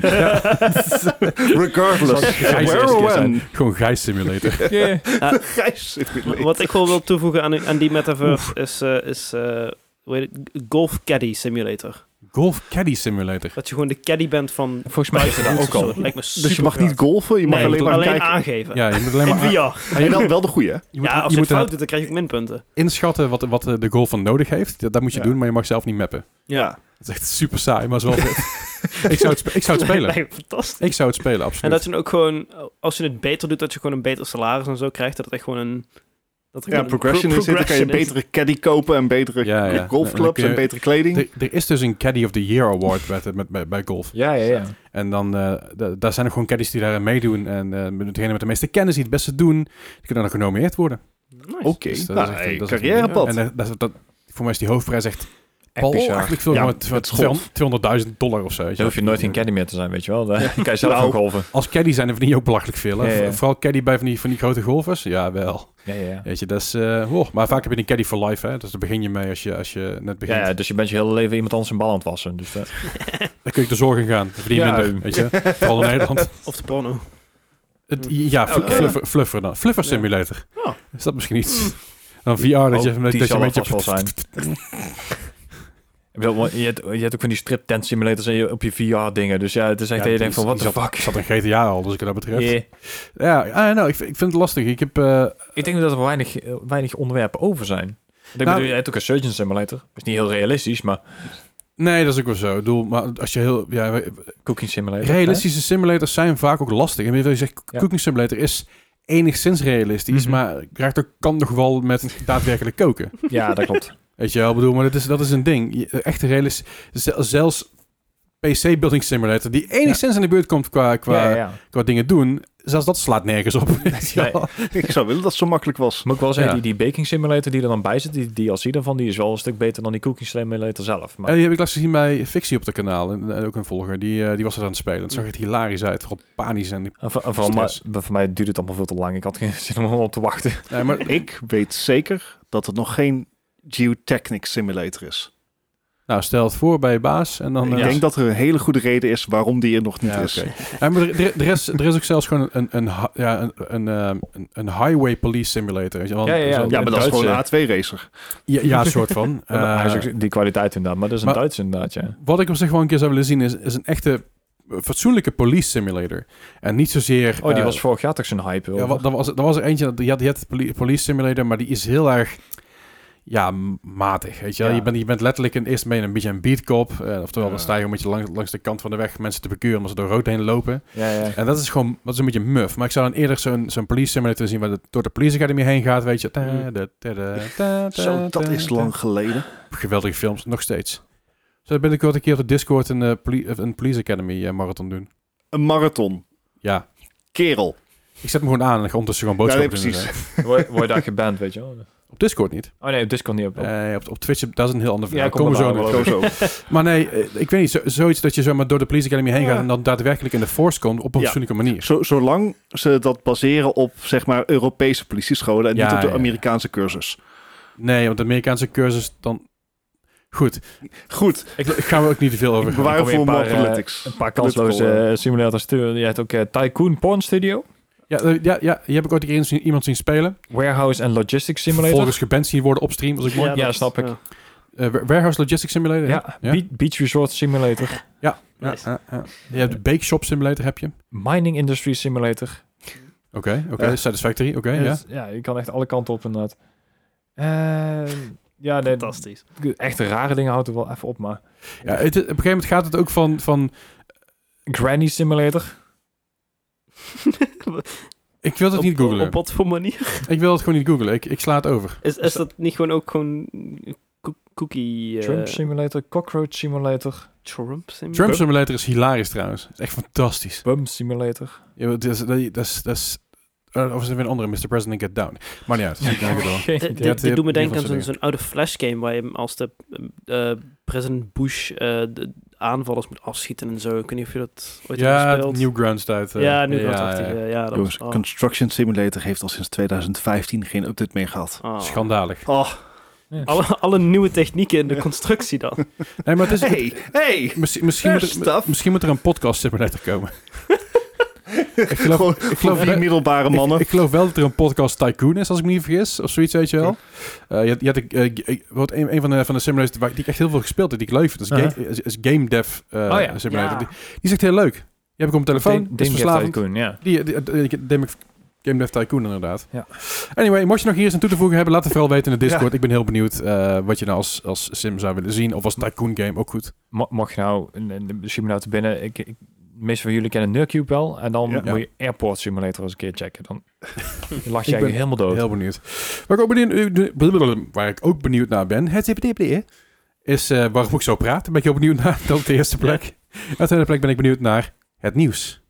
Speaker 3: <laughs> Regardless.
Speaker 4: <laughs>
Speaker 2: Gijs is
Speaker 3: Where
Speaker 2: eerst
Speaker 3: or
Speaker 2: zijn.
Speaker 3: when.
Speaker 2: Gewoon Gijs Simulator. <laughs>
Speaker 1: Ja.
Speaker 3: Gijs zit weer leeg.
Speaker 5: Wat ik wel wil toevoegen aan, aan die metaverse is, eh, is eh, hoe heet het? Golf Caddy Simulator.
Speaker 2: Golf Caddy Simulator.
Speaker 5: Dat je gewoon de caddy bent van...
Speaker 1: Volgens mij is het daar
Speaker 5: Of
Speaker 1: ook
Speaker 5: zo.
Speaker 1: al.
Speaker 5: Het Lijkt me
Speaker 3: Dus je mag
Speaker 5: supergaaf.
Speaker 3: niet golfen, je mag
Speaker 5: Nee,
Speaker 3: alleen maar kijken.
Speaker 5: aangeven.
Speaker 2: Ja, je moet alleen
Speaker 5: In
Speaker 2: maar...
Speaker 5: VR.
Speaker 3: En dan wel de goede, hè?
Speaker 2: Je moet,
Speaker 5: ja, als je
Speaker 2: je
Speaker 5: het
Speaker 2: moet
Speaker 5: fout doet, dan krijg ik minpunten.
Speaker 2: inschatten wat, wat eh, de golf van nodig heeft. Dat, dat moet je
Speaker 3: Ja.
Speaker 2: doen, maar je mag zelf niet mappen.
Speaker 5: <laughs>
Speaker 3: Ja.
Speaker 2: Dat is echt super saai, maar is wel
Speaker 1: <laughs>
Speaker 2: vet. ik, zou het spe- ik zou het spelen.
Speaker 5: Lijkt me fantastisch.
Speaker 2: Ik zou het spelen,
Speaker 5: En
Speaker 2: absoluut.
Speaker 5: dat je dan ook gewoon, als je het beter doet, dat je gewoon een beter salaris en zo krijgt. Dat het echt gewoon een... Dat er
Speaker 3: Ja,
Speaker 5: gewoon een
Speaker 3: progression
Speaker 5: pro-
Speaker 3: is dit. Dan kan je een
Speaker 5: progression is.
Speaker 3: betere caddy kopen en betere
Speaker 2: Ja, ja. Dan
Speaker 3: golfclubs
Speaker 2: kun je-
Speaker 3: en betere kleding.
Speaker 2: Er, er is dus een Caddy of the Year Award bij, met, bij, bij golf.
Speaker 1: Ja, ja, ja.
Speaker 2: En dan, eh, da- daar zijn er gewoon caddies die daarin meedoen. En eh degene met de meeste kennis die het beste doen, die kunnen dan genomineerd worden.
Speaker 5: Nice.
Speaker 3: Oké,
Speaker 2: Dus dat
Speaker 3: nou,
Speaker 2: is echt-
Speaker 3: hey,
Speaker 2: dat is echt-
Speaker 3: carrièrepad.
Speaker 2: En eh, dat, is- dat, voor mij is die hoofdprijs echt
Speaker 1: Echt bizar.
Speaker 2: belachelijk veel,
Speaker 3: Ja,
Speaker 2: gewoon
Speaker 3: het
Speaker 2: tw-
Speaker 3: is golf.
Speaker 2: 200 200.000 dollar of zo. weet je
Speaker 1: Dan hoef je nooit in
Speaker 2: wel.
Speaker 1: caddy meer te zijn, weet je wel. Dan kan je zelf
Speaker 3: Nou.
Speaker 1: ook golven.
Speaker 2: Als caddy zijn er van die ook belachelijk veel. Hè?
Speaker 1: Ja, ja.
Speaker 2: Vooral caddy bij van die, van die grote golfers. Ja, wel.
Speaker 1: Ja, ja, ja.
Speaker 2: Weet je, dat is... eh, wow. Maar vaak heb je een caddy for life, hè. Dus daar begin je mee als je, als je net begint. Oh,
Speaker 1: Ja, ja, dus je bent je hele leven iemand anders een bal aan het wassen. Dus dat...
Speaker 2: Dan kun je de zorgen gaan. Dan Verdien je
Speaker 1: Ja.
Speaker 2: minder, weet je. Vooral in Nederland.
Speaker 5: Of de porno.
Speaker 2: Het, ja, fl-
Speaker 3: Oké.
Speaker 2: fluffer, fluffer dan. Fluffer
Speaker 5: Ja.
Speaker 2: simulator.
Speaker 3: Ja.
Speaker 2: Is dat misschien iets? Dan VR, dat je,
Speaker 1: Oh,
Speaker 2: dat
Speaker 1: die
Speaker 2: je
Speaker 1: zal
Speaker 2: een
Speaker 1: wel
Speaker 2: beetje...
Speaker 1: vast wel
Speaker 2: <laughs>
Speaker 1: zijn. Ik bedoel, want je, hebt, je hebt ook van die strip tent simulators en je, op je VR dingen. Dus ja, het is echt
Speaker 2: Ja,
Speaker 1: dat je
Speaker 2: die
Speaker 1: denkt van,
Speaker 2: is-
Speaker 1: wat
Speaker 2: die
Speaker 1: de fuck?
Speaker 2: zat een GTA al, dus ik
Speaker 1: <laughs>
Speaker 2: dat betreft.
Speaker 1: Yeah.
Speaker 2: Ja, ah, nou, ik, vind- ik vind het lastig. Ik heb... eh,
Speaker 1: Ik denk dat er weinig, eh, weinig onderwerpen over zijn. Want Ik
Speaker 2: Nou-
Speaker 1: bedoel, je hebt ook een surgeon simulator. Dat is niet heel realistisch, maar
Speaker 2: nee, dat is ook wel zo. Ik bedoel, maar als je heel... Ja, we-
Speaker 1: cooking simulator.
Speaker 2: realistische simulators zijn vaak ook lastig. En weet je, je zegt,
Speaker 1: Ja.
Speaker 2: cooking simulator is enigszins realistisch,
Speaker 1: Mhm.
Speaker 2: maar krijgt ook, kan nog wel met daadwerkelijk koken.
Speaker 1: hè? Ja, dat klopt.
Speaker 2: Weet je wel, ik bedoel, maar dat is, dat is een ding. Je- Echt realistisch. zel- Zelfs PC-building simulator, die enigszins in de buurt komt qua, <laughs> qua,
Speaker 1: ja, ja, ja.
Speaker 2: qua dingen doen, zelfs dat slaat nergens op. <laughs> Weet je
Speaker 1: Nee.
Speaker 2: wel.
Speaker 3: Ik zou willen dat het zo makkelijk was.
Speaker 1: Moet ik wel zeggen,
Speaker 2: Ja.
Speaker 1: die, die baking simulator die er dan bij zit, die DLC daarvan, die is wel een stuk beter dan die cooking simulator zelf. Maar
Speaker 2: En die heb ik laatst gezien bij Fictie op het kanaal. En, eh, ook een volger, die, eh, die was er aan het spelen. Het zag echt hilarisch uit. Vooral panisch. En,
Speaker 1: En voor, en voor,
Speaker 2: Eh, Stress. Eh,
Speaker 1: mij, voor mij duurde het allemaal veel te lang. Ik had geen <laughs> zin om allemaal op te wachten.
Speaker 2: nee, maar
Speaker 1: <laughs>
Speaker 3: Ik weet zeker dat het nog geen Geotechnic Simulator is.
Speaker 2: nou, stel het voor bij je baas. En dan,
Speaker 3: ik
Speaker 2: eh,
Speaker 3: denk dat er een hele goede reden is waarom die er nog niet
Speaker 2: Ja,
Speaker 3: is.
Speaker 2: oké. Ja, maar er, er- er is, er is ook zelfs gewoon een, een, ha- ja, een, een, ehm, een, een highway police simulator. Weet je wel?
Speaker 1: Ja, ja, ja.
Speaker 2: Zo'n-
Speaker 3: Ja, maar dat is
Speaker 1: Duitse.
Speaker 3: gewoon een A2-racer.
Speaker 2: ja, ja, een soort
Speaker 1: <laughs>
Speaker 2: van.
Speaker 1: Ja, hij
Speaker 2: Eh,
Speaker 1: is ook die kwaliteit inderdaad, maar dat is een
Speaker 2: maar-
Speaker 1: Duits inderdaad, ja.
Speaker 2: wat ik op zich wel een keer zou willen zien is, is een echte eh, fatsoenlijke police simulator. En niet zozeer...
Speaker 1: Oh, die
Speaker 2: eh,
Speaker 1: was vorig jaar toch zo'n hype.
Speaker 2: ja, wat, dat, was, dat was er eentje, dat- die had, die had de poli- police simulator, maar die is heel erg... Ja, m- matig, weet je wel.
Speaker 1: Ja.
Speaker 2: Je, bent, je bent letterlijk in, eerst ben je een beetje een beatkop. eh, oftewel,
Speaker 1: Ja.
Speaker 2: dan sta je een beetje langs, langs de kant van de weg mensen te bekuren omdat ze door rood heen lopen.
Speaker 1: ja, ja.
Speaker 2: En dat is gewoon, dat is een beetje muf. Maar ik zou dan eerder zo'n zo'n police simulator zien waar het door de police academy heen gaat, weet je. Ta,
Speaker 1: Mm.
Speaker 2: da, ta, da, ta, ta,
Speaker 3: Zo, dat
Speaker 2: ta,
Speaker 3: is
Speaker 2: ta.
Speaker 3: lang geleden.
Speaker 2: Geweldige films, nog steeds. Zo binnenkort een keer op de Discord een, eh, poli- of een police academy eh, marathon doen.
Speaker 3: Een marathon.
Speaker 2: Ja,
Speaker 3: Kerel.
Speaker 2: Ik zet hem gewoon aan en ik ga ondertussen gewoon
Speaker 3: Ja, nee,
Speaker 2: boodschappen
Speaker 3: precies.
Speaker 2: doen. en
Speaker 1: Word, word je daar geband, weet je wel?
Speaker 2: zo. Op Discord niet.
Speaker 1: Oh nee, op Discord niet op. op.
Speaker 2: Eh, op, op Twitch, dat is een heel ander
Speaker 1: Ja,
Speaker 2: verhaal.
Speaker 1: kom
Speaker 2: Komen we
Speaker 1: maar
Speaker 2: zo
Speaker 1: daar
Speaker 2: nog.
Speaker 1: wel
Speaker 3: Zo,
Speaker 2: <laughs>
Speaker 3: zo.
Speaker 2: Maar nee, eh, ik weet niet, zo- zoiets dat je zomaar door de Police Academy heen gaat en dan daadwerkelijk in de Force komt op een
Speaker 3: Ja.
Speaker 2: fatsoenlijke manier.
Speaker 3: Zo- zolang ze dat baseren op, zeg maar, Europese politiescholen en
Speaker 2: Ja,
Speaker 3: niet op de
Speaker 2: ja, ja.
Speaker 3: Amerikaanse cursus.
Speaker 2: Nee, want de Amerikaanse cursus dan... Goed,
Speaker 3: Goed,
Speaker 2: ik, gaan we ook niet te veel over gaan.
Speaker 1: Bewaar-
Speaker 3: bewaren
Speaker 1: kom je
Speaker 3: voor
Speaker 1: een
Speaker 3: more
Speaker 1: paar, eh,
Speaker 3: politics.
Speaker 1: Een paar kansloze
Speaker 3: Political, eh,
Speaker 1: eh, simulators. Je hebt ook eh, Tycoon Porn Studio,
Speaker 2: Ja, eh, ja, ja, die heb ik ooit een keer eens zien- iemand zien spelen.
Speaker 1: Warehouse en Logistics Simulator.
Speaker 2: Volgens geband zien worden op stream. Als ik mooi.
Speaker 1: ja, snap ik.
Speaker 5: Ja.
Speaker 2: Eh, wa- warehouse Logistics Simulator. hè?
Speaker 1: ja, Be- Beach Resort Simulator,
Speaker 2: Ja, ja,
Speaker 5: Nice.
Speaker 2: ja, ja. Je hebt de Bake Shop Simulator, heb je.
Speaker 1: Mining Industry Simulator.
Speaker 2: Oké, oké.
Speaker 3: Ja.
Speaker 2: Satisfactory, oké,
Speaker 1: En
Speaker 2: ja.
Speaker 1: het- ja, je kan echt alle kanten op inderdaad. Eh, ja, nee,
Speaker 5: Fantastisch.
Speaker 1: echt rare dingen houdt er wel even op, maar...
Speaker 2: ja het, is- op een gegeven moment gaat het ook van... van
Speaker 1: Granny Simulator.
Speaker 2: ik wil dat
Speaker 5: Op-
Speaker 2: niet googlen.
Speaker 5: Op wat voor manier?
Speaker 2: Ik wil dat gewoon niet googlen. Ik, ik sla het over.
Speaker 5: Is, is dat niet gewoon ook gewoon koek- cookie... eh,
Speaker 1: Trump Simulator, Cockroach Simulator,
Speaker 5: Trump Simulator?
Speaker 2: Trump Simulator is hilarisch trouwens. Het is echt fantastisch.
Speaker 1: Bum Simulator.
Speaker 2: Ja, maar dat is... Dat is, dat is, dat is eh, of is er weer een andere, Mr. President Get Down. Maar niet uit. Ik denk het wel.
Speaker 1: <laughs> Geen
Speaker 5: Dit-
Speaker 1: idee.
Speaker 5: Dit dit doet me
Speaker 2: die
Speaker 5: denken
Speaker 2: van
Speaker 5: aan zo'n
Speaker 2: zo'n
Speaker 5: zo'n oude Flash game waar je hem als de eh, president Bush eh, de aanvallers moet afschieten en zo. Ik weet niet of je dat ooit hebt
Speaker 2: Ja,
Speaker 5: gespeeld.
Speaker 2: Newgrounds tijd. eh.
Speaker 5: ja, nu
Speaker 2: ja.
Speaker 5: ja, ja, dat
Speaker 3: Jongens,
Speaker 5: was- oh,
Speaker 3: Construction Simulator heeft al sinds 2015 geen update meer gehad.
Speaker 5: oh.
Speaker 2: Schandalig.
Speaker 3: Oh,
Speaker 5: Alle, alle nieuwe technieken in de constructie dan.
Speaker 2: Nee, maar het is...
Speaker 3: hey, hey!
Speaker 2: Misschien, misschien,
Speaker 3: Fair
Speaker 2: moet er,
Speaker 3: stuff.
Speaker 2: misschien moet er een podcast simulator
Speaker 5: <laughs>
Speaker 2: komen. ik geloof,
Speaker 3: Gewoon
Speaker 2: ik
Speaker 3: Voor
Speaker 2: geloof
Speaker 3: die
Speaker 2: wel-
Speaker 3: middelbare
Speaker 2: ik-
Speaker 3: mannen.
Speaker 2: Ik, geloof wel dat er een podcast Tycoon is, als ik me niet vergis. Of zoiets, weet je wel. Eh, je, had- je had een, eh, g- eh, wat een, een van de, van de simulators waar, die ik echt heel veel gespeeld heb, die ik leuk vind. Dat is, ga- is, is Game Dev eh,
Speaker 1: Oh ja.
Speaker 2: Simulator.
Speaker 5: Uh-huh. Ja.
Speaker 2: Die, die is echt heel leuk. Die heb ik op mijn telefoon.
Speaker 1: Ding-
Speaker 2: is
Speaker 1: Ding Death
Speaker 2: verslavend.
Speaker 1: Tycoon, ja.
Speaker 2: Die, die, die- die- die- Game Dev Tycoon inderdaad.
Speaker 1: Ja.
Speaker 2: Anyway, mocht je nog hier eens aan toe te voegen hebben, laat het vooral weten in de Discord.
Speaker 3: Ja.
Speaker 2: Ik ben heel benieuwd eh, wat je nou als, als sim zou willen zien. Of als Tycoon game, ook goed.
Speaker 1: Mo- Mocht je nou een, een simulator binnen... Ik, ik, de meeste van jullie kennen Nurcube wel. En dan
Speaker 3: Ja.
Speaker 1: moet je Airport Simulator eens een keer checken. Dan lach
Speaker 2: ben
Speaker 1: je eigenlijk helemaal dood.
Speaker 2: Heel benieuwd. Waar ik ook benieuwd, blablabla, waar ik ook benieuwd naar ben, het TPD, is eh, waarom ik zo praat. Daar ben ik heel benieuwd naar. Dat op de eerste plek. En op de tweede plek ben ik benieuwd naar het nieuws.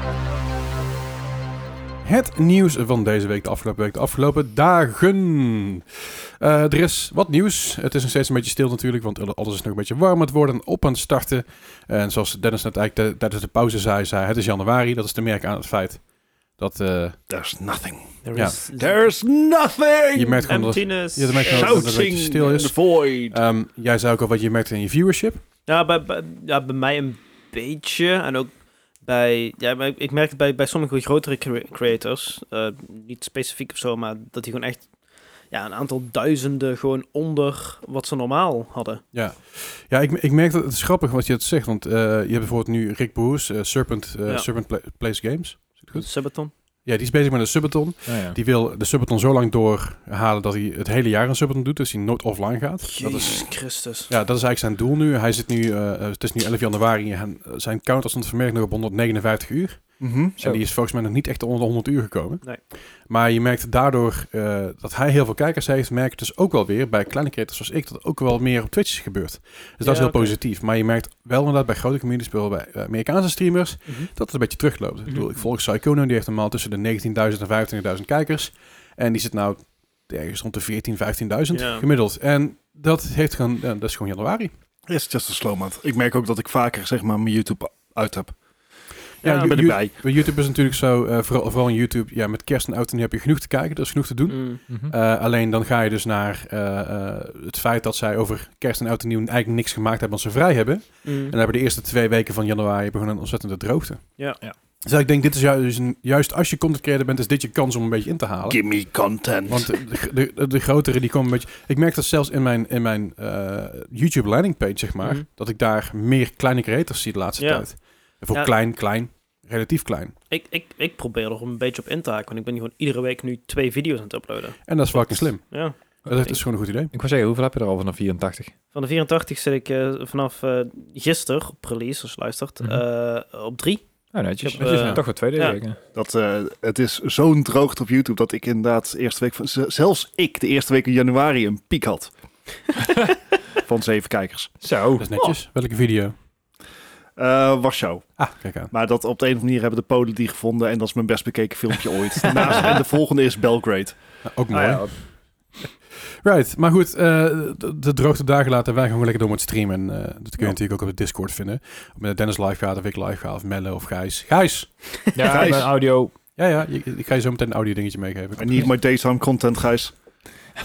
Speaker 2: En dan nu het nieuws. Het nieuws van deze week, de afgelopen week, de afgelopen dagen. Eh, er is wat nieuws. Het is nog steeds een beetje stil natuurlijk, want alles is nog een beetje warm aan het worden en op aan het starten. En zoals Dennis net eigenlijk de- tijdens de pauze zei, zei, het is januari. Dat is te merken aan het feit dat eh,
Speaker 3: There's nothing.
Speaker 5: There
Speaker 2: Ja.
Speaker 5: is
Speaker 3: There's nothing!
Speaker 2: je merkt dus- gewoon dat,
Speaker 5: emptiness.
Speaker 2: ja, dat merkt gewoon dat het een
Speaker 3: Shouting
Speaker 2: beetje stil
Speaker 3: in the
Speaker 2: is.
Speaker 3: void.
Speaker 2: Ehm, jij zei ook al wat je merkte in je viewership.
Speaker 5: Ja, bij, bij- ja, bij mij een beetje. En ook bij... Ja, maar ik- ik merk het bij, bij sommige grotere cre- creators. eh, niet specifiek of zo, maar dat die gewoon echt... Ja, een aantal duizenden gewoon onder wat ze normaal hadden.
Speaker 2: Ja, ik, ik merk dat het is grappig wat je het zegt. Want eh, je hebt bijvoorbeeld nu Rick Boers, eh, Serpent, eh,
Speaker 5: Ja.
Speaker 2: Serpent Pla- Plays Games. Is het goed?
Speaker 5: Sabaton.
Speaker 2: Ja, die is bezig met een subathon.
Speaker 1: Oh, ja.
Speaker 2: Die wil de subathon zo lang doorhalen dat hij het hele jaar een subathon doet. Dus hij nooit offline gaat. Dat is
Speaker 5: Jezus Christus.
Speaker 2: Ja, dat is eigenlijk zijn doel nu. Hij zit nu, eh, eh, het is nu 11 januari en eh, zijn counter stond vanmiddag nog op 159 uur.
Speaker 3: Mhm.
Speaker 1: Zo.
Speaker 2: En die is volgens mij nog niet echt onder de 100 uur gekomen.
Speaker 5: Nee.
Speaker 2: Maar je merkt daardoor eh, dat hij heel veel kijkers heeft. Merk je dus ook wel weer bij kleine creators zoals ik dat ook wel meer op Twitch is gebeurd. Dus dat
Speaker 5: Ja,
Speaker 2: is heel
Speaker 5: oké.
Speaker 2: positief. Maar je merkt wel inderdaad bij grote communities, bijvoorbeeld bij eh, Amerikaanse streamers,
Speaker 5: Mhm.
Speaker 2: dat het een beetje terugloopt. Ik bedoel, ik volg Psychono, die heeft normaal tussen de 19.000 en 25.000 kijkers. En die zit nou ergens rond de 14.000, 15.000
Speaker 5: Ja.
Speaker 2: gemiddeld. En dat, heeft gewoon, ja, dat is gewoon januari.
Speaker 3: It's just a slow month. Ik merk ook dat ik vaker zeg maar mijn YouTube uit heb.
Speaker 2: Ja,
Speaker 3: Ja,
Speaker 2: you-
Speaker 3: ben
Speaker 2: you-
Speaker 3: erbij.
Speaker 2: Bij YouTube is natuurlijk zo, eh, vooral, vooral in YouTube, ja, met kerst en oud en nieuw heb je genoeg te kijken, er is genoeg te doen.
Speaker 5: Mm.
Speaker 1: Mhm.
Speaker 2: Eh, alleen dan ga je dus naar eh, eh, het feit dat zij over kerst en oud en nieuw eigenlijk niks gemaakt hebben, want ze vrij hebben.
Speaker 5: Mm.
Speaker 2: En dan hebben de eerste twee weken van januari hebben we gewoon een ontzettende droogte.
Speaker 5: Ja.
Speaker 1: Ja.
Speaker 2: Dus ik denk, dit is juist, een- juist als je content creator bent, is dit je kans om een beetje in te halen.
Speaker 3: Give me content.
Speaker 2: Want de, de, de, grotere die komen een beetje... Ik merk dat zelfs in mijn, in mijn eh, YouTube landing page, zeg maar...
Speaker 5: Mhm.
Speaker 2: dat ik daar meer kleine creators zie de laatste
Speaker 5: Ja.
Speaker 2: tijd. En voor
Speaker 5: Ja.
Speaker 2: klein, klein, relatief klein.
Speaker 5: Ik, ik, ik probeer er een beetje op in te haken. Want ik ben gewoon iedere week nu twee video's aan het uploaden.
Speaker 2: En dat is fucking slim.
Speaker 5: Ja.
Speaker 2: Dat is gewoon een goed idee.
Speaker 1: Ik wou zeggen, hoeveel heb je er al vanaf 84?
Speaker 5: Van de 84 zit ik eh, vanaf eh gisteren op release, als je luistert,
Speaker 1: Mhm.
Speaker 5: eh, op drie. <laughs>
Speaker 1: Nou, netjes.
Speaker 5: Ik heb,
Speaker 1: Netjes,
Speaker 5: eh,
Speaker 1: ja. Toch wel twee deze
Speaker 5: ja.
Speaker 1: week, hè?
Speaker 3: Dat, eh, het is zo'n droogte op YouTube dat ik inderdaad de eerste week van, z- zelfs ik de eerste week in januari een piek had. van zeven kijkers.
Speaker 1: Zo.
Speaker 2: Dat is netjes. Welke video?
Speaker 3: Eh, Eh, Warschau.
Speaker 2: Ah, kijk aan.
Speaker 3: Maar dat op de een of andere manier hebben de Polen die gevonden. En dat is mijn best bekeken filmpje
Speaker 2: <laughs>
Speaker 3: ooit. Daarnaast- en de volgende is Belgrade.
Speaker 2: Nou, ook mooi. <laughs> Right, maar goed, eh, de, de droogte dagen laten wij gewoon lekker door met streamen. Eh, dat kun je
Speaker 3: Ja.
Speaker 2: natuurlijk ook op de Discord vinden. Of met Dennis live gaat, of ik live ga, of Melle of Gijs. Gijs!
Speaker 1: Ja,
Speaker 3: Gijs.
Speaker 1: mijn audio.
Speaker 2: Ja, ja, ik, ik ga je zo meteen een audio dingetje meegeven.
Speaker 3: I need my daytime content, Gijs.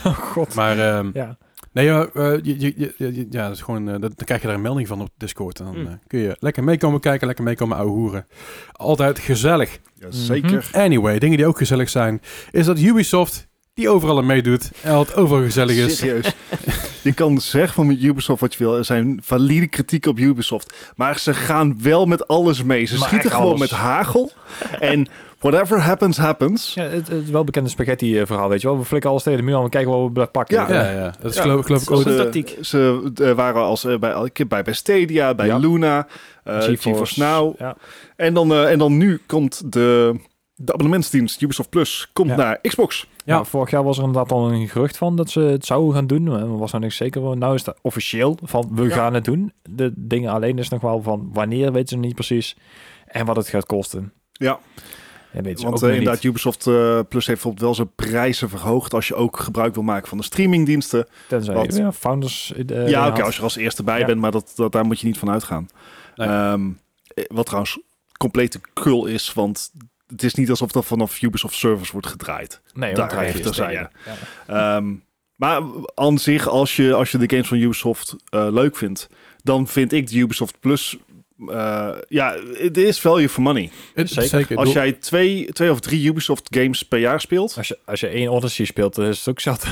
Speaker 1: Oh god.
Speaker 2: Maar ehm,
Speaker 1: Ja.
Speaker 2: nee, ja, eh, je, je, je- je- je- ja, dat is gewoon, eh, dat, dan krijg je daar een melding van op Discord. En dan
Speaker 5: Mm.
Speaker 2: eh, kun je lekker meekomen kijken, lekker meekomen ouwehoeren. Altijd gezellig.
Speaker 3: Jazeker.
Speaker 1: Mhm.
Speaker 2: Anyway, dingen die ook gezellig zijn, is dat Ubisoft, die overal aan meedoet, en dat het overal gezellig is.
Speaker 3: Serieus. je kan zeggen van Ubisoft wat je wil. Er zijn valide kritiek op Ubisoft. Maar ze gaan wel met alles mee. Ze
Speaker 1: Maar
Speaker 3: schieten
Speaker 1: echt
Speaker 3: gewoon
Speaker 1: alles.
Speaker 3: met hagel. en whatever happens, happens.
Speaker 1: Ja, het, het welbekende spaghetti eh, verhaal, weet je wel. We flikken alles tegen de muur aan, we kijken wat we blijven pakken. Eh,
Speaker 3: Ja.
Speaker 2: Ja, ja, dat is
Speaker 3: Ja,
Speaker 2: geloof, geloof ik
Speaker 3: Ze-
Speaker 2: ook.
Speaker 5: dat is een tactiek.
Speaker 3: Ze eh, waren als eh, bij, elke keer bij, bij Stadia, bij
Speaker 1: Ja.
Speaker 3: Luna, eh GeForce. Now.
Speaker 1: Ja.
Speaker 3: En dan, eh, en dan nu komt de, de abonnementsdienst Ubisoft Plus komt
Speaker 1: Ja.
Speaker 3: naar Xbox.
Speaker 2: Ja.
Speaker 1: Nou, vorig jaar was er inderdaad al een gerucht van dat ze het zouden gaan doen. Maar er was nog niks zeker. van. Nou is het officieel van we gaan het doen. De dingen alleen is nog wel van wanneer weten ze nog niet precies. En wat het gaat kosten.
Speaker 3: Ja.
Speaker 1: En weet ze
Speaker 3: Want
Speaker 1: ook
Speaker 3: eh,
Speaker 1: nog
Speaker 3: inderdaad,
Speaker 1: niet.
Speaker 3: Ubisoft eh, Plus heeft bijvoorbeeld wel zijn prijzen verhoogd als je ook gebruik wil maken van de streamingdiensten.
Speaker 1: Tenzij
Speaker 3: wat-
Speaker 1: ja, founders... eh, eh,
Speaker 3: ja, oké,
Speaker 1: had.
Speaker 3: als je er als eerste bij
Speaker 1: Ja.
Speaker 3: bent, maar dat, dat, daar moet je niet van uitgaan.
Speaker 2: Nee.
Speaker 3: Ehm, eh, wat trouwens complete kul is, want het is niet alsof dat vanaf Ubisoft Service wordt gedraaid.
Speaker 1: Nee,
Speaker 3: daar
Speaker 1: want daar
Speaker 3: even
Speaker 1: heeft het
Speaker 3: te
Speaker 1: tegen. Ja.
Speaker 3: Ehm, maar aan zich, als je, als je de games van Ubisoft eh, leuk vindt, dan vind ik de Ubisoft Plus. eh, ja, het is value for money.
Speaker 2: Het-
Speaker 1: Zeker.
Speaker 2: eh, Zeker.
Speaker 3: Als
Speaker 2: Doe-
Speaker 3: jij twee, twee of drie Ubisoft games per jaar speelt.
Speaker 1: Als je, als je één Odyssey speelt, dan is het ook zat.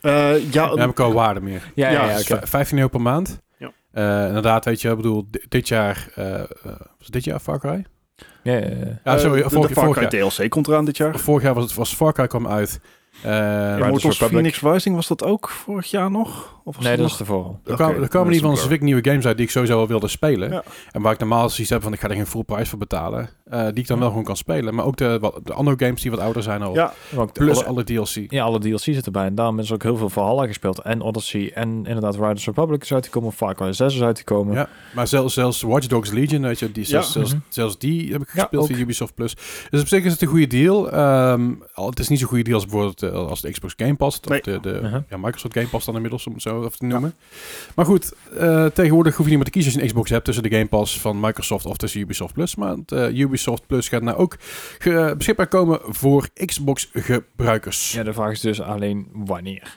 Speaker 3: eh, ja,
Speaker 2: Dan heb ik al waarde meer.
Speaker 1: Ja, ja,
Speaker 3: Ja,
Speaker 1: ja,
Speaker 2: Dus
Speaker 1: oké.
Speaker 2: vij- 15 euro per maand.
Speaker 5: Ja.
Speaker 2: Eh, inderdaad, weet je, ik bedoel, di- dit jaar, eh, eh, was het dit jaar Far Cry?
Speaker 1: ja, ja, ja.
Speaker 2: Ja,
Speaker 3: eh,
Speaker 2: ah, sorry,
Speaker 3: de,
Speaker 2: vorig,
Speaker 3: de Far
Speaker 2: vorig
Speaker 3: Cry
Speaker 2: jaar,
Speaker 3: DLC komt eraan dit jaar.
Speaker 2: vorig jaar was het was Far Cry kwam uit. Eh,
Speaker 3: Immortals
Speaker 2: Riders Republic.
Speaker 3: Phoenix Rising was dat ook vorig jaar nog? Of was
Speaker 1: Nee,
Speaker 3: dat
Speaker 1: dat
Speaker 3: nog?
Speaker 1: is tevoren.
Speaker 2: Er kwamen
Speaker 3: Oké,
Speaker 2: er kwamen
Speaker 3: dat
Speaker 2: in
Speaker 3: is
Speaker 2: ieder geval
Speaker 3: een
Speaker 2: een zwik nieuwe games uit die ik sowieso al wilde spelen.
Speaker 3: Ja.
Speaker 2: En waar ik normaal zoiets heb van, ik ga er geen full price voor betalen. eh, die ik dan wel gewoon kan spelen. Maar ook de, wat- de andere games die wat ouder zijn al.
Speaker 3: Ja.
Speaker 1: Want
Speaker 2: Plus
Speaker 1: alle,
Speaker 2: alle DLC.
Speaker 1: ja, alle DLC zitten erbij. En daarom is ook heel veel Valhalla gespeeld. En Odyssey en inderdaad Riders Republic is uitgekomen. Far Cry 6 is uitgekomen.
Speaker 2: Ja, maar zelfs, zelfs Watch Dogs Legion, weet je, die, zelfs,
Speaker 3: Ja.
Speaker 2: zelfs,
Speaker 1: Mhm.
Speaker 2: zelfs die heb ik
Speaker 1: Ja,
Speaker 2: gespeeld
Speaker 1: ook.
Speaker 2: via Ubisoft Plus. Dus op zich is het een goede deal. Ehm, al, het is niet zo'n goede deal als bijvoorbeeld eh, als de Xbox Game Pass. Of
Speaker 3: Nee.
Speaker 2: de, de
Speaker 1: Mhm.
Speaker 2: ja, Microsoft Game Pass dan inmiddels, om het zo even te noemen. Maar goed, eh, tegenwoordig hoef je niet meer te kiezen als je een Xbox hebt tussen de Game Pass van Microsoft of tussen Ubisoft Plus. Maar het, eh, Ubisoft Plus gaat nou ook ge- beschikbaar komen voor Xbox gebruikers.
Speaker 1: Ja, de vraag is dus alleen wanneer.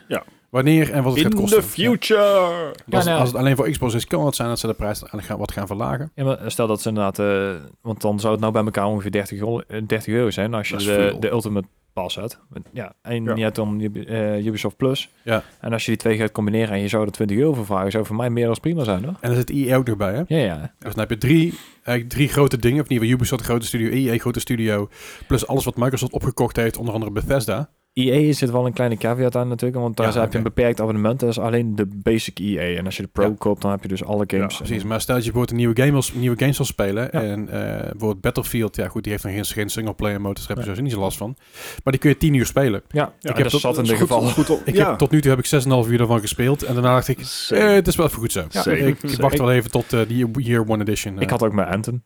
Speaker 2: Wanneer en wat het
Speaker 3: In
Speaker 2: gaat kosten.
Speaker 3: the future!
Speaker 2: Ja. Als,
Speaker 1: Ja, nou.
Speaker 2: als het alleen voor Xbox is, kan het zijn dat ze de prijs aan- gaan- wat gaan verlagen.
Speaker 1: Ja, maar stel dat ze inderdaad... eh, want dan zou het nou bij elkaar ongeveer 30, euro- eh, 30 euro zijn... als je
Speaker 3: Dat is
Speaker 1: de,
Speaker 3: veel.
Speaker 1: de Ultimate Pass had. Want Ja, en
Speaker 3: Ja.
Speaker 1: je hebt dan Ubi- eh, Ubisoft Plus.
Speaker 2: Ja.
Speaker 1: En als je die twee gaat combineren en je zou er 20 euro voor vragen... zou voor mij meer dan prima zijn, hoor.
Speaker 2: En er zit EA ook nog bij, hè?
Speaker 1: Ja, ja.
Speaker 2: Dus dan heb je drie, eigenlijk drie grote dingen. Of in ieder geval Ubisoft, grote studio, EA, grote studio. Plus alles wat Microsoft opgekocht heeft, onder andere Bethesda.
Speaker 1: EA E zit wel een kleine caveat aan natuurlijk, want daar
Speaker 2: Ja,
Speaker 1: heb je een beperkt abonnement. Dat is alleen de basic EA. En als je de Pro
Speaker 2: Ja.
Speaker 1: koopt, dan heb je dus alle games.
Speaker 2: Precies, maar stel dat je bijvoorbeeld een nieuwe, game wil, nieuwe games wil spelen.
Speaker 1: Ja.
Speaker 2: En eh, bijvoorbeeld Battlefield, ja goed, die heeft nog geen, geen singleplayer mode. Dus daar heb je sowieso niet zo last van. Maar die kun je tien uur spelen.
Speaker 1: Ja,
Speaker 3: Ja,
Speaker 1: ik heb
Speaker 2: dat
Speaker 1: dat zat in
Speaker 3: is
Speaker 1: dit
Speaker 3: goed-
Speaker 1: geval.
Speaker 3: Goed op,
Speaker 2: <laughs> Ik
Speaker 3: ja.
Speaker 2: heb, tot nu toe heb ik 6,5 uur ervan gespeeld. En daarna dacht ik, eh, het is wel even goed zo.
Speaker 3: Ja. Zeker.
Speaker 2: Ik, ik
Speaker 1: Zeker.
Speaker 2: wacht wel even tot eh, die Year One Edition. eh.
Speaker 1: Ik had ook mijn Anthem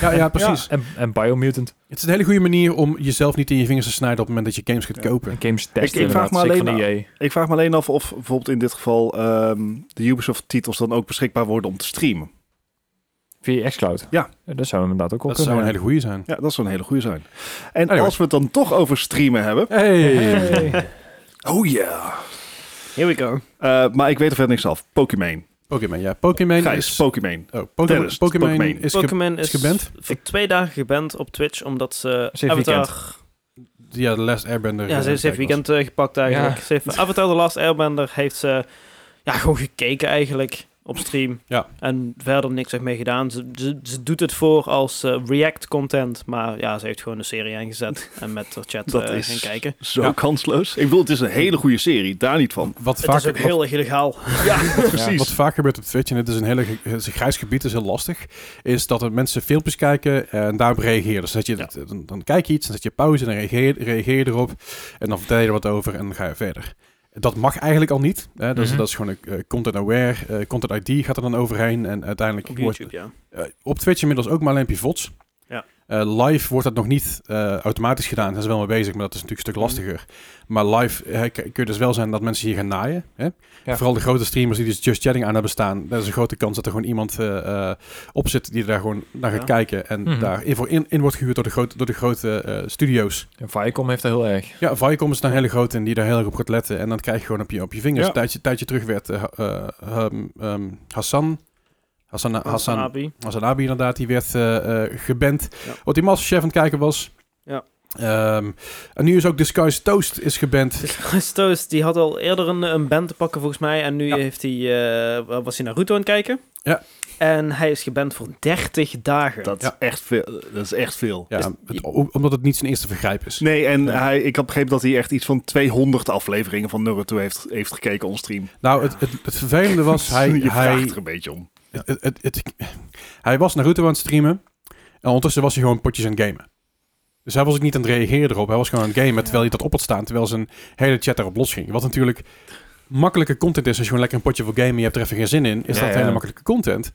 Speaker 2: ja, ja, precies.
Speaker 1: en, en Biomutant
Speaker 2: Het is een hele goede manier om jezelf niet in je vingers te snijden op het moment dat je games gaat
Speaker 3: Ja.
Speaker 2: kopen.
Speaker 1: en games testen.
Speaker 3: ik vraag
Speaker 1: inderdaad, Dus
Speaker 3: me
Speaker 1: zeker
Speaker 3: alleen
Speaker 1: van EA.
Speaker 3: Ik vraag me alleen af of bijvoorbeeld in dit geval ehm, de Ubisoft-titels dan ook beschikbaar worden om te streamen.
Speaker 1: Via xCloud.
Speaker 3: Ja.
Speaker 1: Dat zou inderdaad ook wel
Speaker 2: Dat zou een
Speaker 1: kunnen.
Speaker 2: hele goede zijn.
Speaker 3: Ja, dat zou een hele goede zijn. En
Speaker 2: Anyway.
Speaker 3: als we het dan toch over streamen hebben.
Speaker 2: hey. <laughs>
Speaker 3: Oh ja.
Speaker 5: Here we go.
Speaker 3: Eh, maar ik weet er verder niks af. Pokémon.
Speaker 2: Pokémon, ja. Pokémon
Speaker 3: Gijs,
Speaker 2: is...
Speaker 3: Pokémon.
Speaker 2: oh, Pokémon,
Speaker 3: Dennis,
Speaker 2: Pokémon
Speaker 3: Pokémon.
Speaker 2: is... ge-
Speaker 5: Pokémon
Speaker 2: is
Speaker 5: is,
Speaker 2: geband?
Speaker 5: voor twee dagen geband op Twitch, omdat ze
Speaker 1: Ze heeft
Speaker 5: Avatar...
Speaker 2: ja, de Last Airbender.
Speaker 5: Ja,
Speaker 2: eh,
Speaker 5: ze, ze heeft
Speaker 2: kijk was.
Speaker 5: weekend eh, gepakt eigenlijk.
Speaker 1: Ja.
Speaker 5: Ze heeft Avatar The Last Airbender heeft ze ja, gewoon gekeken eigenlijk op stream.
Speaker 2: Ja.
Speaker 5: En verder niks heeft mee gedaan. Ze, ze, ze doet het voor als eh, react content, maar ja, ze heeft gewoon een serie aangezet en met haar chat
Speaker 3: Dat
Speaker 5: eh,
Speaker 3: is
Speaker 5: gaan kijken.
Speaker 3: Zo
Speaker 2: Ja.
Speaker 3: kansloos. Ik bedoel, het is een hele goede serie. Daar niet van.
Speaker 2: Wat
Speaker 5: Het is
Speaker 2: vaak,
Speaker 5: ook heel erg illegaal.
Speaker 1: Ja,
Speaker 2: wat,
Speaker 3: Precies.
Speaker 2: wat vaak gebeurt op Twitch, en het is een hele ge- het is een grijs gebied, het is heel lastig, is dat er mensen filmpjes kijken en daarop reageren. Dus dat je,
Speaker 5: Ja.
Speaker 2: dat- dan, dan kijk je iets, dan zet je pauze en dan reageer, reageer je erop en dan vertel je er wat over en dan ga je verder. Dat mag eigenlijk al niet. Hè? Dat, is,
Speaker 1: Mhm.
Speaker 2: dat is gewoon eh, content-aware. eh, content ID gaat er dan overheen. En uiteindelijk
Speaker 4: Op
Speaker 2: wordt
Speaker 4: YouTube, ja.
Speaker 2: eh, op Twitch inmiddels ook maar alleen pivots.
Speaker 4: Ja.
Speaker 2: Eh, live wordt dat nog niet eh, automatisch gedaan. Daar zijn ze wel mee bezig, maar dat is natuurlijk een stuk lastiger. Maar live eh, k- kun je dus wel zijn dat mensen hier gaan naaien. Hè?
Speaker 1: Ja.
Speaker 2: Vooral de grote streamers die dus Just Chatting aan hebben staan. Dat is een grote kans dat er gewoon iemand eh, eh, op zit die daar gewoon naar gaat
Speaker 4: Ja.
Speaker 2: kijken. En
Speaker 1: Mhm.
Speaker 2: daar in, voor in, in wordt gehuurd door de, grote door de grote eh, studio's.
Speaker 1: En Viacom heeft dat heel erg.
Speaker 2: Ja, Viacom is daar hele groot en die daar heel erg op gaat letten. En dan krijg je gewoon op je, op je vingers.
Speaker 1: Ja.
Speaker 2: Een tijdje, tijdje terug werd eh, ha- eh, ehm, ehm, Hassan... Hassan, Hassan,
Speaker 4: Abi.
Speaker 2: Watanabe inderdaad, die werd eh, eh, geband.
Speaker 4: Ja.
Speaker 2: Wat die Masterchef aan het kijken was.
Speaker 4: Ja.
Speaker 2: Ehm, en nu is ook Disguise Toast is geband.
Speaker 4: <laughs> Stoos, die had al eerder een, een band te pakken volgens mij. En nu
Speaker 2: Ja.
Speaker 4: heeft hij, eh, was hij Naruto aan het kijken.
Speaker 2: Ja.
Speaker 4: En hij is geband voor 30 dagen.
Speaker 3: Dat,
Speaker 2: Ja.
Speaker 3: is echt veel, dat is echt veel.
Speaker 2: Ja, het- o- omdat het niet zijn eerste vergrijp is.
Speaker 3: Nee, en
Speaker 2: Ja.
Speaker 3: hij, ik had begrepen dat hij echt iets van 200 afleveringen van Naruto heeft, heeft gekeken onstream.
Speaker 2: Nou, het, het, het vervelende
Speaker 3: <laughs>
Speaker 2: was, hij,
Speaker 3: Je vraagt
Speaker 2: hij,
Speaker 3: er een beetje om.
Speaker 2: het, het, het- hij was Naruto aan het streamen. En ondertussen was hij gewoon potjes aan het gamen. Dus hij was ook niet aan het reageren erop. Hij was gewoon aan het gamen terwijl hij dat op had staan. Terwijl zijn hele chat daarop losging. Wat natuurlijk makkelijke content is. Als je gewoon lekker een potje wil gamen en je hebt er even geen zin in. Is
Speaker 1: Ja,
Speaker 2: dat
Speaker 1: ja.
Speaker 2: hele makkelijke content.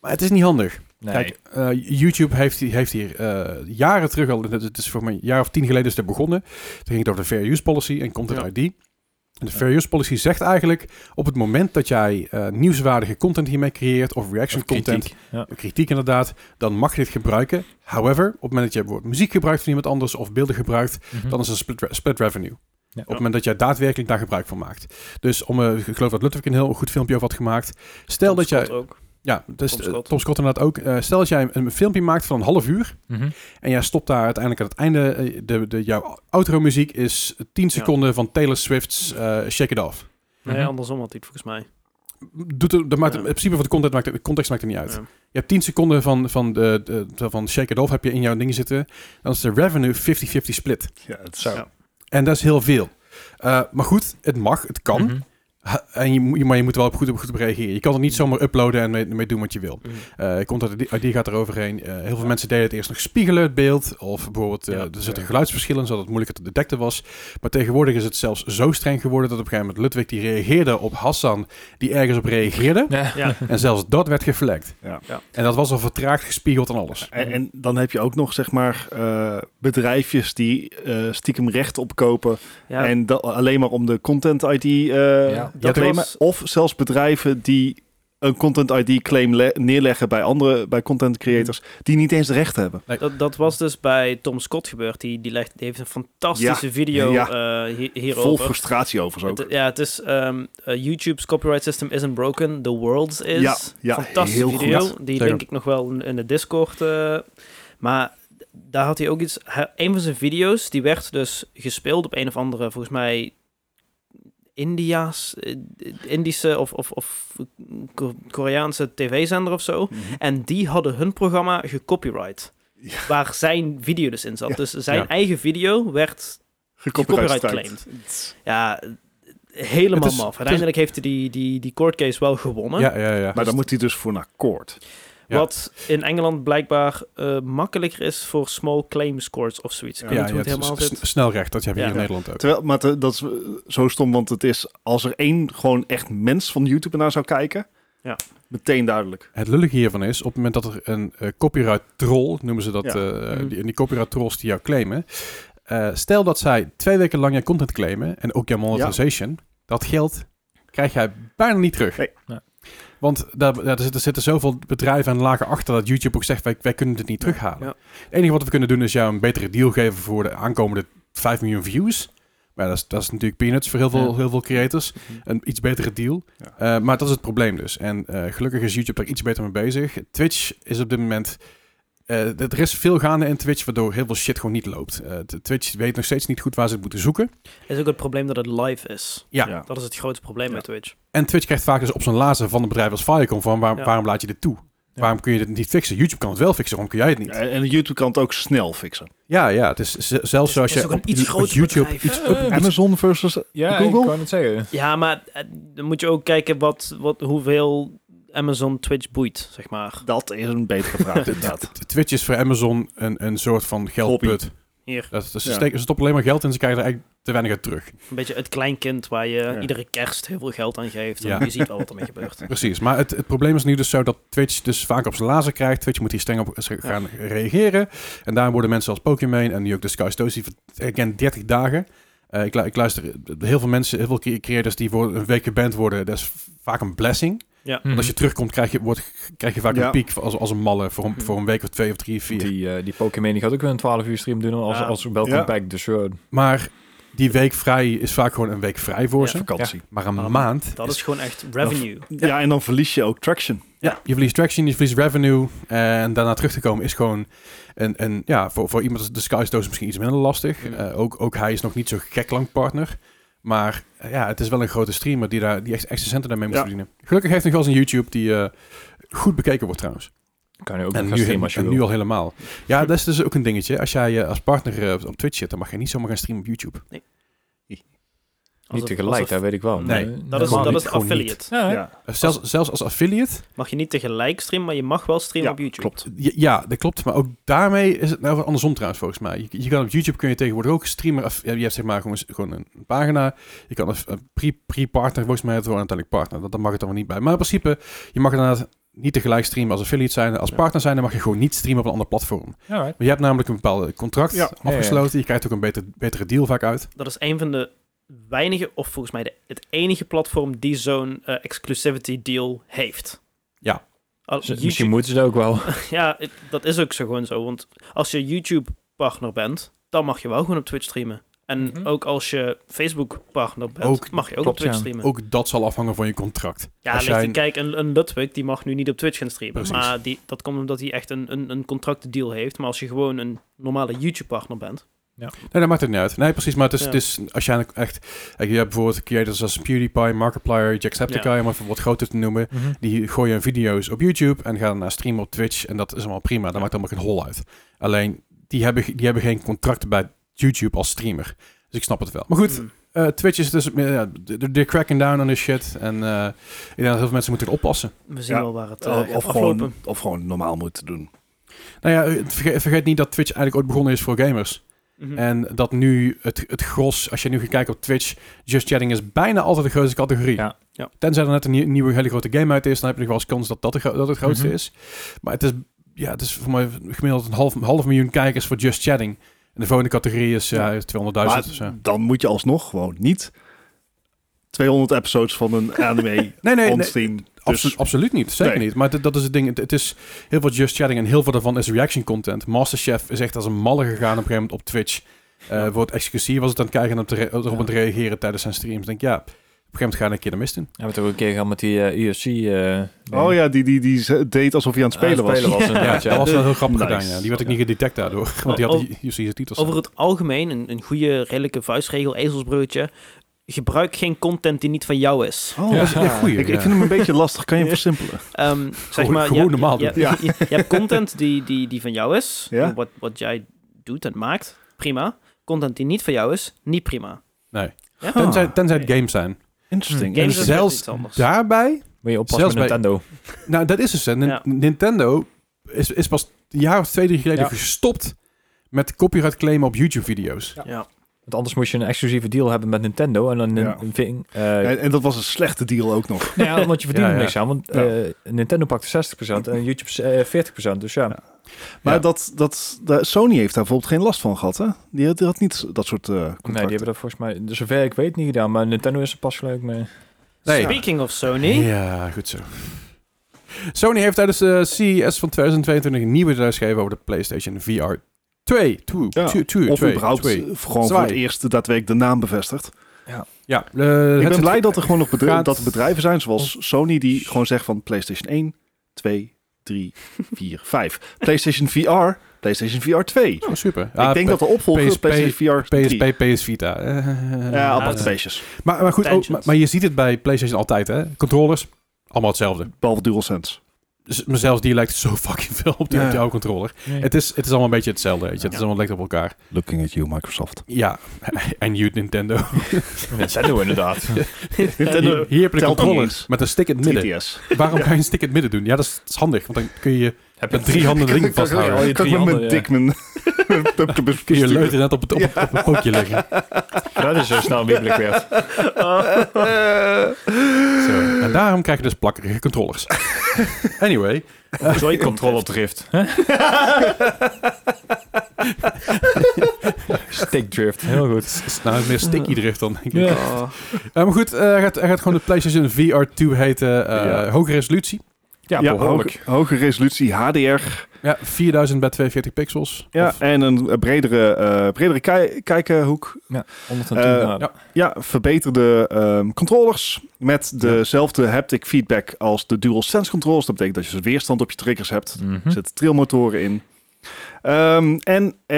Speaker 2: Maar het is niet handig.
Speaker 1: Nee.
Speaker 2: Kijk, eh, YouTube heeft, hi- heeft hier eh, jaren terug al, het het is voor mij een jaar of tien geleden is het begonnen. Toen ging het over de fair use policy en content
Speaker 3: Ja.
Speaker 2: ID. En de fair use policy zegt eigenlijk, op het moment dat jij eh, nieuwswaardige content hiermee creëert, of reaction
Speaker 1: Of kritiek.
Speaker 2: content,
Speaker 1: Ja.
Speaker 2: kritiek inderdaad, dan mag je dit gebruiken. However, op het moment dat je bijvoorbeeld muziek gebruikt van iemand anders of beelden gebruikt,
Speaker 1: Mhm.
Speaker 2: dan is het split, re- split revenue.
Speaker 1: Ja.
Speaker 2: Op het moment dat jij daadwerkelijk daar gebruik van maakt. Dus om, eh, ik geloof dat Ludwig een heel goed filmpje over had gemaakt. Stel
Speaker 4: Tom
Speaker 2: dat jij,
Speaker 4: Scott ook.
Speaker 2: ja, dus
Speaker 4: Tom
Speaker 2: Tom
Speaker 4: Scott.
Speaker 2: Scott, inderdaad ook. Eh, stel dat jij een, een filmpje maakt van een half uur
Speaker 1: Mhm.
Speaker 2: en jij stopt daar uiteindelijk aan het einde. eh, De, de, jouw outro-muziek is 10 seconden van Taylor Swift's eh, Shake It Off.
Speaker 4: Nee,
Speaker 1: Mhm.
Speaker 4: andersom had hij het volgens mij.
Speaker 2: Doet er, dat maakt,
Speaker 4: Ja.
Speaker 2: In principe van de content maakt, het- de context maakt er niet uit.
Speaker 4: Ja.
Speaker 2: Je hebt 10 seconden van, van, de, de- van Shake It Off heb je in jouw ding zitten. Dan is de revenue 50-50 split.
Speaker 3: Ja, het is-
Speaker 1: Zo.
Speaker 4: Ja.
Speaker 2: En dat is heel veel. Eh, maar goed, het mag, het kan.
Speaker 1: Mhm.
Speaker 2: Ha- En je, moet- je- maar je moet er wel op goed, op goed op reageren. Je kan het niet zomaar uploaden en mee, mee doen wat je wil.
Speaker 4: Mhm.
Speaker 2: Eh komt dat ID gaat er overheen. Eh, heel veel mensen deden het eerst nog spiegelen, het beeld. Of bijvoorbeeld, eh,
Speaker 4: Ja,
Speaker 2: er zitten geluidsverschillen, zodat het moeilijker te detecten was. Maar tegenwoordig is het zelfs zo streng geworden dat op een gegeven moment Ludwig die reageerde op Hassan, die ergens op
Speaker 4: <laughs>
Speaker 2: reageerde.
Speaker 1: Ja.
Speaker 2: <laughs>
Speaker 4: Ja.
Speaker 2: en zelfs dat werd geflekt.
Speaker 3: Ja.
Speaker 4: Ja.
Speaker 2: En dat was al vertraagd, gespiegeld en alles.
Speaker 3: En, en dan heb je ook nog, zeg maar, eh, bedrijfjes die eh, stiekem recht opkopen.
Speaker 4: Ja,
Speaker 3: En dat alleen maar om de content ID eh,
Speaker 1: Ja,
Speaker 3: te
Speaker 2: dat
Speaker 3: claimen.
Speaker 4: was-
Speaker 3: Of zelfs bedrijven die een content ID claim le- neerleggen bij andere, bij content creators, die niet eens de recht hebben.
Speaker 4: dat, dat was dus bij Tom Scott gebeurd. Die, die, legt, die heeft een fantastische video eh, hier,
Speaker 3: Vol
Speaker 4: hierover.
Speaker 3: frustratie over ook.
Speaker 4: Het- ja, het is ehm, eh, YouTube's copyright system isn't broken, the world's is.
Speaker 3: Ja, ja,
Speaker 4: Fantastische
Speaker 3: heel goed.
Speaker 4: video.
Speaker 3: Ja,
Speaker 4: Die
Speaker 2: zeker.
Speaker 4: link ik nog wel in, in de Discord. eh, maar d- daar had hij ook iets. hij- een van zijn video's die werd dus gespeeld op een of andere, volgens mij. India's, eh, Indische of, of, of Ko- Koreaanse tv-zender of zo.
Speaker 3: Mhm.
Speaker 4: En die hadden hun programma gecopyright.
Speaker 3: Ja. <laughs>
Speaker 4: Waar zijn video dus in zat.
Speaker 3: Ja.
Speaker 4: Dus zijn
Speaker 2: Ja.
Speaker 4: eigen video werd
Speaker 3: Gecopyright
Speaker 4: copyright
Speaker 3: strijd.
Speaker 4: ja, helemaal
Speaker 2: Het is-
Speaker 4: maf. Uiteindelijk heeft hij die, die, die court case wel gewonnen.
Speaker 2: Ja, ja, ja.
Speaker 3: Maar dan moet hij dus voor naar akkoord.
Speaker 2: ja.
Speaker 4: Wat in Engeland blijkbaar eh, makkelijker is voor small claims courts of zoiets. Ik
Speaker 2: ja,
Speaker 4: weet niet
Speaker 2: je
Speaker 4: hoe het
Speaker 2: hebt
Speaker 4: helemaal
Speaker 2: s-
Speaker 4: zit.
Speaker 2: s- snel recht, dat heb je
Speaker 4: Ja.
Speaker 2: hier in Nederland ook.
Speaker 3: Terwijl, maar te- dat is eh, zo stom, want het is als er één gewoon echt mens van YouTube naar zou kijken,
Speaker 4: Ja.
Speaker 3: meteen duidelijk.
Speaker 2: Het lullige hiervan is, op het moment dat er een eh, copyright troll, noemen ze dat,
Speaker 3: Ja.
Speaker 2: eh,
Speaker 4: Mhm.
Speaker 2: die, die copyright trolls die jou claimen. eh, stel dat zij twee weken lang jouw content claimen en ook jouw monetization. Dat geld krijg jij bijna niet terug.
Speaker 3: Nee.
Speaker 1: Nee.
Speaker 2: Want daar, daar zitten, zitten zoveel bedrijven en lagen achter dat YouTube ook zegt, wij, wij kunnen dit niet terughalen.
Speaker 4: Ja.
Speaker 2: Het enige wat we kunnen doen is jou een betere deal geven voor de aankomende 5 miljoen views. Maar dat is, dat is natuurlijk peanuts voor heel veel,
Speaker 1: Ja.
Speaker 2: heel veel creators.
Speaker 4: Mhm.
Speaker 2: Een iets betere deal. Eh, maar dat is het probleem dus. En eh, gelukkig is YouTube daar iets beter mee bezig. Twitch is op dit moment... eh, d- er is veel gaande in Twitch, waardoor heel veel shit gewoon niet loopt. Eh, t- Twitch weet nog steeds niet goed waar ze het moeten zoeken.
Speaker 4: is ook het probleem dat het live is.
Speaker 2: Ja.
Speaker 3: Ja.
Speaker 4: Dat is het grootste probleem
Speaker 3: Ja.
Speaker 4: met Twitch.
Speaker 2: En Twitch krijgt vaak dus op zijn lazen van een bedrijf als Viacom van... Waar,
Speaker 4: Ja.
Speaker 2: waarom laat je dit toe?
Speaker 1: Ja.
Speaker 2: Waarom kun je dit niet fixen? YouTube kan het wel fixen, waarom kun jij het niet?
Speaker 3: En en YouTube kan het ook snel fixen.
Speaker 2: Ja, ja, het is z- zelfs zoals
Speaker 4: het is
Speaker 2: je
Speaker 4: ook een
Speaker 2: op,
Speaker 4: iets
Speaker 2: op
Speaker 4: groter
Speaker 2: YouTube
Speaker 4: bedrijf,
Speaker 2: iets...
Speaker 1: hè?
Speaker 2: op-
Speaker 1: Eh,
Speaker 3: Amazon versus
Speaker 1: Ja,
Speaker 3: Google?
Speaker 1: ik kan het zeggen.
Speaker 4: Ja, maar eh, dan moet je ook kijken wat, wat, hoeveel Amazon Twitch boeit, zeg maar.
Speaker 3: <laughs> Dat is een betere vraag, inderdaad.
Speaker 2: Twitch is voor Amazon een, een soort van geldput.
Speaker 4: Hier.
Speaker 2: Dat, dat ze,
Speaker 3: Ja.
Speaker 2: steken, ze stoppen alleen maar geld in en ze krijgen er eigenlijk te weinig uit
Speaker 3: <laughs>
Speaker 2: terug.
Speaker 4: Een beetje het kleinkind waar je
Speaker 3: Ja.
Speaker 4: iedere kerst heel veel geld aan geeft. En
Speaker 2: Ja.
Speaker 4: je ziet wel wat ermee
Speaker 2: <laughs>
Speaker 4: gebeurt.
Speaker 2: Precies, maar het, het probleem is nu dus zo dat Twitch dus vaak op zijn lazen krijgt. Twitch moet hier streng op s- gaan reageren. En daarom worden mensen als Pokémon en nu ook de Sky Stones, die ver- again 30 dagen. Eh, ik, lu- ik luister, eh, heel veel mensen, heel veel cre- creators die voor een week geband worden, dat is v- vaak een blessing.
Speaker 4: Mhm.
Speaker 2: Want als je terugkomt, krijg je, wordt, krijg je vaak
Speaker 3: Ja.
Speaker 2: een piek als, als een malle voor
Speaker 4: Mhm.
Speaker 2: een, voor een week of twee of drie of vier.
Speaker 1: Die, eh, die Pokémon die gaat ook weer een 12 uur stream doen als,
Speaker 4: Ja.
Speaker 1: als welkom
Speaker 3: Ja.
Speaker 1: back. Dus eh,
Speaker 2: Maar die week vrij is vaak gewoon een week vrij voor
Speaker 4: Ja.
Speaker 2: ze.
Speaker 3: vakantie.
Speaker 2: Maar een
Speaker 4: Maar
Speaker 2: maand
Speaker 4: Dat
Speaker 2: is
Speaker 4: is gewoon echt revenue.
Speaker 3: Ja. en dan verlies je ook traction.
Speaker 2: Ja, je verliest traction, je verliest revenue. eh, En daarna terug te komen is gewoon een, een ja, voor, voor iemand als de Sky Stones misschien iets minder lastig. Eh, ook, ook hij is nog niet zo gek lang partner. Maar eh, ja, het is wel een grote streamer die daar die echt extra centen daarmee moet
Speaker 3: Ja.
Speaker 2: verdienen. Gelukkig heeft hij nog wel zijn YouTube die eh, goed bekeken wordt trouwens.
Speaker 1: kan je ook
Speaker 2: En
Speaker 1: nog
Speaker 2: nu,
Speaker 1: gaan streamen
Speaker 2: helemaal,
Speaker 1: als je
Speaker 2: en
Speaker 1: wil.
Speaker 2: nu al helemaal. Ja, dat is dus ook een dingetje. Als jij eh, als partner eh, op Twitch zit, dan mag je niet zomaar gaan streamen op YouTube.
Speaker 4: Als
Speaker 1: Niet
Speaker 4: het-
Speaker 1: tegelijk,
Speaker 4: als
Speaker 1: dat
Speaker 4: het-
Speaker 1: weet ik wel.
Speaker 2: Nee,
Speaker 4: Dat is,
Speaker 2: Normaal
Speaker 4: dat is
Speaker 2: niet, gewoon
Speaker 4: affiliate.
Speaker 1: Ja, hè?
Speaker 3: Ja.
Speaker 2: Eh, zelfs, zelfs als affiliate
Speaker 4: Mag je niet tegelijk streamen, maar je mag wel
Speaker 3: Ja,
Speaker 4: streamen op YouTube.
Speaker 3: klopt.
Speaker 2: Ja, ja, dat klopt. Maar ook daarmee is het nou wat andersom trouwens, volgens mij. Je, je kan op YouTube kun je tegenwoordig ook streamen. Af, ja, je hebt zeg maar gewoon, gewoon een pagina. Je kan af- een pre- pre-partner, volgens mij het wel uiteindelijk partner. Dat, dat mag het dan wel niet bij. Maar in principe, je mag inderdaad niet tegelijk streamen als affiliate zijn. Als partner zijn, dan mag je gewoon niet streamen op een ander platform. Maar
Speaker 1: Alright.
Speaker 2: je hebt namelijk een bepaald contract
Speaker 3: Ja.
Speaker 2: afgesloten. Je krijgt ook een beter, betere deal vaak uit.
Speaker 4: Dat is een van de weinige, of volgens mij de, het enige platform die zo'n eh, exclusivity deal heeft.
Speaker 2: Ja.
Speaker 4: Als
Speaker 1: Z-
Speaker 4: YouTube-
Speaker 1: Misschien moeten ze het ook wel.
Speaker 4: Ja, het- dat is ook zo gewoon zo. Want als je YouTube-partner bent, dan mag je wel gewoon op Twitch streamen. En
Speaker 1: Mhm.
Speaker 4: ook als je Facebook-partner bent,
Speaker 2: Ook,
Speaker 4: mag je ook
Speaker 1: klopt,
Speaker 4: op Twitch
Speaker 1: ja.
Speaker 4: streamen.
Speaker 2: Ook dat zal afhangen van je contract.
Speaker 4: ja,
Speaker 2: als
Speaker 4: ligt-
Speaker 2: jij-
Speaker 4: kijk, een, een Ludwig die mag nu niet op Twitch gaan streamen.
Speaker 2: Precies.
Speaker 4: Maar die, dat komt omdat hij echt een, een, een contractdeal heeft. Maar als je gewoon een normale YouTube-partner bent,
Speaker 1: <laughs>
Speaker 2: Nee, dat maakt het niet uit. Nee, precies. Maar het is,
Speaker 4: Ja.
Speaker 2: het is als je eigenlijk echt... kijk, Je hebt bijvoorbeeld creators als PewDiePie, Markiplier, Jacksepticeye... om even wat groter te noemen. Die gooien hun video's op YouTube en gaan naar streamen op Twitch. En dat is allemaal prima. Dat maakt allemaal geen hol uit. Alleen, die hebben, die hebben geen contract bij YouTube als streamer. Dus ik snap het wel. Maar goed,
Speaker 4: mm,
Speaker 2: eh, Twitch is dus... eh, de de cracking down on this shit. En eh, ik denk dat heel veel mensen moeten het oppassen.
Speaker 4: we zien
Speaker 3: Ja.
Speaker 4: wel waar het eh,
Speaker 3: Of-
Speaker 4: gaat
Speaker 3: of,
Speaker 4: aflopen.
Speaker 3: gewoon, of gewoon normaal moeten doen.
Speaker 2: Nou ja, eh, vergeet, vergeet niet dat Twitch eigenlijk ooit begonnen is voor gamers.
Speaker 4: Mhm.
Speaker 2: En dat nu het, het gros, als je nu gaat kijken op Twitch, just chatting is bijna altijd de grootste categorie.
Speaker 1: Ja.
Speaker 4: Ja.
Speaker 2: Tenzij er net een nieuw- nieuwe hele grote game uit is, dan heb je nog wel eens kans dat dat, de gro- dat het grootste
Speaker 1: Mhm.
Speaker 2: is. Maar het is, ja, het is voor mij gemiddeld een half, half miljoen kijkers voor just chatting. En de volgende categorie is ja, 200.000
Speaker 3: Maar
Speaker 2: of zo.
Speaker 3: dan moet je alsnog gewoon niet 200 episodes van een anime
Speaker 2: Nee, nee, nee
Speaker 3: onstream.
Speaker 2: absolu-
Speaker 3: Dus
Speaker 2: absoluut niet. Zeker
Speaker 3: Nee.
Speaker 2: niet. Maar dat- dat is het ding. Het, het is heel veel just chatting en heel veel daarvan is reaction content. Masterchef is echt als een malle gegaan op een gegeven moment op Twitch. Eh voor het exclusief was het aan het kijken en op, te re- op het reageren tijdens zijn streams. Ik denk ja, op een gegeven moment ga ik een keer de mist in.
Speaker 1: Hebben we het ook een keer gehad met die eh, UFC. eh,
Speaker 3: oh ja, die, die, die ze- deed alsof hij aan het
Speaker 1: aan het
Speaker 3: spelen
Speaker 1: <laughs>
Speaker 3: was.
Speaker 1: spelen was.
Speaker 2: Ja,
Speaker 1: inderdaad,
Speaker 2: dat was wel heel grappig
Speaker 3: Nice.
Speaker 2: gedaan. Ja. Die werd ook niet gedetect daardoor. <laughs> Want die had
Speaker 4: Over-
Speaker 2: die justitie titels.
Speaker 4: Over het algemeen, een, een goede, redelijke vuistregel, ezelsbreutje. Gebruik geen content die niet van jou is.
Speaker 3: Oh,
Speaker 2: ja,
Speaker 3: dat
Speaker 2: dat
Speaker 3: is-
Speaker 2: is een goeie,
Speaker 3: Ik,
Speaker 2: ja.
Speaker 3: ik vind hem een beetje lastig. Kan je hem versimpelen?
Speaker 4: Ehm, zeg
Speaker 2: Gewoon-
Speaker 4: maar,
Speaker 2: gewoon
Speaker 4: je-
Speaker 2: normaal
Speaker 4: je,
Speaker 2: doen.
Speaker 4: je-
Speaker 3: Ja.
Speaker 4: je- je hebt content die, die, die van jou is,
Speaker 3: Ja.
Speaker 4: wat, wat jij doet en maakt, prima. Content die niet van jou is, niet prima.
Speaker 2: Nee.
Speaker 4: Ja?
Speaker 2: Tenzij, tenzij het games zijn.
Speaker 3: Interesting.
Speaker 4: Games
Speaker 2: en
Speaker 4: is
Speaker 2: zelfs
Speaker 4: iets anders.
Speaker 2: Daarbij,
Speaker 1: Moet je oppassen
Speaker 2: Zelfs
Speaker 1: met
Speaker 2: bij-
Speaker 1: Nintendo.
Speaker 2: nou dat is dus. hè. Nin-
Speaker 4: Ja.
Speaker 2: Nintendo is, is pas een jaar of twee, drie geleden
Speaker 1: Ja.
Speaker 2: gestopt met copyright claimen op YouTube-video's.
Speaker 4: Ja.
Speaker 1: Want anders moest je een exclusieve deal hebben met Nintendo. En dan
Speaker 3: Ja.
Speaker 1: een ving. eh,
Speaker 3: En, en dat was een slechte deal ook nog.
Speaker 1: Nou ja, want je verdient
Speaker 2: Ja,
Speaker 1: er
Speaker 2: ja.
Speaker 1: niks aan. Want
Speaker 3: Ja.
Speaker 1: eh, Nintendo pakt 60% en YouTube eh 40%. Dus ja.
Speaker 3: Maar
Speaker 2: Ja.
Speaker 3: dat, dat, daar- Sony heeft daar bijvoorbeeld geen last van gehad, hè? Die had, die had niet dat soort eh
Speaker 1: Nee, die
Speaker 3: contracten.
Speaker 1: hebben dat volgens mij, dus zover ik weet, niet gedaan. Maar Nintendo is er pas gelijk mee.
Speaker 2: Nee.
Speaker 4: Speaking of Sony,
Speaker 2: Ja, goed zo. Sony heeft tijdens de CES van 2022 een nieuwe details gegeven over de PlayStation VR 2. 2,
Speaker 3: Ja.
Speaker 2: 2, 2,
Speaker 3: Of
Speaker 2: 2,
Speaker 3: überhaupt
Speaker 2: 2.
Speaker 3: eh, gewoon voor het
Speaker 2: Twee.
Speaker 3: eerst daadwerkelijk de naam bevestigd.
Speaker 2: Ja, eh,
Speaker 3: ik
Speaker 2: het-
Speaker 3: ben blij dat er gewoon nog bedrijven,
Speaker 2: gaat-
Speaker 3: dat er bedrijven zijn zoals Sony die gewoon zeggen van PlayStation 1, 2, 3, 4, <laughs> 5. PlayStation VR, PlayStation VR 2.
Speaker 2: Oh, super.
Speaker 3: ik denk dat de opvolger
Speaker 2: PSP,
Speaker 3: PlayStation VR 3.
Speaker 2: PSP, PS Vita. Eh,
Speaker 3: ja, aparte
Speaker 4: Ja.
Speaker 3: feestjes.
Speaker 2: Maar, maar goed, ook,
Speaker 4: Tangents.
Speaker 2: maar, maar je ziet het bij PlayStation altijd, hè? Controllers, allemaal hetzelfde.
Speaker 3: Behalve DualSense.
Speaker 2: Dus, maar zelfs die lijkt zo <laughs> fucking veel op die
Speaker 3: Ja.
Speaker 2: op jouw controller. Het, is, het is allemaal een beetje hetzelfde, weet je. Het is allemaal lijkt op elkaar.
Speaker 3: Looking at you, Microsoft.
Speaker 2: Ja, <laughs> en you, Nintendo.
Speaker 1: Nintendo inderdaad.
Speaker 3: Nintendo
Speaker 1: eh,
Speaker 2: Hier, hier heb je de
Speaker 3: telt
Speaker 2: controller
Speaker 3: niet eens.
Speaker 2: met een stick in het midden.
Speaker 3: 3DS.
Speaker 2: Waarom ga je een stick in het midden doen? Ja, dat is, dat is handig, want dan kun je Heb je drie handen de link vasthouden?
Speaker 1: je
Speaker 3: Kan
Speaker 1: drie
Speaker 3: ik met mijn
Speaker 1: handen,
Speaker 3: dik <laughs> mijn mijn pupke
Speaker 2: Kun je
Speaker 3: besturen?
Speaker 2: leuter net op het, op, op het pootje liggen.
Speaker 1: Dat is zo snel bibbelig werd.
Speaker 2: Zo. En daarom krijg je dus plakkerige
Speaker 1: <laughs>
Speaker 2: controllers. Anyway.
Speaker 1: Zo'n controle op drift. Stickdrift. Heel goed.
Speaker 2: Het is nou meer sticky drift dan, denk ik.
Speaker 1: Ja.
Speaker 4: oh,
Speaker 2: Eh, maar goed, eh, hij, gaat, hij gaat gewoon de PlayStation VR 2 heten. eh,
Speaker 3: Ja.
Speaker 2: Hoge resolutie.
Speaker 1: Ja,
Speaker 3: Ja,
Speaker 1: behoorlijk.
Speaker 3: hoge, hoge resolutie, HDR.
Speaker 2: Ja, 4000 bij 42 pixels.
Speaker 3: Ja,
Speaker 2: Of-
Speaker 3: en een eh, bredere, eh, bredere kei- kijkhoek.
Speaker 1: Ja, 110
Speaker 3: Eh,
Speaker 1: graden.
Speaker 2: ja.
Speaker 3: Ja, verbeterde ehm, controllers met dezelfde haptic feedback als de DualSense controllers. Dat betekent dat je dus weerstand op je triggers hebt.
Speaker 2: Hm.
Speaker 1: Mhm.
Speaker 3: Er zitten trilmotoren in. Ehm, en eh,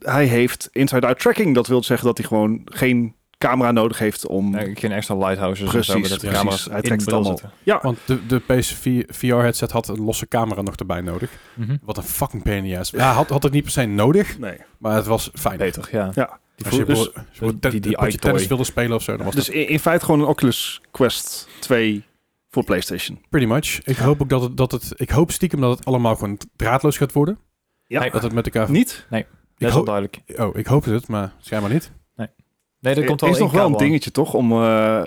Speaker 3: hij heeft inside-out tracking. Dat wil zeggen dat hij gewoon geen camera nodig heeft om...
Speaker 1: Nee, geen extra lighthouses.
Speaker 3: Mm. Precies,
Speaker 1: of zo, maar dat de
Speaker 2: precies.
Speaker 1: camera's
Speaker 3: Hij
Speaker 1: in de
Speaker 3: trekt het
Speaker 1: bril
Speaker 3: allemaal.
Speaker 1: zitten.
Speaker 2: Want de, de PSVR-headset had een losse camera nog erbij nodig.
Speaker 1: Mhm.
Speaker 2: Wat een fucking pain in the ass. Ja, had, had het niet per se nodig,
Speaker 3: Nee.
Speaker 2: maar het was fijn.
Speaker 1: Beter, ja.
Speaker 3: Ja.
Speaker 1: Die
Speaker 2: Als je
Speaker 1: voelt dus...
Speaker 2: bijvoorbeeld- als je bijvoorbeeld
Speaker 1: die-
Speaker 2: ten-
Speaker 1: die
Speaker 2: een potje
Speaker 1: eye-toy.
Speaker 2: tennis wilde spelen of zo, dan was
Speaker 3: Dus
Speaker 2: dat
Speaker 3: in, in feite gewoon een Oculus Quest 2 voor PlayStation.
Speaker 2: pretty much. Ik hoop ook dat het, dat het... Ik hoop stiekem dat het allemaal gewoon draadloos gaat worden.
Speaker 3: Ja.
Speaker 2: Dat het met elkaar...
Speaker 3: Niet?
Speaker 1: Dat
Speaker 2: ik
Speaker 1: is wel
Speaker 2: hoop,
Speaker 1: duidelijk.
Speaker 2: oh, ik hoop het, maar schijnbaar niet.
Speaker 1: Nee, er komt
Speaker 3: Er
Speaker 1: wel
Speaker 3: is nog
Speaker 1: één
Speaker 3: wel een
Speaker 1: kabel aan.
Speaker 3: dingetje toch? Om, eh, eh,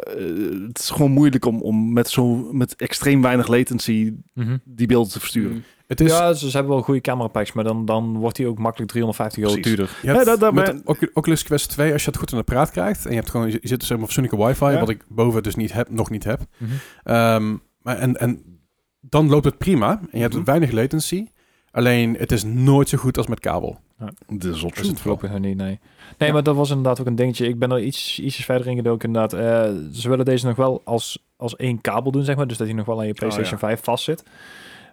Speaker 3: het is gewoon moeilijk om, om met, zo, met extreem weinig latency
Speaker 1: Mhm.
Speaker 3: die beelden te versturen.
Speaker 2: Het
Speaker 3: Dus-
Speaker 2: is...
Speaker 1: Ja, ze ze hebben wel goede camerapacks, maar dan, dan wordt die ook makkelijk 350 euro
Speaker 3: Precies.
Speaker 1: duurder.
Speaker 2: Je hebt
Speaker 3: Ja, dat- dat-
Speaker 2: met
Speaker 3: maar-
Speaker 2: de Ocu- Oculus Quest 2, als je het goed in de praat krijgt... en je, hebt gewoon, je zit dus helemaal op Sonic wifi,
Speaker 3: Ja.
Speaker 2: wat ik boven dus niet heb, nog niet heb.
Speaker 3: Mhm.
Speaker 2: Ehm, maar en, en dan loopt het prima. En je hebt
Speaker 3: Mhm.
Speaker 2: weinig latency. Alleen, het is nooit zo goed als met kabel. Mm. Dat
Speaker 3: De zot
Speaker 2: is het vooral.
Speaker 1: Voorlopig nog niet, nee. Nee, maar dat was inderdaad ook een dingetje. Ik ben er iets, iets verder in gedoken inderdaad. Eh, ze willen deze nog wel als, als één kabel doen, zeg maar. Dus dat hij nog wel aan je
Speaker 3: Oh,
Speaker 1: PlayStation 5 vast zit.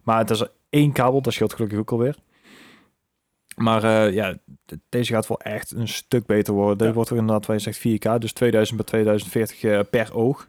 Speaker 1: Maar het is één kabel, dat scheelt gelukkig ook alweer. Maar eh, ja, de- deze gaat wel echt een stuk beter worden. Deze
Speaker 3: Ja.
Speaker 1: wordt weer inderdaad, wat je zegt, 4K. Dus 2000 bij 2040 eh, per oog.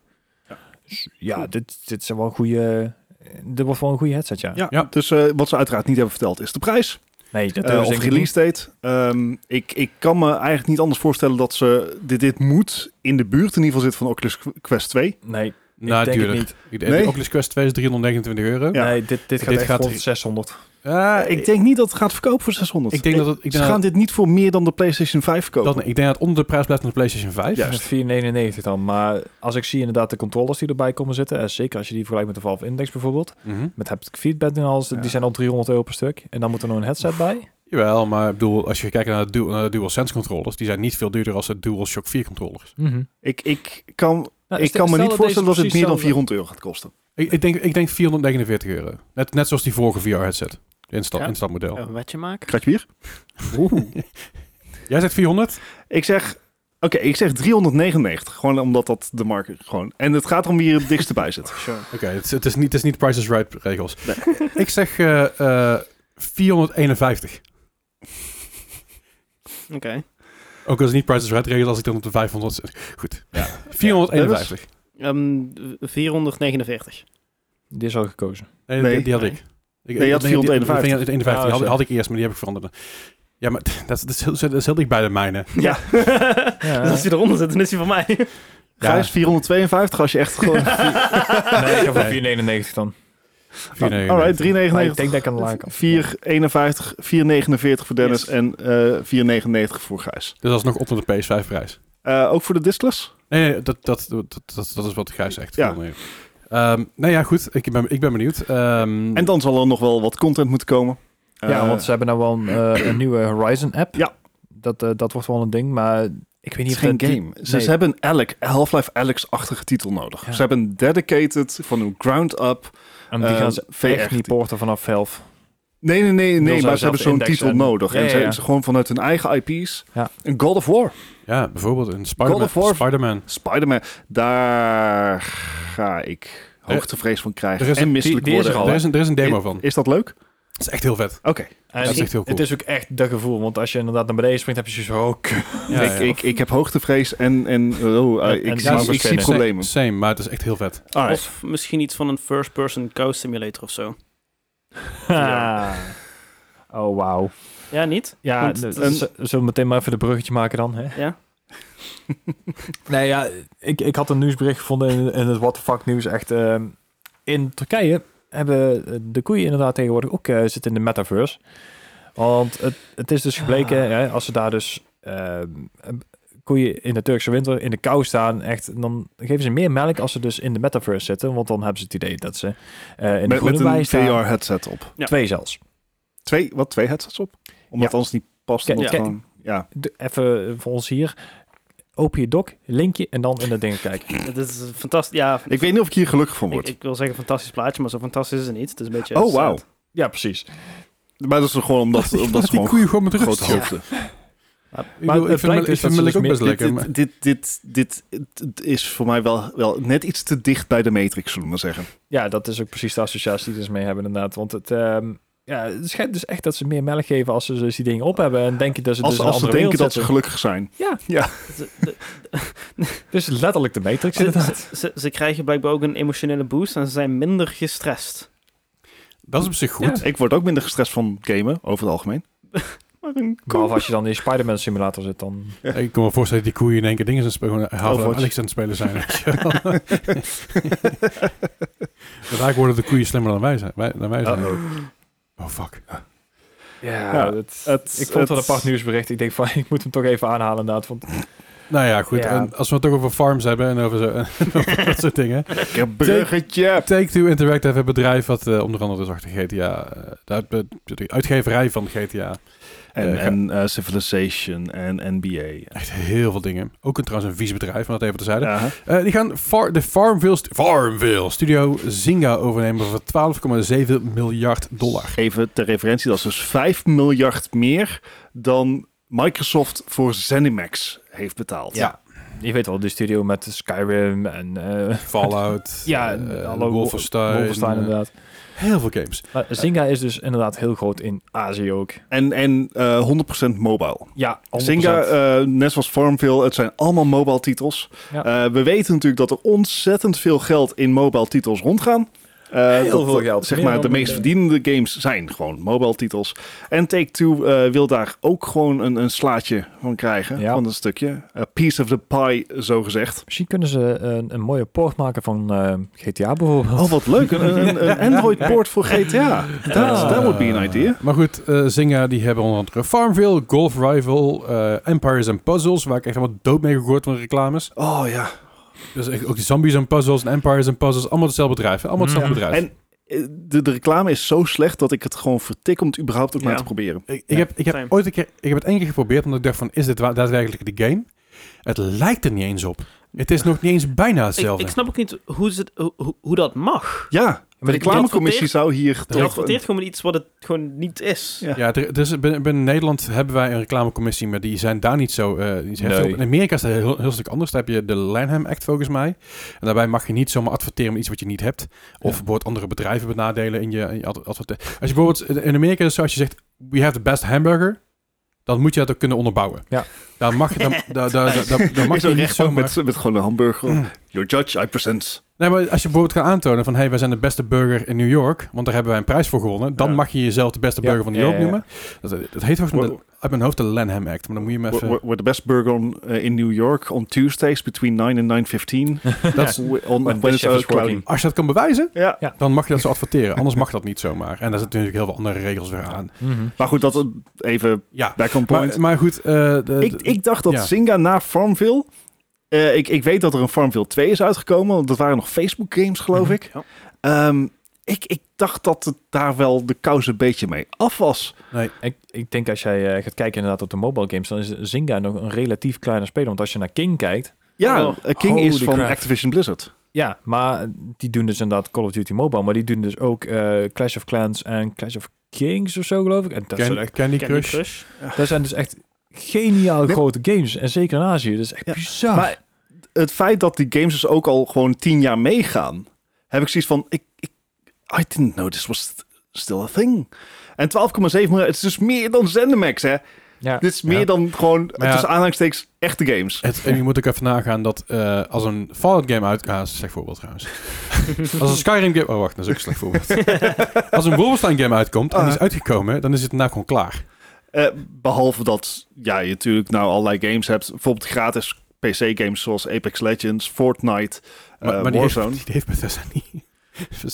Speaker 1: Dus ja, dit, dit zijn wel goede... eh, Dit wordt wel een goede headset, ja.
Speaker 3: Ja,
Speaker 2: Ja.
Speaker 3: dus eh, wat ze uiteraard niet hebben verteld is de prijs.
Speaker 1: Nee, dat
Speaker 3: eh,
Speaker 1: is
Speaker 3: of
Speaker 1: denk ik
Speaker 3: release date. Ehm, ik, ik kan me eigenlijk niet anders voorstellen dat ze dit, dit moet in de buurt in ieder geval zitten van Oculus Quest 2.
Speaker 1: niet. Nee,
Speaker 2: Nou,
Speaker 1: ik denk het
Speaker 2: duurder.
Speaker 1: niet.
Speaker 2: Ik-
Speaker 3: Nee?
Speaker 2: De Oculus Quest 2 is 329 euro.
Speaker 3: Ja.
Speaker 1: Nee, dit, dit gaat
Speaker 2: Dit
Speaker 1: echt
Speaker 2: gaat-
Speaker 1: rond 600.
Speaker 2: Ja,
Speaker 3: ik denk niet dat het gaat verkopen voor 600.
Speaker 2: ik denk dat het, ik
Speaker 3: ze
Speaker 2: denk
Speaker 3: gaan
Speaker 2: dat,
Speaker 3: dit niet voor meer dan de PlayStation 5 verkopen.
Speaker 2: dat- ik denk dat het onder de prijs blijft van de PlayStation 5.
Speaker 3: Ja.
Speaker 1: Juist.
Speaker 3: Juist.
Speaker 1: 499 dan. Maar als ik zie inderdaad de controllers die erbij komen zitten, en zeker als je die vergelijkt met de Valve Index bijvoorbeeld,
Speaker 2: Mhm.
Speaker 1: met haptic feedback en alles,
Speaker 3: Ja.
Speaker 1: die zijn al 300 euro per stuk. En dan moet er nog een headset bij.
Speaker 2: Jawel, maar ik bedoel, als je kijkt naar de, dual, naar de DualSense controllers, die zijn niet veel duurder als de DualShock 4 controllers.
Speaker 3: Ik, ik kan,
Speaker 1: Nou, stel-
Speaker 3: ik kan me
Speaker 1: stel
Speaker 3: niet
Speaker 1: deze
Speaker 3: voorstellen dat het
Speaker 1: precies
Speaker 3: meer dan
Speaker 1: hetzelfde-
Speaker 3: 400 euro gaat kosten.
Speaker 2: Ik, ik, denk, ik denk 449 euro. Net, net zoals die vorige VR-headset. Instap,
Speaker 5: Ja.
Speaker 2: Instapmodel.
Speaker 5: Een wetje maken?
Speaker 3: Kratje bier?
Speaker 2: Jij zegt 400?
Speaker 3: Ik zeg, oké, ik zeg 399. Gewoon omdat dat de markt gewoon... En het gaat om wie er het dichtst
Speaker 1: <laughs>
Speaker 3: bij zit.
Speaker 2: Oké, het, is- het is niet, het is niet Price is Right regels.
Speaker 4: <laughs>
Speaker 2: ik zeg eh, eh, 451.
Speaker 5: Oké.
Speaker 2: Ook als het niet Price is Right regels, als ik dan op de 500 zit. Goed. 451.
Speaker 5: Ehm, 449.
Speaker 1: Die is al
Speaker 3: <laughs>
Speaker 1: gekozen.
Speaker 2: Nee,
Speaker 3: Nee.
Speaker 2: die, die had ik. ik
Speaker 3: Nee, je had
Speaker 2: ik- ik- ik-
Speaker 3: 451.
Speaker 2: ik- ik- ik- 451. Die
Speaker 1: Ah,
Speaker 2: had,
Speaker 1: zo.
Speaker 2: had ik eerst, maar die heb ik veranderd. Ja, maar <laughs> dat, is- dat, is, heel- dat is heel dicht bij de mijne.
Speaker 4: <laughs>
Speaker 5: Ja.
Speaker 1: Ja.
Speaker 5: dus als hij eronder zit, dan is hij van mij.
Speaker 2: Ja.
Speaker 3: Gijs, 452 als je echt
Speaker 1: <laughs>
Speaker 3: gewoon... <laughs>
Speaker 1: Nee, ik heb voor
Speaker 2: Nee.
Speaker 1: 499 dan.
Speaker 3: Alright,
Speaker 1: Maar ik
Speaker 3: 399.
Speaker 1: denk dat ik aan de laag kan.
Speaker 3: 451, 449 voor Dennis
Speaker 5: Yes.
Speaker 3: en eh 499 voor Gijs.
Speaker 2: Dus dat is nog onder de PS5-prijs.
Speaker 3: Eh, ook voor de discless?
Speaker 2: Nee, nee, dat, dat, dat, dat, dat is wat Gijs zegt.
Speaker 3: Ja.
Speaker 2: Volgende keer. Ehm, nou ja, goed. Ik ben, ik ben benieuwd. Ehm,
Speaker 3: En dan zal er nog wel wat content moeten komen.
Speaker 1: Hmm. Ja,
Speaker 3: Eh,
Speaker 1: want ze hebben nou wel een,
Speaker 3: <clears throat>
Speaker 1: eh, een nieuwe Horizon app.
Speaker 3: Ja.
Speaker 1: Dat, eh, dat wordt wel een ding, maar ik weet
Speaker 3: het
Speaker 1: niet
Speaker 3: is
Speaker 1: of dat
Speaker 3: geen
Speaker 1: die-
Speaker 3: game. Ze,
Speaker 1: nee.
Speaker 3: ze hebben een Alec, Half-Life Alex-achtige titel nodig.
Speaker 1: Ja.
Speaker 3: Ze hebben een dedicated van een ground-up.
Speaker 1: En die
Speaker 3: eh,
Speaker 1: gaan ze echt
Speaker 3: VR
Speaker 1: niet porten vanaf Valve.
Speaker 3: Nee, nee, nee,
Speaker 1: Wil
Speaker 3: nee
Speaker 1: ze
Speaker 3: maar ze
Speaker 1: zelf
Speaker 3: hebben zo'n
Speaker 1: indexen
Speaker 3: titel
Speaker 1: en-
Speaker 3: nodig.
Speaker 1: Ja,
Speaker 3: en ze,
Speaker 1: ja, ja.
Speaker 3: ze gewoon vanuit hun eigen IP's.
Speaker 1: Ja.
Speaker 3: Een God of War,
Speaker 2: ja, bijvoorbeeld een
Speaker 3: God
Speaker 2: Spider-Man.
Speaker 3: of War.
Speaker 2: Spider-Man.
Speaker 3: Spider-Man. Daar ga ik hoogtevrees van
Speaker 2: Er
Speaker 3: krijgen.
Speaker 2: is een-
Speaker 3: En misselijk
Speaker 1: die- die is
Speaker 3: worden.
Speaker 1: al,
Speaker 2: Er is, een, er is een demo van.
Speaker 3: Is dat leuk?
Speaker 2: Het is echt heel vet.
Speaker 3: Oké.
Speaker 1: En
Speaker 2: Dat is echt heel cool.
Speaker 1: Het is ook echt dat gevoel, want als je inderdaad naar beneden springt, heb je zo ook.
Speaker 2: Ja,
Speaker 3: ik,
Speaker 2: ja.
Speaker 3: Ik, ik heb hoogtevrees en, en oh, eh,
Speaker 1: En-
Speaker 3: ik,
Speaker 1: en
Speaker 3: zie,
Speaker 1: ja,
Speaker 3: ik
Speaker 1: same-
Speaker 3: zie problemen.
Speaker 2: Same, same, maar het is echt heel vet.
Speaker 3: Alright.
Speaker 5: Of misschien iets van een first-person cow simulator of zo.
Speaker 1: <laughs> Oh, wauw.
Speaker 5: Ja, niet?
Speaker 1: Ja, dus-
Speaker 5: Want
Speaker 1: d-
Speaker 5: het
Speaker 1: z-
Speaker 5: is-
Speaker 1: zullen we meteen maar even de bruggetje maken dan, hè?
Speaker 5: Ja.
Speaker 1: Nee, ja, ik, ik had een nieuwsbericht gevonden in, in het What the Fuck nieuws. Echt, ehm, in Turkije eh, hebben eh, de koeien inderdaad tegenwoordig ook eh, zitten in de metaverse. Want het, het is dus gebleken, hè, als ze daar dus eh, koeien in de Turkse winter in de kou staan, echt, dan geven ze meer melk als ze dus in de metaverse zitten. Want dan hebben ze het idee dat ze eh, in de
Speaker 3: Met, met
Speaker 1: groene wei
Speaker 3: een
Speaker 1: staan.
Speaker 3: VR-headset op.
Speaker 4: Ja.
Speaker 1: Twee zelfs.
Speaker 3: Twee, wat, twee headsets op? Omdat anders niet past.
Speaker 1: Ja,
Speaker 3: Omdat
Speaker 1: ja.
Speaker 3: gewoon, ja.
Speaker 1: De- even voor ons hier. Open je doc, linkje en dan in dat ding kijken.
Speaker 4: Dat is een fantastisch. Ja,
Speaker 3: Ik weet niet of ik hier gelukkig van
Speaker 4: ik,
Speaker 3: word.
Speaker 4: ik wil zeggen fantastisch plaatje, maar zo fantastisch is het niet. Het is een beetje.
Speaker 3: oh, wauw.
Speaker 1: Ja, precies.
Speaker 3: Maar dat is gewoon
Speaker 1: <laughs>
Speaker 3: omdat, omdat
Speaker 2: Laat <laughs> die
Speaker 3: ze gewoon
Speaker 2: koeien gewoon met rust.
Speaker 3: grote
Speaker 2: joh.
Speaker 3: hoofden.
Speaker 2: Ik,
Speaker 1: Maar
Speaker 2: bedoel, ik
Speaker 1: het
Speaker 2: vind
Speaker 1: blijkt
Speaker 2: melk- ik
Speaker 1: dus dat
Speaker 2: vind
Speaker 1: ze
Speaker 2: melk
Speaker 1: dus
Speaker 2: ook best
Speaker 1: meer-
Speaker 2: lekker. maar-
Speaker 3: Dit, dit, dit, dit, dit is voor mij wel, wel net iets te dicht bij de Matrix, zullen we maar zeggen.
Speaker 1: Ja, dat is ook precies de associatie die ze mee hebben inderdaad. Want het, ehm, ja, het schijnt dus echt dat ze meer melk geven als ze dus die dingen op hebben. En denken dat ze
Speaker 3: Als,
Speaker 1: dus in
Speaker 3: als
Speaker 1: een
Speaker 3: ze
Speaker 1: andere
Speaker 3: denken dat
Speaker 1: wereld
Speaker 3: ze
Speaker 1: zitten.
Speaker 3: gelukkig zijn.
Speaker 1: Dus letterlijk de Matrix
Speaker 4: Ze,
Speaker 1: inderdaad.
Speaker 4: ze, ze, ze krijgen blijkbaar ook een emotionele boost en ze zijn minder gestrest.
Speaker 2: Dat is op zich goed.
Speaker 3: Ik word ook minder gestrest van gamen, over het algemeen.
Speaker 4: Maar een
Speaker 1: Behalve als je dan in die Spider-Man simulator zit, dan...
Speaker 2: <laughs> Ik kan me voorstellen dat die koeien in één keer dingen zijn spelen. Gewoon Havel en
Speaker 3: Overwatch.
Speaker 2: Alex aan het spelen zijn. weet je wel. <laughs> Vandaag worden de koeien slimmer dan wij zijn. Wij, dan wij zijn. Oh fuck.
Speaker 1: Ja,
Speaker 3: Ja,
Speaker 1: het,
Speaker 3: het-
Speaker 1: ik vond het wel een
Speaker 3: het-
Speaker 1: apart nieuwsbericht. Ik denk van, <laughs> ik moet hem toch even aanhalen inderdaad. Want
Speaker 2: Nou ja, goed.
Speaker 1: Ja.
Speaker 2: En als we het toch over farms hebben en over, zo, <laughs> en over dat soort dingen.
Speaker 3: Lekker bruggetje.
Speaker 2: Take-Two Interactive, het bedrijf wat eh, onder andere dus achter GTA... eh, de uit- de uitgeverij van GTA.
Speaker 3: En,
Speaker 2: Eh,
Speaker 3: en eh, Civilization en NBA.
Speaker 2: Echt heel veel dingen. Ook een, trouwens een vies bedrijf, maar dat even terzijde.
Speaker 3: Ja.
Speaker 2: Eh, die gaan Far- de Farmville, stu- Farmville studio Zynga overnemen voor 12,7 miljard dollar.
Speaker 3: Even ter referentie, dat is dus 5 miljard meer dan Microsoft voor Zenimax heeft betaald.
Speaker 1: ja, je weet wel, de studio met Skyrim en... eh
Speaker 2: Fallout,
Speaker 1: ja,
Speaker 2: eh,
Speaker 1: hallo,
Speaker 2: Wolfenstein,
Speaker 1: Wolfenstein
Speaker 2: eh,
Speaker 1: inderdaad.
Speaker 2: heel veel games.
Speaker 1: Maar Zynga is dus inderdaad heel groot in Azië ook.
Speaker 3: En, en eh 100% mobile.
Speaker 1: Ja, 100%.
Speaker 3: Zynga, eh, net zoals Farmville, het zijn allemaal mobile titels.
Speaker 1: Ja.
Speaker 3: Eh, we weten natuurlijk dat er ontzettend veel geld in mobile titels rondgaan. Eh,
Speaker 1: Heel
Speaker 3: dat-
Speaker 1: veel
Speaker 3: dat,
Speaker 1: geld.
Speaker 3: Zeg
Speaker 1: Meer
Speaker 3: maar, de
Speaker 1: dan- eh,
Speaker 3: meest verdienende games zijn gewoon mobile titels. En Take-Two eh, wil daar ook gewoon een, een slaatje van krijgen,
Speaker 1: Ja.
Speaker 3: van een stukje. A piece of the pie, zo gezegd.
Speaker 1: Misschien kunnen ze eh, een, een mooie poort maken van eh, GTA bijvoorbeeld.
Speaker 3: Oh, wat leuk. Een, een,
Speaker 1: <laughs>
Speaker 3: een Android-poort voor GTA. That, that would
Speaker 1: Ah.
Speaker 3: be an idea.
Speaker 2: Eh, Ah. maar goed, eh Zynga die hebben onder andere Farmville, Golf Rival, eh, Empires and Puzzles, waar ik echt helemaal dood mee gegooid van reclames.
Speaker 3: Oh ja.
Speaker 2: Dus echt ook die Zombies and Puzzles en Empires and Puzzles, allemaal hetzelfde bedrijf. hè?
Speaker 4: Mhm.
Speaker 2: Allemaal hetzelfde
Speaker 1: Ja.
Speaker 2: bedrijf.
Speaker 3: En eh, de, de reclame is zo slecht dat ik het gewoon vertik om het überhaupt ook maar
Speaker 4: Ja.
Speaker 3: te proberen.
Speaker 2: Ik, ik
Speaker 1: Ja,
Speaker 2: heb, ik heb
Speaker 4: same.
Speaker 2: ooit een keer, ik heb het één keer geprobeerd, omdat ik dacht van, is dit wa- daadwerkelijk de game? Het lijkt er niet eens op. Het is nog niet eens bijna
Speaker 4: Ik,
Speaker 2: hetzelfde.
Speaker 4: ik snap ook niet hoe, ze, hoe, hoe- hoe dat mag.
Speaker 3: Ja, de
Speaker 1: Maar ik-
Speaker 3: reclamecommissie zou hier
Speaker 4: Je
Speaker 3: toch...
Speaker 4: adverteert gewoon met iets wat het gewoon niet is.
Speaker 3: Ja.
Speaker 2: <laughs> ja, er- dus binnen, binnen Nederland hebben wij een reclamecommissie, maar die zijn daar niet zo... eh, niet zo heftig
Speaker 1: Nee.
Speaker 2: op. In Amerika is dat heel, heel stuk anders. Daar heb je de Lanham Act volgens mij. En daarbij mag je niet zomaar adverteren met iets wat je niet hebt. Of bijvoorbeeld andere bedrijven benadelen in je, in je ad- advertentie. Als je bijvoorbeeld... in- In Amerika is het zo, als je zegt, we have the best hamburger... Dan moet je dat ook kunnen onderbouwen.
Speaker 1: Ja.
Speaker 2: Daar mag je, dan, daar, daar, daar, daar- daar mag
Speaker 3: Is
Speaker 2: je
Speaker 3: een
Speaker 2: niet
Speaker 3: rechtbank
Speaker 2: zomaar... Hmm.
Speaker 3: met, met gewoon een hamburger. Your judge, I present.
Speaker 2: Nee, maar als je bijvoorbeeld kan aantonen van... hey, wij zijn de beste burger in New York... want daar hebben wij een prijs voor gewonnen... dan
Speaker 3: Ja.
Speaker 2: mag je jezelf de beste
Speaker 1: Ja,
Speaker 2: burger van New
Speaker 1: ja,
Speaker 2: York
Speaker 1: ja, ja.
Speaker 2: noemen. Dat, eh, dat heet volgens mij de- uit mijn hoofd de Lanham Act... maar dan moet je me even...
Speaker 3: We're, we're the best burger on, eh, in New York on Tuesdays between
Speaker 2: <laughs>
Speaker 3: 9 and 9.15.
Speaker 1: <laughs>
Speaker 2: Dat-
Speaker 3: We-
Speaker 1: When
Speaker 3: On when
Speaker 1: the
Speaker 3: it's
Speaker 1: chef
Speaker 3: out
Speaker 1: is working.
Speaker 2: als je dat kan bewijzen,
Speaker 3: Ja,
Speaker 2: dan mag je dat zo adverteren. Anders mag dat niet zomaar. En daar zitten natuurlijk heel veel andere regels weer aan.
Speaker 1: Mhm.
Speaker 3: maar goed, dat eh, even
Speaker 2: Ja,
Speaker 3: back on point.
Speaker 2: maar, maar goed... eh, de- de-
Speaker 3: ik, ik dacht dat
Speaker 2: ja.
Speaker 3: Zynga na Farmville... eh, ik, ik weet dat er een Farmville 2 is uitgekomen. want Dat waren nog Facebook games, geloof
Speaker 2: Mhm.
Speaker 3: ik. Ehm, ik. Ik dacht dat het daar wel de kous een beetje mee af was.
Speaker 1: Ik, ik denk als jij eh, gaat kijken inderdaad op de mobile games, dan is Zynga nog een relatief kleine speler. Want als je naar King kijkt,
Speaker 3: Ja,
Speaker 4: Oh.
Speaker 3: eh, King is
Speaker 1: Holy
Speaker 3: van
Speaker 1: crap.
Speaker 3: Activision Blizzard.
Speaker 1: ja, maar die doen dus inderdaad Call of Duty Mobile, maar die doen dus ook eh, Clash of Clans en Clash of Kings of zo, geloof ik. En dat,
Speaker 2: Can-
Speaker 1: zijn, echt,
Speaker 2: Candy
Speaker 4: Candy
Speaker 2: Crush.
Speaker 4: Crush.
Speaker 1: dat zijn dus echt geniaal
Speaker 3: Ja.
Speaker 1: grote games. En zeker in Azië, dat is echt
Speaker 3: Ja,
Speaker 1: bizar.
Speaker 3: maar- Het feit dat die games dus ook al gewoon tien jaar meegaan, heb ik zoiets van: ik, ik, I didn't know this was st- still a thing. En 12,7 miljard, het is dus meer dan Zenimax, hè?
Speaker 1: ja.
Speaker 3: Dit is meer
Speaker 2: Ja.
Speaker 3: dan gewoon,
Speaker 2: Maar ja.
Speaker 3: tussen aanhalingstekens, echte games.
Speaker 2: Het, en je moet ook even nagaan dat eh, als een Fallout game uit... Ah, dat is een slecht voorbeeld trouwens. als een Skyrim game... Oh, wacht, dat is ook een slecht voorbeeld. als een Wolfenstein game uitkomt en die is uitgekomen... dan is het nou gewoon klaar.
Speaker 3: Eh, behalve dat ja, je natuurlijk nou allerlei games hebt, bijvoorbeeld gratis PC-games zoals Apex Legends, Fortnite, eh,
Speaker 2: Maar, maar die, heeft,
Speaker 3: Warzone.
Speaker 2: die heeft Bethesda niet.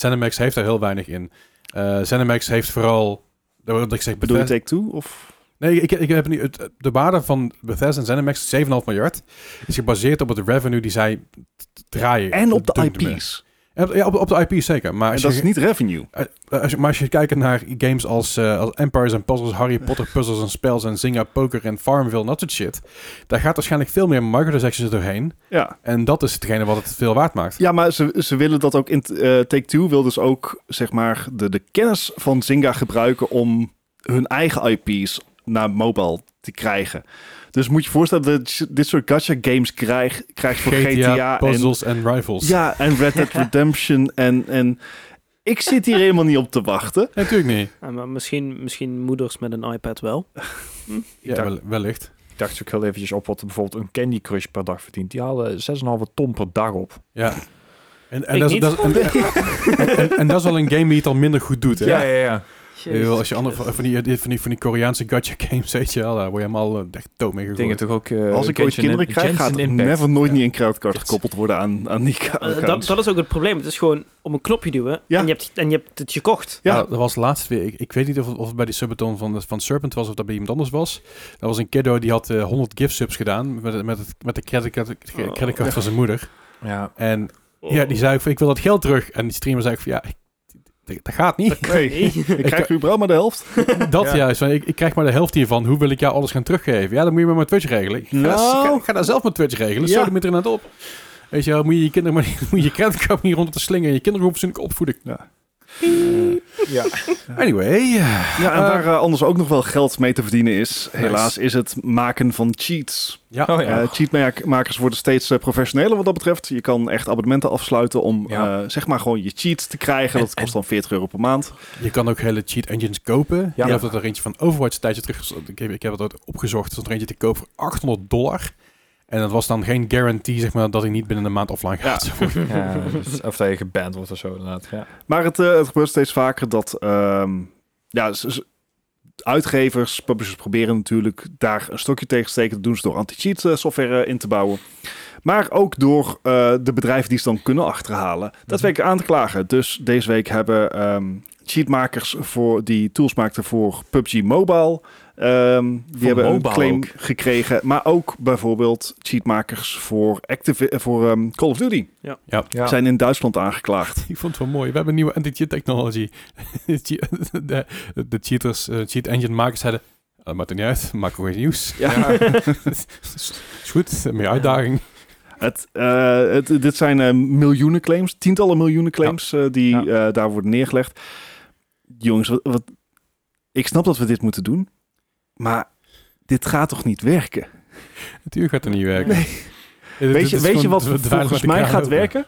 Speaker 2: <laughs> ZeniMax heeft er heel weinig in. Eh ZeniMax heeft vooral... dat Wat ik zeg,
Speaker 3: Bedoel je
Speaker 2: Bethesda-
Speaker 3: Take Two? Of?
Speaker 2: Nee, ik, ik heb nu het, de waarde van Bethesda en ZeniMax is 7,5 miljard. is gebaseerd op het revenue die zij t- draaien.
Speaker 3: En op de
Speaker 2: Voldoende
Speaker 3: IP's.
Speaker 2: mee. En- Ja, op, op de IP zeker. Maar
Speaker 3: En
Speaker 2: eh. als
Speaker 3: dat
Speaker 2: je-
Speaker 3: is niet revenue.
Speaker 2: eh, als je, maar als je kijkt naar games als, eh, als Empires en Puzzles, Harry Potter puzzles en spells en Zynga Poker en Farmville en dat soort shit. Daar gaat waarschijnlijk veel meer microtransactions doorheen.
Speaker 3: Ja,
Speaker 2: En dat is hetgene wat het veel waard maakt.
Speaker 3: ja maar ze, ze willen dat ook in... t- eh, Take Two wil dus ook, zeg maar, de, de kennis van Zynga gebruiken om hun eigen IP's naar mobile te krijgen. Dus moet je je voorstellen dat je dit soort gacha games krijg, krijgt voor GTA, en
Speaker 2: puzzles en, rifles.
Speaker 3: Ja, en Red
Speaker 1: <laughs>
Speaker 3: Dead Redemption. En, en ik zit hier helemaal niet op te wachten.
Speaker 2: Nee, natuurlijk niet.
Speaker 5: Ja, maar misschien, misschien moeders met een iPad wel.
Speaker 2: Ja,
Speaker 1: dacht-
Speaker 2: wel- wellicht.
Speaker 1: Ik dacht ook heel eventjes op wat er bijvoorbeeld een Candy Crush per dag verdient. Die halen 6,5 ton per dag op.
Speaker 2: Ja. En, en,
Speaker 5: Ik
Speaker 2: dat, is-
Speaker 5: niet.
Speaker 2: dat, is- en,
Speaker 4: <laughs>
Speaker 2: en- en- en dat is al een game die het al minder goed doet. Hè?
Speaker 1: ja, ja.
Speaker 2: Ik bedoel, als je andere van, van die, van, die, van die Koreaanse gacha games, weet je wel, daar word je helemaal eh, echt dood mee
Speaker 1: Ik
Speaker 2: gegooid.
Speaker 1: denk het toch ook... eh,
Speaker 3: Als ik ooit
Speaker 1: Genshin
Speaker 3: kinderen
Speaker 1: Im-
Speaker 3: krijg,
Speaker 1: Genshin
Speaker 3: gaat het
Speaker 1: Impact.
Speaker 3: never nooit
Speaker 2: Ja.
Speaker 3: niet in crowdcard gekoppeld worden aan, aan die
Speaker 5: Eh,
Speaker 3: account.
Speaker 5: dat, dat is ook het probleem. Het is gewoon om een knopje duwen
Speaker 3: Ja.
Speaker 5: en, je hebt, en je hebt het gekocht.
Speaker 3: Ja.
Speaker 2: Ja, dat was laatst weer. Ik, ik weet niet of, het- of het bij die subathon van, van Serpent was of dat bij iemand anders was. Dat was een kiddo die had eh, 100 gift subs gedaan met, met, het, met de creditcard
Speaker 5: Oh.
Speaker 2: creditcard van zijn moeder.
Speaker 1: <laughs> Ja.
Speaker 2: En ja,
Speaker 4: Oh.
Speaker 2: die zei ook van, ik wil dat geld terug. En die streamer zei ook van, ja, ik- dat- dat gaat niet.
Speaker 5: <laughs>
Speaker 3: Nee, ik krijg überhaupt maar de helft.
Speaker 2: Dat
Speaker 1: Ja.
Speaker 2: juist, van, ik, ik krijg maar de helft hiervan. Hoe wil ik jou alles gaan teruggeven? Ja, dan moet je maar met Twitch regelen. Ik ga, dat-
Speaker 3: Nou.
Speaker 2: ik ga, ik ga dat zelf met Twitch regelen.
Speaker 3: Ja.
Speaker 2: Zo, die moet er net op. Weet je wel, moet je je kinderen maar niet- <laughs> moet je je creditcard niet rond te slingen. En je kinderen hoeven ze niet opvoeden.
Speaker 1: ja.
Speaker 2: <laughs> Anyway, eh,
Speaker 3: Ja,
Speaker 2: Eh,
Speaker 3: en waar eh, anders ook nog wel geld mee te verdienen is, helaas, is het maken van cheats.
Speaker 2: ja.
Speaker 1: Oh ja.
Speaker 3: Eh cheatmakers worden steeds eh, professioneler wat dat betreft. Je kan echt abonnementen afsluiten om
Speaker 1: Ja.
Speaker 3: eh, zeg maar gewoon je cheats te krijgen.
Speaker 2: En-
Speaker 3: Dat kost dan 40 euro per maand.
Speaker 2: Je kan ook hele cheat engines kopen.
Speaker 1: Ja.
Speaker 2: Je hebt dat er eentje van Overwatch een tijdje terug. Ik heb, ik heb dat opgezocht. Er stond er eentje te koop voor 800 dollar. En dat was dan geen guarantee, zeg maar, dat hij niet binnen een maand offline gaat.
Speaker 1: Ja, dus of dat je geband wordt of zo inderdaad. Ja.
Speaker 3: Maar het, eh, het gebeurt steeds vaker dat ehm, ja, z- z- uitgevers, publishers proberen natuurlijk daar een stokje tegen te steken. Dat doen ze door anti-cheat eh, software eh, in te bouwen. Maar ook door eh, de bedrijven die ze dan kunnen achterhalen,
Speaker 1: Mhm.
Speaker 3: daadwerkelijk aan te klagen. Dus deze week hebben ehm, cheatmakers voor die tools maakten voor PUBG Mobile. ehm, die
Speaker 1: Voor
Speaker 3: hebben een
Speaker 1: mobile
Speaker 3: claim
Speaker 1: ook.
Speaker 3: gekregen. Maar ook bijvoorbeeld cheatmakers voor, Activi- eh, voor ehm, Call of Duty.
Speaker 1: Ja.
Speaker 3: Zijn in Duitsland aangeklaagd.
Speaker 2: Ik vond het wel mooi. We hebben nieuwe anti-cheat technology. <laughs> de, de cheaters, eh, cheat engine makers zeiden... "Ah, maakt er niet uit, maak gewoon nieuws.
Speaker 3: Ja. <laughs>
Speaker 2: <laughs> Is goed, <laughs> meer uitdaging.
Speaker 3: Het, eh, het, dit zijn eh, miljoenen claims, tientallen miljoenen claims eh, die eh, daar worden neergelegd. Jongens, wat, wat, ik snap dat we dit moeten doen, maar dit gaat toch niet werken?
Speaker 2: Natuurlijk gaat het niet werken. Eh,
Speaker 3: Nee.
Speaker 2: Dit- dit
Speaker 3: weet je,
Speaker 2: is
Speaker 3: weet je
Speaker 2: gewoon-
Speaker 3: wat
Speaker 2: we draaien met
Speaker 3: volgens
Speaker 2: de
Speaker 3: mij
Speaker 2: kraan
Speaker 3: gaat
Speaker 2: open.
Speaker 3: werken?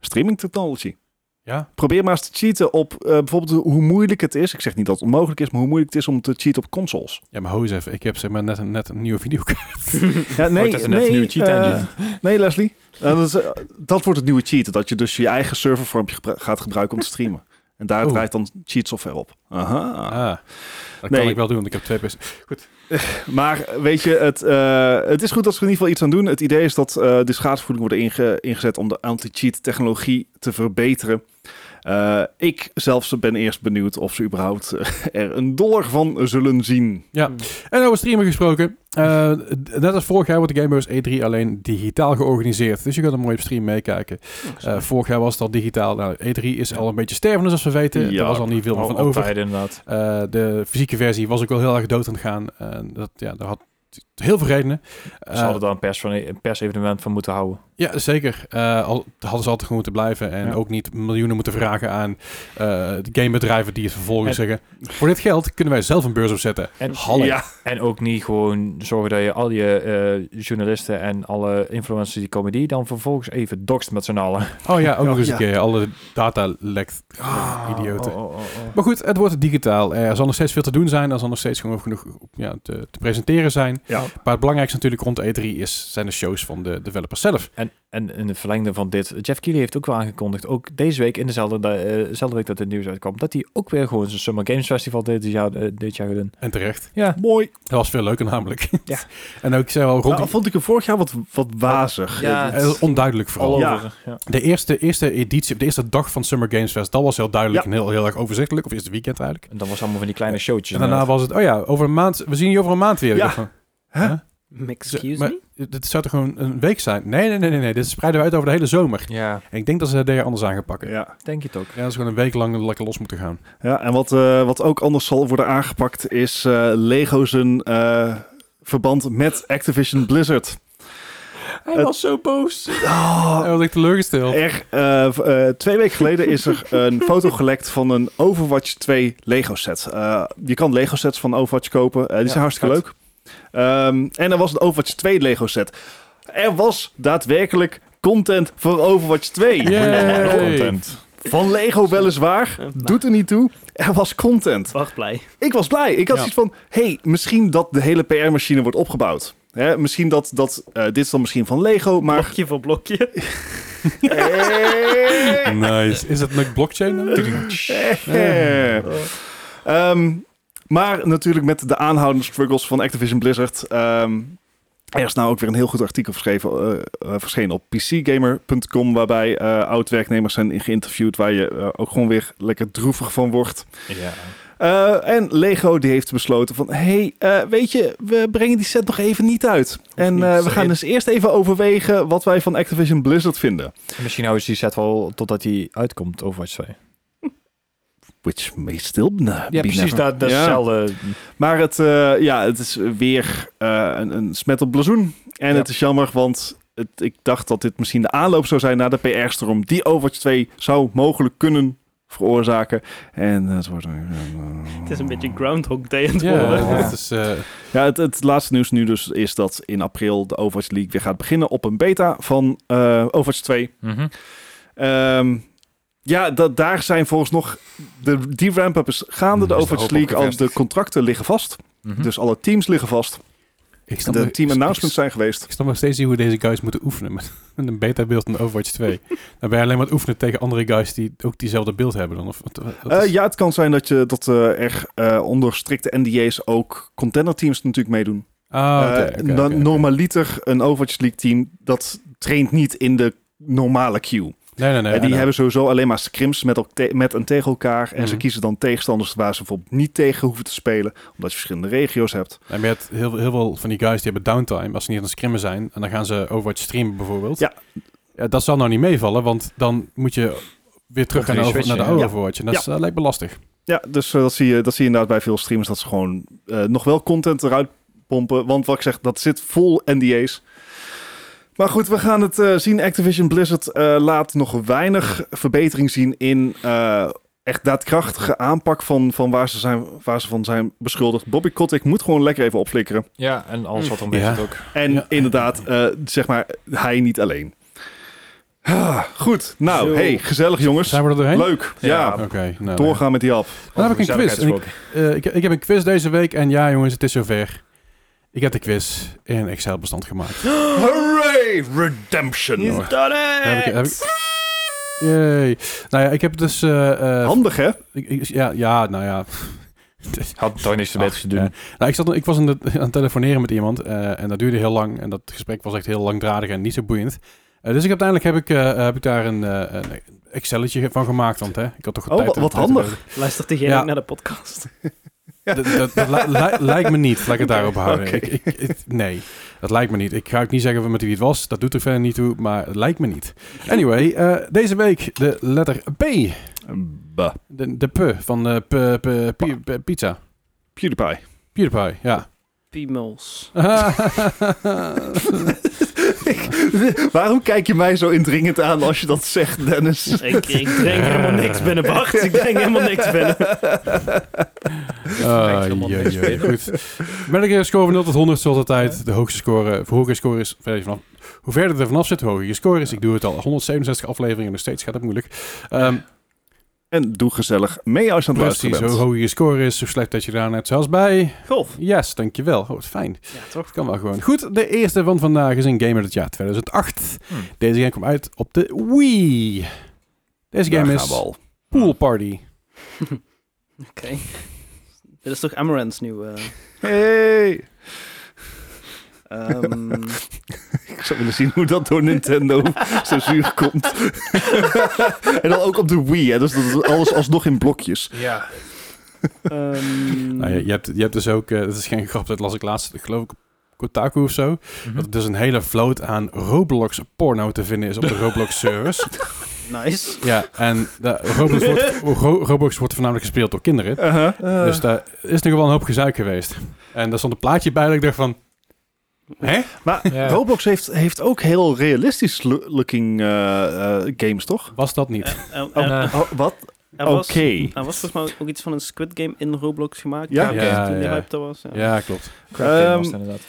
Speaker 3: Streaming technology.
Speaker 2: Ja,
Speaker 3: Probeer maar eens te cheaten op eh, bijvoorbeeld hoe moeilijk het is. Ik zeg niet dat het onmogelijk is, maar hoe moeilijk het is om te cheaten op consoles.
Speaker 2: ja maar hoes even. Ik heb zeg maar net, een- net een nieuwe videokaart.
Speaker 3: Ja, nee,
Speaker 1: Oh, dat is net
Speaker 3: nee,
Speaker 1: een nieuwe cheat
Speaker 3: eh,
Speaker 1: engine.
Speaker 3: nee, Leslie. Eh, dat, is, eh, dat wordt het nieuwe cheaten. Dat je dus je eigen servervormpje gebru- gaat gebruiken om te streamen. En daar
Speaker 2: Oeh.
Speaker 3: draait dan cheat software op. Aha.
Speaker 2: Ah, dat
Speaker 3: Nee.
Speaker 2: kan ik wel doen, want ik heb twee PC's.
Speaker 3: Maar eh, weet je, het, eh, het is goed dat ze er in ieder geval iets aan doen. Het idee is dat eh, de schadesvergoeding wordt inge- ingezet om de anti-cheat technologie te verbeteren. Eh, ik zelfs ben eerst benieuwd of ze überhaupt eh, er een dollar van zullen zien.
Speaker 2: En over streamen gesproken. eh, d- net als vorig jaar wordt de Gamebus E3 alleen digitaal georganiseerd. Dus je kunt er mooi op stream meekijken. Eh, vorig jaar was het al digitaal. Nou, E3 is al een beetje stervend, zoals we weten.
Speaker 3: Ja,
Speaker 2: Daar was al niet veel meer
Speaker 1: Oh,
Speaker 2: van over.
Speaker 1: altijd inderdaad.
Speaker 2: Eh, de fysieke versie was ook wel heel erg dood aan het gaan. Eh, dat, ja, dat had heel veel redenen.
Speaker 1: Ze
Speaker 2: Eh,
Speaker 1: hadden daar een, pers van, een persevenement van moeten houden.
Speaker 2: ja, zeker. Eh, al, hadden ze altijd gewoon moeten blijven. En
Speaker 1: Ja.
Speaker 2: ook niet miljoenen moeten vragen aan eh, de gamebedrijven die het vervolgens zeggen. Voor dit geld kunnen wij zelf een beurs opzetten.
Speaker 1: En,
Speaker 2: Hallo.
Speaker 3: Ja,
Speaker 1: en ook niet gewoon zorgen dat je al je eh, journalisten en alle influencers die komen, die dan vervolgens even doxt met z'n allen. <laughs>
Speaker 2: Oh ja, ook nog eens
Speaker 3: ja.
Speaker 2: een keer. Alle data lekt.
Speaker 3: Ah.
Speaker 2: idioten.
Speaker 1: Oh, oh, oh, oh.
Speaker 2: Maar Eh, goed, het wordt digitaal. Er zal nog steeds veel te doen zijn. Er zal nog steeds gewoon genoeg ja, te, te presenteren zijn.
Speaker 3: Ja.
Speaker 2: Maar het belangrijkste natuurlijk rond de E3 is, zijn de shows van de developers zelf.
Speaker 1: En, en in het verlengde van dit, Jeff Keighley heeft ook wel aangekondigd, ook deze week, in dezelfde, da- eh, dezelfde week dat het nieuws uitkwam, dat hij ook weer gewoon zijn Summer Games Festival dit jaar, eh, dit jaar gaat doen.
Speaker 2: En terecht.
Speaker 1: Ja,
Speaker 3: Mooi.
Speaker 2: Dat was veel leuker namelijk.
Speaker 1: Ja.
Speaker 2: <laughs> en ook, ik zei al, rond
Speaker 3: Nou, vond ik hem vorig jaar wat, wat wazig.
Speaker 5: Ja,
Speaker 2: eh, onduidelijk vooral.
Speaker 1: all
Speaker 3: Ja.
Speaker 1: over. Ja.
Speaker 2: De eerste, eerste editie, de eerste dag van Summer Games Fest, dat was heel duidelijk
Speaker 3: Ja.
Speaker 2: en heel, heel erg overzichtelijk. Of eerste weekend eigenlijk.
Speaker 1: En dan was allemaal van die kleine showtjes.
Speaker 2: En daarna was het, oh ja, over een maand, we zien je over een maand weer.
Speaker 3: Ja.
Speaker 2: Ik dacht van,
Speaker 3: Hè?
Speaker 2: huh?
Speaker 5: Excuse
Speaker 2: Maar
Speaker 5: me?
Speaker 2: Dit zou toch gewoon een week zijn? Nee, nee, nee, nee, nee. Dit spreiden we uit over de hele zomer.
Speaker 1: Ja,
Speaker 2: En ik denk dat ze het daar anders aan gaan pakken. Ja.
Speaker 3: Ja.
Speaker 1: denk je het ook.
Speaker 2: dat ze gewoon een week lang lekker los moeten gaan.
Speaker 3: ja, en wat, eh, wat ook anders zal worden aangepakt is eh, Lego zijn eh, verband met Activision Blizzard.
Speaker 2: Hij
Speaker 3: Het-
Speaker 2: was zo boos.
Speaker 3: Oh,
Speaker 2: Hij was echt teleurgesteld.
Speaker 3: Er, eh, v- eh, twee weken geleden is er een foto gelekt van een Overwatch 2 Lego set. Eh, je kan Lego sets van Overwatch kopen. Eh, die
Speaker 1: Ja,
Speaker 3: zijn hartstikke
Speaker 1: vet.
Speaker 3: leuk. Ehm, en er was een Overwatch 2 Lego set. Er was daadwerkelijk content voor Overwatch 2.
Speaker 2: Yay.
Speaker 3: Van Lego
Speaker 4: Nou.
Speaker 3: weliswaar. Doet er niet toe. Er was content.
Speaker 5: Wacht blij.
Speaker 3: Ik was blij. Ik had
Speaker 2: Ja.
Speaker 3: zoiets van, hey, misschien dat de hele PR-machine wordt opgebouwd. Hè, misschien dat, dat eh, dit is dan misschien van Lego, maar...
Speaker 5: Blokje voor blokje. <laughs>
Speaker 3: <laughs> Hey.
Speaker 2: Nice. Is het met blockchain dan?
Speaker 3: Eh. Ehm, maar natuurlijk met de aanhoudende struggles van Activision Blizzard. ehm, er is nou ook weer een heel goed artikel verschreven, eh, eh, verschenen op pcgamer.com... waarbij eh oud-werknemers zijn in geïnterviewd... waar je eh, ook gewoon weer lekker droevig van wordt.
Speaker 1: Ja.
Speaker 3: Eh, en Lego die heeft besloten van... hey, eh, weet je, we brengen die set nog even niet uit. En
Speaker 2: niet,
Speaker 3: eh, we
Speaker 2: sorry.
Speaker 3: gaan dus eerst even overwegen... wat wij van Activision Blizzard vinden.
Speaker 1: En Misschien houden ze die set wel totdat hij uitkomt, Overwatch 2.
Speaker 3: Which may still be
Speaker 1: Ja, precies, dat, dat is hetzelfde.
Speaker 3: Maar het, eh, ja, het is weer eh, een, een smet op blazoen. En
Speaker 1: Ja.
Speaker 3: het is jammer, want het, ik dacht dat dit misschien de aanloop zou zijn naar de PR-storm. Die Overwatch 2 zou mogelijk kunnen veroorzaken. En eh, het wordt...
Speaker 5: Het is een beetje Groundhog Day aan het worden.
Speaker 2: Ja,
Speaker 1: Ja.
Speaker 2: dat is... eh,
Speaker 3: Ja, het, het laatste nieuws nu dus is dat in april de Overwatch League weer gaat beginnen op een beta van eh, Overwatch 2.
Speaker 1: Mhm,
Speaker 3: Ehm, ja, dat, daar zijn volgens nog... De, die ramp-up is gaande.
Speaker 2: Is
Speaker 3: De
Speaker 2: Mm, dus de
Speaker 3: Overwatch
Speaker 2: hoop
Speaker 3: League, al de
Speaker 2: opgevestigd.
Speaker 3: contracten liggen vast.
Speaker 1: mhm.
Speaker 3: Dus alle teams liggen vast.
Speaker 2: ik snap
Speaker 3: De
Speaker 2: nog-
Speaker 3: team
Speaker 2: ik-
Speaker 3: announcements
Speaker 2: ik-
Speaker 3: zijn geweest.
Speaker 2: Ik snap nog steeds niet hoe deze guys moeten oefenen met, met een beta beeld in Overwatch
Speaker 3: <laughs>
Speaker 2: 2. dan ben je alleen maar aan het oefenen tegen andere guys die ook diezelfde beeld hebben dan. Of, wat- wat- wat
Speaker 3: Eh,
Speaker 2: is-
Speaker 3: ja, het kan zijn dat, je, dat eh, er eh, onder strikte NDA's ook contenderteams natuurlijk meedoen.
Speaker 2: Ah, oké,
Speaker 3: Eh,
Speaker 2: oké,
Speaker 3: na-
Speaker 2: oké, oké.
Speaker 3: Normaliter een Overwatch League team, dat traint niet in de normale queue.
Speaker 2: Nee, nee, nee.
Speaker 3: Eh, die
Speaker 2: I know.
Speaker 3: hebben sowieso alleen maar scrims met, elk te- met en tegen elkaar. En ze
Speaker 2: Mhm.
Speaker 3: kiezen dan tegenstanders waar ze bijvoorbeeld niet tegen hoeven te spelen. Omdat je verschillende regio's hebt.
Speaker 2: Nee, maar je hebt heel, heel veel van die guys die hebben downtime als ze niet aan het scrimmen zijn. En dan gaan ze Overwatch streamen bijvoorbeeld.
Speaker 3: Ja.
Speaker 2: Ja, dat zal nou niet meevallen, want dan moet je weer terug
Speaker 1: Op
Speaker 2: gaan
Speaker 1: die
Speaker 2: over, naar
Speaker 1: switchen,
Speaker 2: de
Speaker 1: ja.
Speaker 2: oude Overwatch. En dat
Speaker 3: Ja.
Speaker 2: is, eh, lijkt me lastig.
Speaker 3: Ja, dus eh, dat, zie je, dat zie je inderdaad bij veel streamers. Dat ze gewoon eh, nog wel content eruit pompen. Want wat ik zeg, dat zit vol NDA's. Maar goed, we gaan het eh, zien. Activision Blizzard eh, laat nog weinig verbetering zien in eh, echt daadkrachtige aanpak van, van waar, ze zijn, waar ze van zijn beschuldigd. Bobby Kotick moet gewoon lekker even opflikkeren.
Speaker 1: Ja, en alles wat er
Speaker 2: Ja.
Speaker 1: beetje ook.
Speaker 3: En
Speaker 2: Ja.
Speaker 3: inderdaad, eh, zeg maar, hij niet alleen. Ah, Goed, nou,
Speaker 5: Zo.
Speaker 3: hey, gezellig jongens.
Speaker 2: Zijn we er doorheen?
Speaker 3: Leuk, ja.
Speaker 2: Oké, nou,
Speaker 3: Doorgaan met die app.
Speaker 2: Dan heb ik een quiz. En ik, eh, ik, ik heb een quiz deze week. En ja, jongens, het is zover. Ik heb de quiz in een Excel-bestand gemaakt.
Speaker 3: Hooray, redemption.
Speaker 5: He's done it!
Speaker 2: Daar heb ik, heb ik... Yay. Nou ja, ik heb dus... eh, eh,
Speaker 3: Handig, hè?
Speaker 2: ik- ik- ja, ja, nou ja.
Speaker 1: Had toch niks te
Speaker 2: Ach,
Speaker 1: beter te
Speaker 2: ja.
Speaker 1: doen.
Speaker 2: Nou, ik, zat, ik was aan, de- aan het telefoneren met iemand eh, en dat duurde heel lang. En dat gesprek was echt heel langdradig en niet zo boeiend. Eh, dus ik heb uiteindelijk heb ik, eh, heb ik daar een, eh een Excelletje van gemaakt. Want hè, ik had toch
Speaker 3: Oh,
Speaker 2: tijd
Speaker 3: wat-
Speaker 2: en-
Speaker 3: wat
Speaker 2: tijd en-
Speaker 3: handig.
Speaker 5: Luistert diegene
Speaker 2: Ja.
Speaker 5: ook naar de
Speaker 2: <laughs>
Speaker 5: podcast?
Speaker 2: Dat, dat, dat li- li- lijkt me niet. Laat ik het daarop houden.
Speaker 3: Oké.
Speaker 2: Ik, ik, ik- nee, dat lijkt me niet. Ik ga ook niet zeggen met wie het was. Dat doet er verder niet toe, maar het lijkt me niet. Anyway, eh, deze week de letter P. De, de P van eh, p, p, p, p- pizza.
Speaker 3: PewDiePie.
Speaker 2: PewDiePie, ja. Ah,
Speaker 5: Piemels.
Speaker 3: <laughs> Waarom kijk je mij zo indringend aan als je dat zegt, Dennis?
Speaker 5: ik,
Speaker 2: <laughs>
Speaker 5: ik drink helemaal niks binnen, Bart. Ik drink helemaal niks binnen.
Speaker 2: Ah,
Speaker 1: helemaal
Speaker 2: jee,
Speaker 1: niks
Speaker 2: jee, Goed. Medicare score van 0 tot 100 zoals altijd. De hoogste score, voor hoger score is, verder vanaf, hoe verder er vanaf zit, hoe hoger je score is. Ik doe het al 167 afleveringen, nog steeds gaat het moeilijk. Ehm,
Speaker 3: En doe gezellig mee als je aan het
Speaker 2: Precies,
Speaker 3: luisteren
Speaker 2: hoe
Speaker 3: bent.
Speaker 2: hoger je score is, hoe slecht dat je gedaan hebt. Zelfs bij...
Speaker 5: Golf.
Speaker 2: Yes, dankjewel. Oh, wat fijn.
Speaker 5: Ja, toch?
Speaker 2: Dat kan wel gewoon. Goed, de eerste van vandaag is een game uit het jaar 2008.
Speaker 3: Hmm.
Speaker 1: Hm.
Speaker 2: Deze game komt uit op de Wii. Deze
Speaker 3: Daar
Speaker 2: game
Speaker 3: gaan
Speaker 2: is
Speaker 3: we al.
Speaker 2: Pool Party.
Speaker 5: Dit is toch Amaranth's eh, nieuwe...
Speaker 3: Hey!
Speaker 5: ehm,
Speaker 2: <laughs>
Speaker 3: Ik zou willen zien hoe dat door Nintendo <laughs> zo zuur <laughs> komt. en dan ook op de Wii, hè. Dus dat is alles alsnog in blokjes.
Speaker 2: Ja.
Speaker 3: Hmm.
Speaker 5: ehm,
Speaker 2: Nou, je, je hebt, je hebt dus ook... eh, dat is geen grap, dat las ik laatst, geloof ik, op Kotaku of
Speaker 3: Hmm.
Speaker 2: zo. Dat er dus een hele vloot aan Roblox porno te vinden is op de Roblox servers.
Speaker 3: <laughs>
Speaker 5: Nice.
Speaker 2: Ja, en de Roblox, wordt, Ro- Roblox wordt voornamelijk gespeeld door kinderen.
Speaker 3: Uh-huh. Eh,
Speaker 2: Dus daar is nog wel een hoop gezuik geweest. En daar stond een plaatje bij dat ik dacht van... Hè?
Speaker 3: Maar
Speaker 1: Ja.
Speaker 3: Roblox heeft, heeft ook heel realistisch lo- looking eh, eh, games, toch?
Speaker 2: Was dat niet?
Speaker 5: Er, er-
Speaker 1: En,
Speaker 5: er
Speaker 1: eh,
Speaker 3: Oh, wat?
Speaker 5: was,
Speaker 3: Oké.
Speaker 5: er was volgens mij ook iets van een Squid Game in Roblox gemaakt.
Speaker 3: Ja,
Speaker 5: toen
Speaker 2: ja,
Speaker 5: die
Speaker 2: ja.
Speaker 5: hype er was. Ja.
Speaker 4: Eh.
Speaker 2: Ja, klopt.
Speaker 1: Crap game was
Speaker 3: Ehm,
Speaker 1: het inderdaad.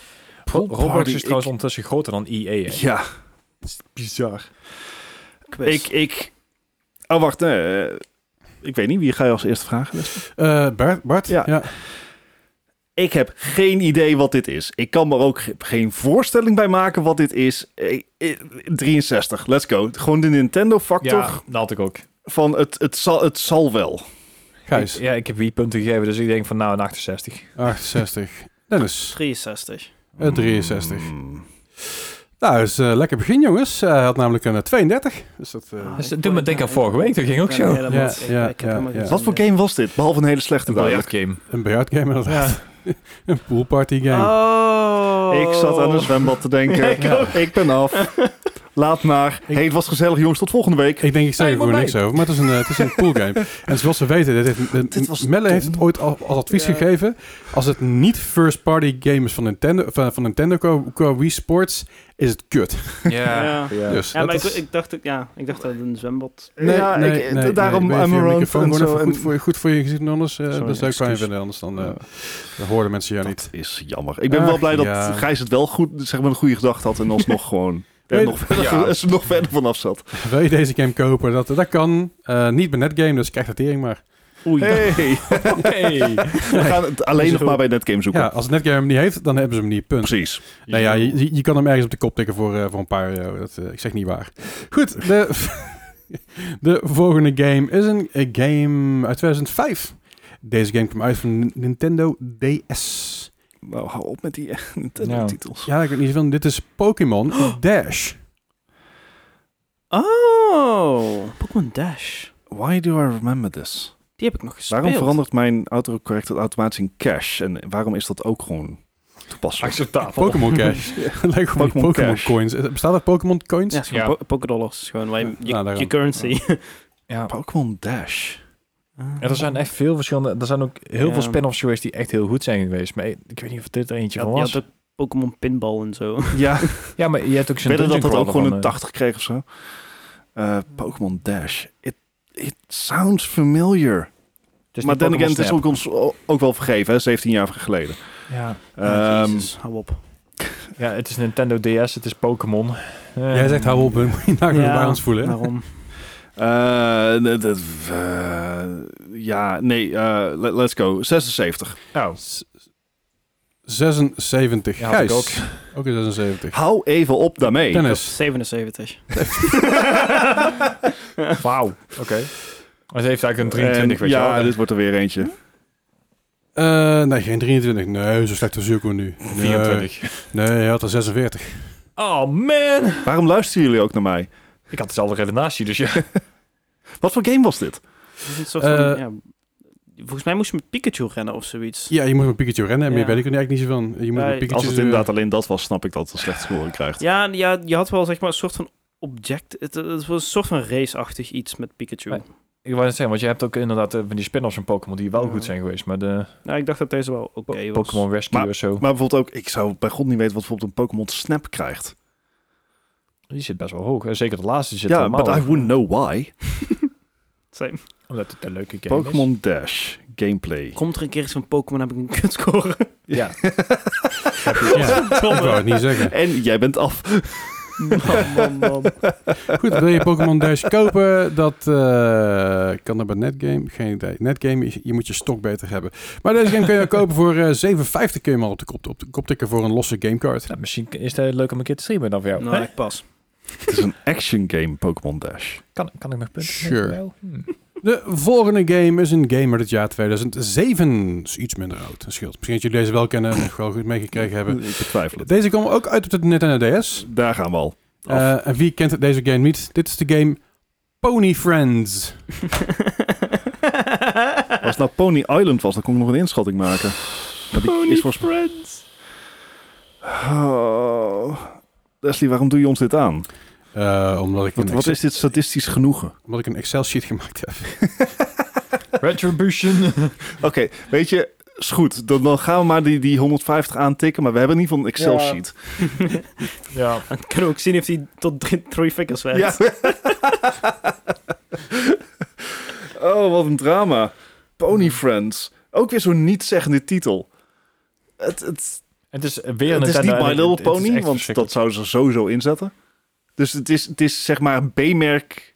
Speaker 1: Ro-
Speaker 3: Pool
Speaker 1: Roblox
Speaker 3: Party,
Speaker 1: is
Speaker 3: ik-
Speaker 1: trouwens ondertussen groter dan EA. hè?
Speaker 3: Ja,
Speaker 1: Bizar.
Speaker 5: Quiz.
Speaker 3: ik, ik... Oh, wacht. nee, eh, ik weet niet, wie ga je als eerste vragen?
Speaker 2: Eh, Bart? Bart?
Speaker 3: Ja. Ik heb geen idee wat dit is. Ik kan me er ook ge- geen voorstelling bij maken wat dit is. Eh, eh, 63, let's go. Gewoon de Nintendo-factor
Speaker 1: Ja, dat had ik ook.
Speaker 3: van het, het, zal, het zal wel.
Speaker 2: Gijs?
Speaker 1: Ik- ja, ik heb wie punten gegeven, dus ik denk van nou een 68.
Speaker 2: 68. Dennis?
Speaker 5: 63.
Speaker 2: eh, 63. Nou, is eh, lekker begin, jongens. Eh, Hij had namelijk een eh, 32. Dus dat... eh,
Speaker 1: Dus dat doet me denken aan vorige week, dat ging ook zo.
Speaker 5: Ja, dat
Speaker 2: Ja,
Speaker 5: moet- ik-
Speaker 2: ja,
Speaker 5: ik heb
Speaker 2: ja,
Speaker 5: helemaal
Speaker 2: ja.
Speaker 5: geen-
Speaker 3: Wat voor game was dit? Behalve een hele slechte
Speaker 1: Een
Speaker 3: duidelijk.
Speaker 1: biljartgame.
Speaker 2: Een biljartgame inderdaad. <laughs> een poolparty game.
Speaker 5: Oh.
Speaker 3: Ik zat aan een zwembad te denken. ik, ben af. Laat maar. Hey, het was gezellig jongens. Tot volgende week.
Speaker 2: Ik denk, ik zeg
Speaker 1: Nee,
Speaker 2: er
Speaker 1: maar
Speaker 2: gewoon
Speaker 1: nee.
Speaker 2: niks over, maar het is een, eh, het is een cool game. En zoals we weten, dit heeft, eh,
Speaker 3: Dit was
Speaker 2: Melle
Speaker 3: dom.
Speaker 2: heeft het ooit al- als advies
Speaker 5: Ja.
Speaker 2: gegeven. Als het niet first party game is van Nintendo, van, van Nintendo qua, qua Wii Sports, is het kut.
Speaker 5: Ja,
Speaker 1: Ja.
Speaker 2: Dus
Speaker 5: Ja,
Speaker 2: dat
Speaker 5: maar ik,
Speaker 2: is-
Speaker 5: ik dacht, ook- ja, ik dacht dat het een zwembad.
Speaker 2: Nee,
Speaker 3: ja,
Speaker 2: nee,
Speaker 3: ik-
Speaker 2: nee, nee,
Speaker 3: daarom
Speaker 2: ik ben
Speaker 3: I'm
Speaker 2: even je
Speaker 3: around
Speaker 2: microfoon
Speaker 3: en
Speaker 2: gewoon
Speaker 3: zo
Speaker 2: even
Speaker 3: en-
Speaker 2: goed voor je, goed voor je gezicht, en anders eh,
Speaker 3: Sorry,
Speaker 2: dat zou ik fijn
Speaker 3: excuus.
Speaker 2: vinden. Anders dan, eh,
Speaker 3: Ja.
Speaker 2: dan hoorden mensen jou niet.
Speaker 3: Dat is jammer. Ik ben
Speaker 2: Ach,
Speaker 3: wel blij dat
Speaker 2: ja.
Speaker 3: Gijs het wel goed, zeg maar, een goede gedachte had
Speaker 2: <laughs>
Speaker 3: en alsnog gewoon er
Speaker 2: Weet-
Speaker 3: nog, <laughs> verder,
Speaker 1: Ja.
Speaker 3: als er nog verder vanaf zat.
Speaker 2: <laughs> Wil je deze game kopen? Dat, dat kan. Eh, niet bij Netgame, dus krijg de tering maar.
Speaker 5: Oei.
Speaker 3: Hey,
Speaker 1: Hey.
Speaker 3: <laughs> we gaan het alleen nog maar bij Netgame zoeken.
Speaker 2: Ja, als Netgame hem niet heeft, dan hebben ze hem niet. Punt.
Speaker 3: Precies.
Speaker 2: Nou ja, je, je- je kan hem ergens op de kop tikken voor, eh, voor een paar euro. Dat, eh, ik zeg niet waar. Goed, de, <laughs> de volgende game is een eh, game uit 2005. Deze game kwam uit van Nintendo DS.
Speaker 3: Nou, hou op met die eh, <laughs>
Speaker 1: Ja.
Speaker 3: Nintendo-titels.
Speaker 2: Ja, ik weet niet van. Dit is
Speaker 3: <gasps>
Speaker 2: Pokémon Dash.
Speaker 5: Oh. Pokémon Dash.
Speaker 3: Why do I remember this?
Speaker 5: Die heb ik nog gespeeld.
Speaker 3: Waarom verandert mijn autocorrect het automatisch in cash? En waarom is dat ook gewoon
Speaker 1: <laughs>
Speaker 3: toepasselijk?
Speaker 1: Acceptabel.
Speaker 2: <laughs> Pokémon Cash. Lijkt gewoon
Speaker 3: Pokémon
Speaker 2: Pokémon
Speaker 3: Cash.
Speaker 2: Coins. Eh, Bestaat er Pokémon Coins?
Speaker 5: Ja, het is gewoon
Speaker 1: Ja.
Speaker 5: po- Pokédollars. Gewoon waar je, je,
Speaker 2: Ja, daarom.
Speaker 5: je currency. <laughs> Ah.
Speaker 1: Ja.
Speaker 3: Pokémon Dash.
Speaker 1: Ja, er zijn echt veel verschillende. Er zijn ook heel
Speaker 5: Ja.
Speaker 1: veel spin-offs geweest die echt heel goed zijn geweest. Maar ik ik weet niet of dit er eentje
Speaker 5: Je had,
Speaker 1: van
Speaker 5: je
Speaker 1: was.
Speaker 5: had ook Pokémon Pinball en zo.
Speaker 3: <laughs> Ja,
Speaker 1: ja, maar je hebt ook
Speaker 3: ik
Speaker 1: zo'n
Speaker 3: weet dat
Speaker 1: dungeon
Speaker 3: dat ook
Speaker 1: crawler
Speaker 3: gewoon
Speaker 1: van,
Speaker 3: een
Speaker 1: eh,
Speaker 3: 80 kreeg of zo. Eh, Pokémon Dash. It, it sounds familiar.
Speaker 1: eh, het is
Speaker 3: maar
Speaker 1: niet
Speaker 3: dan
Speaker 1: Pokémon
Speaker 3: again, het is
Speaker 1: Snap.
Speaker 3: ook ons o- ook wel vergeven, hè? 17 jaar geleden.
Speaker 1: Ja.
Speaker 5: Ja,
Speaker 3: Ehm,
Speaker 5: <laughs> Jezus, hou op.
Speaker 1: ja, het is Nintendo DS, het is Pokémon. Eh,
Speaker 2: Jij zegt hou op, eh, <laughs> moet je nou gewoon bij ons voelen. hè? <laughs>
Speaker 5: Waarom?
Speaker 3: eh, dat- dat- eh, ja, nee, eh, let- let's go. 76.
Speaker 1: Nou,
Speaker 2: 76.
Speaker 1: Ja, had ik
Speaker 2: Gijs. Ook een 76.
Speaker 3: Hou even op daarmee. <laughs>
Speaker 2: Dennis.
Speaker 5: 77.
Speaker 1: wauw. Oké.
Speaker 3: <laughs>
Speaker 1: Maar ze heeft eigenlijk een 23,
Speaker 3: En
Speaker 1: weet
Speaker 3: ja,
Speaker 1: je wel.
Speaker 3: dit wordt er weer eentje.
Speaker 2: Eh, nee, geen 23. Nee, zo slecht als Zuko nu. Nee.
Speaker 1: 24.
Speaker 2: Nee, hij had er 46.
Speaker 1: Oh man!
Speaker 3: Waarom luisteren jullie ook naar mij?
Speaker 1: Ik had dezelfde redenatie, dus ja.
Speaker 3: Wat voor game was dit?
Speaker 5: Dat is een soort
Speaker 2: Eh.
Speaker 5: van, ja, volgens mij moest je met Pikachu rennen of zoiets.
Speaker 2: Ja, je moet met Pikachu rennen. En meer
Speaker 5: Ja.
Speaker 2: weet ik er eigenlijk niet zo van. Je moet
Speaker 5: Nee,
Speaker 2: met Pikachu... eh,
Speaker 3: Als het <laughs> inderdaad alleen dat was, snap ik dat het een slecht score krijgt.
Speaker 5: Ja, ja, je had wel zeg maar een soort van object. Het, het was een soort van race-achtig iets met Pikachu.
Speaker 1: Nee. Ik wou net zeggen, want je hebt ook inderdaad eh, van die spin-offs van Pokémon die wel
Speaker 5: Ja.
Speaker 1: goed zijn geweest. Maar de
Speaker 5: Nou, ik dacht dat deze wel oké
Speaker 1: Po-
Speaker 5: was.
Speaker 1: Pokémon Rescue of zo,
Speaker 3: Maar bijvoorbeeld ook, ik zou bij god niet weten wat bijvoorbeeld een Pokémon Snap krijgt.
Speaker 1: die zit best wel hoog. En zeker de laatste zit
Speaker 3: ja,
Speaker 1: helemaal
Speaker 3: but I
Speaker 1: hoog.
Speaker 3: wouldn't know why.
Speaker 5: Same.
Speaker 1: Omdat het een leuke game is.
Speaker 3: Pokémon Dash gameplay.
Speaker 5: Komt er een keer zo'n Pokémon, heb ik een
Speaker 3: <laughs>
Speaker 5: kutscore.
Speaker 1: Ja.
Speaker 2: Ja, ik wou het niet zeggen.
Speaker 3: En jij bent af.
Speaker 4: <laughs>
Speaker 3: <laughs>
Speaker 4: Man, man, man.
Speaker 2: Goed, wil je Pokémon Dash kopen? Dat eh, kan dat bij Netgame. Geen idee. Netgame, is- je moet je stok beter hebben. Maar deze game kun je kopen voor eh, 7,50 kun je maar op de kop, op de kop tikken voor een losse gamecard.
Speaker 1: Nou, misschien is het leuk om een keer te streamen dan voor jou.
Speaker 4: Nou,
Speaker 1: Hè?
Speaker 4: ik <laughs> pas.
Speaker 3: Het is een action game, Pokémon Dash.
Speaker 1: Kan, kan ik nog punten
Speaker 2: Sure.
Speaker 1: voor jou? Hm.
Speaker 2: De volgende game is een game uit het jaar 2007. Is iets minder oud. Dat scheelt. Misschien dat jullie deze wel kennen en nog wel goed meegekregen hebben.
Speaker 3: Ik betwijfel het. Dus
Speaker 2: Deze kwam ook uit op de Nintendo DS.
Speaker 3: Daar gaan we al. Af.
Speaker 2: E Eh, en wie kent deze game niet? Dit is de game Pony Friends.
Speaker 3: Als het nou Pony Island was, dan kon ik nog een inschatting maken. Maar die is voor...
Speaker 4: Friends.
Speaker 3: Oh. Leslie, waarom doe je ons dit aan?
Speaker 2: Eh, omdat, ik
Speaker 3: Wat,
Speaker 2: een
Speaker 3: wat
Speaker 2: Excel,
Speaker 3: is dit statistisch genoegen?
Speaker 2: omdat ik een Excel sheet gemaakt heb.
Speaker 1: Retribution.
Speaker 3: Oké, weet je, is goed. Dan, dan gaan we maar die, die 150 aantikken. Maar we hebben in ieder geval een
Speaker 4: Ja.
Speaker 3: Excel-sheet.
Speaker 1: <laughs> ja.
Speaker 4: Dan kunnen we ook zien of hij tot drie, three figures werkt.
Speaker 3: Ja.
Speaker 5: <laughs>
Speaker 3: <laughs> oh, wat een drama. Pony Friends. Ook weer zo'n niet-zeggende titel. Het, het,
Speaker 1: Het is weer een
Speaker 3: het is
Speaker 1: Nintendo
Speaker 3: niet
Speaker 1: en
Speaker 3: My
Speaker 1: het-
Speaker 3: Little
Speaker 1: het is echt
Speaker 3: Pony, want
Speaker 1: verschrikkelijk.
Speaker 3: dat zouden ze sowieso inzetten. Dus het is, het is zeg maar een B-merk.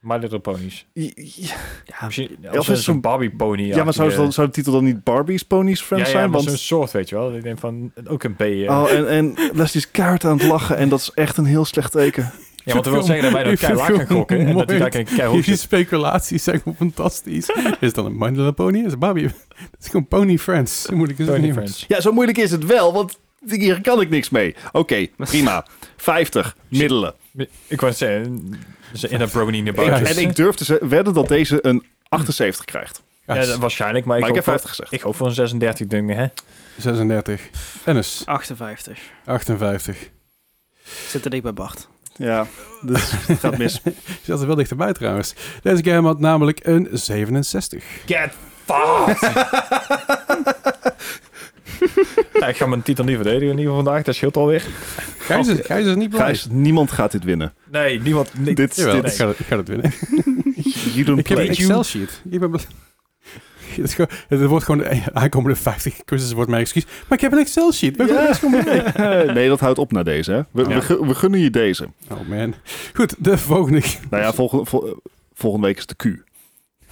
Speaker 1: My Little Ponies.
Speaker 3: Ja, Ja,
Speaker 1: Ja, misschien,
Speaker 3: of
Speaker 1: of
Speaker 3: is het
Speaker 1: zo'n
Speaker 3: zo'n-
Speaker 1: Barbie Pony.
Speaker 3: maar zou, ze dan, zou de titel dan niet Barbie's Ponies
Speaker 1: ja,
Speaker 3: Friends
Speaker 1: ja,
Speaker 3: zijn?
Speaker 1: maar
Speaker 3: Want,
Speaker 1: zo'n soort, weet je wel. Ik denk van, ook een B. eh.
Speaker 3: oh, en, en Leslie is kaart aan het lachen en dat is echt een heel slecht teken.
Speaker 1: ja, want dat wil
Speaker 2: Ik
Speaker 1: zeggen dat wij dan
Speaker 2: vind het
Speaker 1: keihard gaan
Speaker 2: gewoon
Speaker 3: <laughs>
Speaker 1: gokken. En dat die
Speaker 2: mooi.
Speaker 1: daar kan keihard
Speaker 2: Die speculaties zijn gewoon fantastisch.
Speaker 3: <laughs>
Speaker 2: is het dan een My Little Pony? Is het <laughs> Barbie? Het is gewoon Pony Friends. Zo moeilijk is het
Speaker 1: Pony
Speaker 2: niet.
Speaker 1: Friends.
Speaker 3: Ja, zo moeilijk is het wel, want hier kan ik niks mee. Oké,
Speaker 1: <laughs>
Speaker 3: prima. 50, middelen.
Speaker 1: Ik wou zeggen, ze in een brony in de
Speaker 3: Ik-
Speaker 1: buik.
Speaker 3: en ik durf te ze- wedden dat deze een 78 krijgt.
Speaker 2: Ja,
Speaker 1: Ja, dat- waarschijnlijk, maar ik,
Speaker 3: Maar ik heb
Speaker 1: hoop voor,
Speaker 3: 50 gezegd.
Speaker 1: ik hoop voor een 36, denk ik. Hè?
Speaker 2: 36. Dennis,
Speaker 4: 58.
Speaker 2: 58.
Speaker 4: Ik zit er dik bij Bart.
Speaker 3: Ja, dus het gaat mis.
Speaker 2: Je zat er wel dichterbij trouwens. Deze game had namelijk een 67.
Speaker 1: Get fucked! Ja, ik ga mijn titel niet verdedigen in ieder geval vandaag. Dat scheelt alweer.
Speaker 2: Gijs is, Gijs is niet blij.
Speaker 3: Gijs, niemand gaat dit winnen.
Speaker 1: Nee, niemand... Nee,
Speaker 3: Dit-
Speaker 2: Jawel,
Speaker 3: dit-
Speaker 2: ik, ga, het- ik ga het winnen.
Speaker 3: You don't
Speaker 2: Ik heb
Speaker 3: play.
Speaker 2: een Excel-sheet. Ik ben bl- <laughs> Het, is gewoon- het wordt gewoon de aankomende 50 cursussen wordt mijn excuus. Maar ik heb een Excel-sheet. Ik ben gewoon-
Speaker 3: <laughs> nee, dat houdt op na deze. Hè? We,
Speaker 2: Ja.
Speaker 3: we, gu- we gunnen je deze.
Speaker 2: Oh man. Goed, de volgende.
Speaker 3: Nou ja, volgende, vol- eh, volgende week is de Q.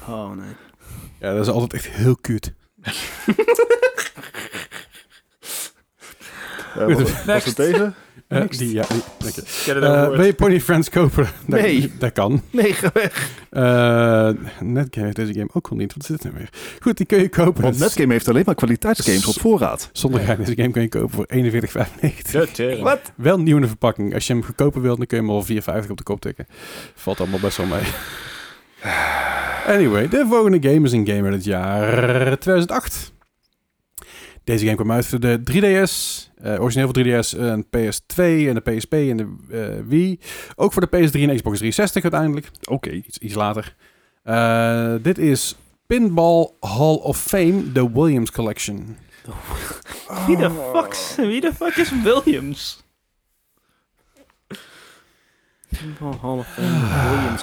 Speaker 4: Oh nee.
Speaker 2: Ja, dat is altijd echt heel cute. <laughs>
Speaker 3: Eh, wat-
Speaker 2: Goed.
Speaker 3: was, het deze?
Speaker 2: Eh,
Speaker 1: Next.
Speaker 2: die, ja, die, dank je.
Speaker 1: Get it
Speaker 2: Eh,
Speaker 1: over
Speaker 2: wil
Speaker 1: with.
Speaker 2: je Pony Friends kopen? <laughs> Dat-
Speaker 3: Nee.
Speaker 2: Dat kan.
Speaker 3: Nee, ga weg.
Speaker 2: Eh, Netgame heeft deze game ook al niet. Wat zit er nou weer? Goed, die kun je kopen.
Speaker 3: Want Netgame heeft alleen maar kwaliteitsgames op voorraad.
Speaker 2: Zonder gein, deze game kun je kopen voor 41,95.
Speaker 1: De tering.
Speaker 3: Wat?
Speaker 2: Wel nieuw in de verpakking. Als je hem goedkoper wilt, dan kun je hem al 4,50 op de kop tikken. Valt allemaal best wel <sighs> mee. Anyway, de volgende game is een game uit het jaar 2008. Deze game kwam uit voor de 3DS, eh, origineel voor 3DS, en PS2 en de PSP en de eh, Wii. Ook voor de PS3 en Xbox 360 uiteindelijk,
Speaker 3: Oké.
Speaker 2: iets, iets later. Eh, dit is Pinball Hall of Fame, The Williams Collection.
Speaker 4: Wie de fuck, is- wie de fuck is Williams? Pinball Hall of Fame, Williams.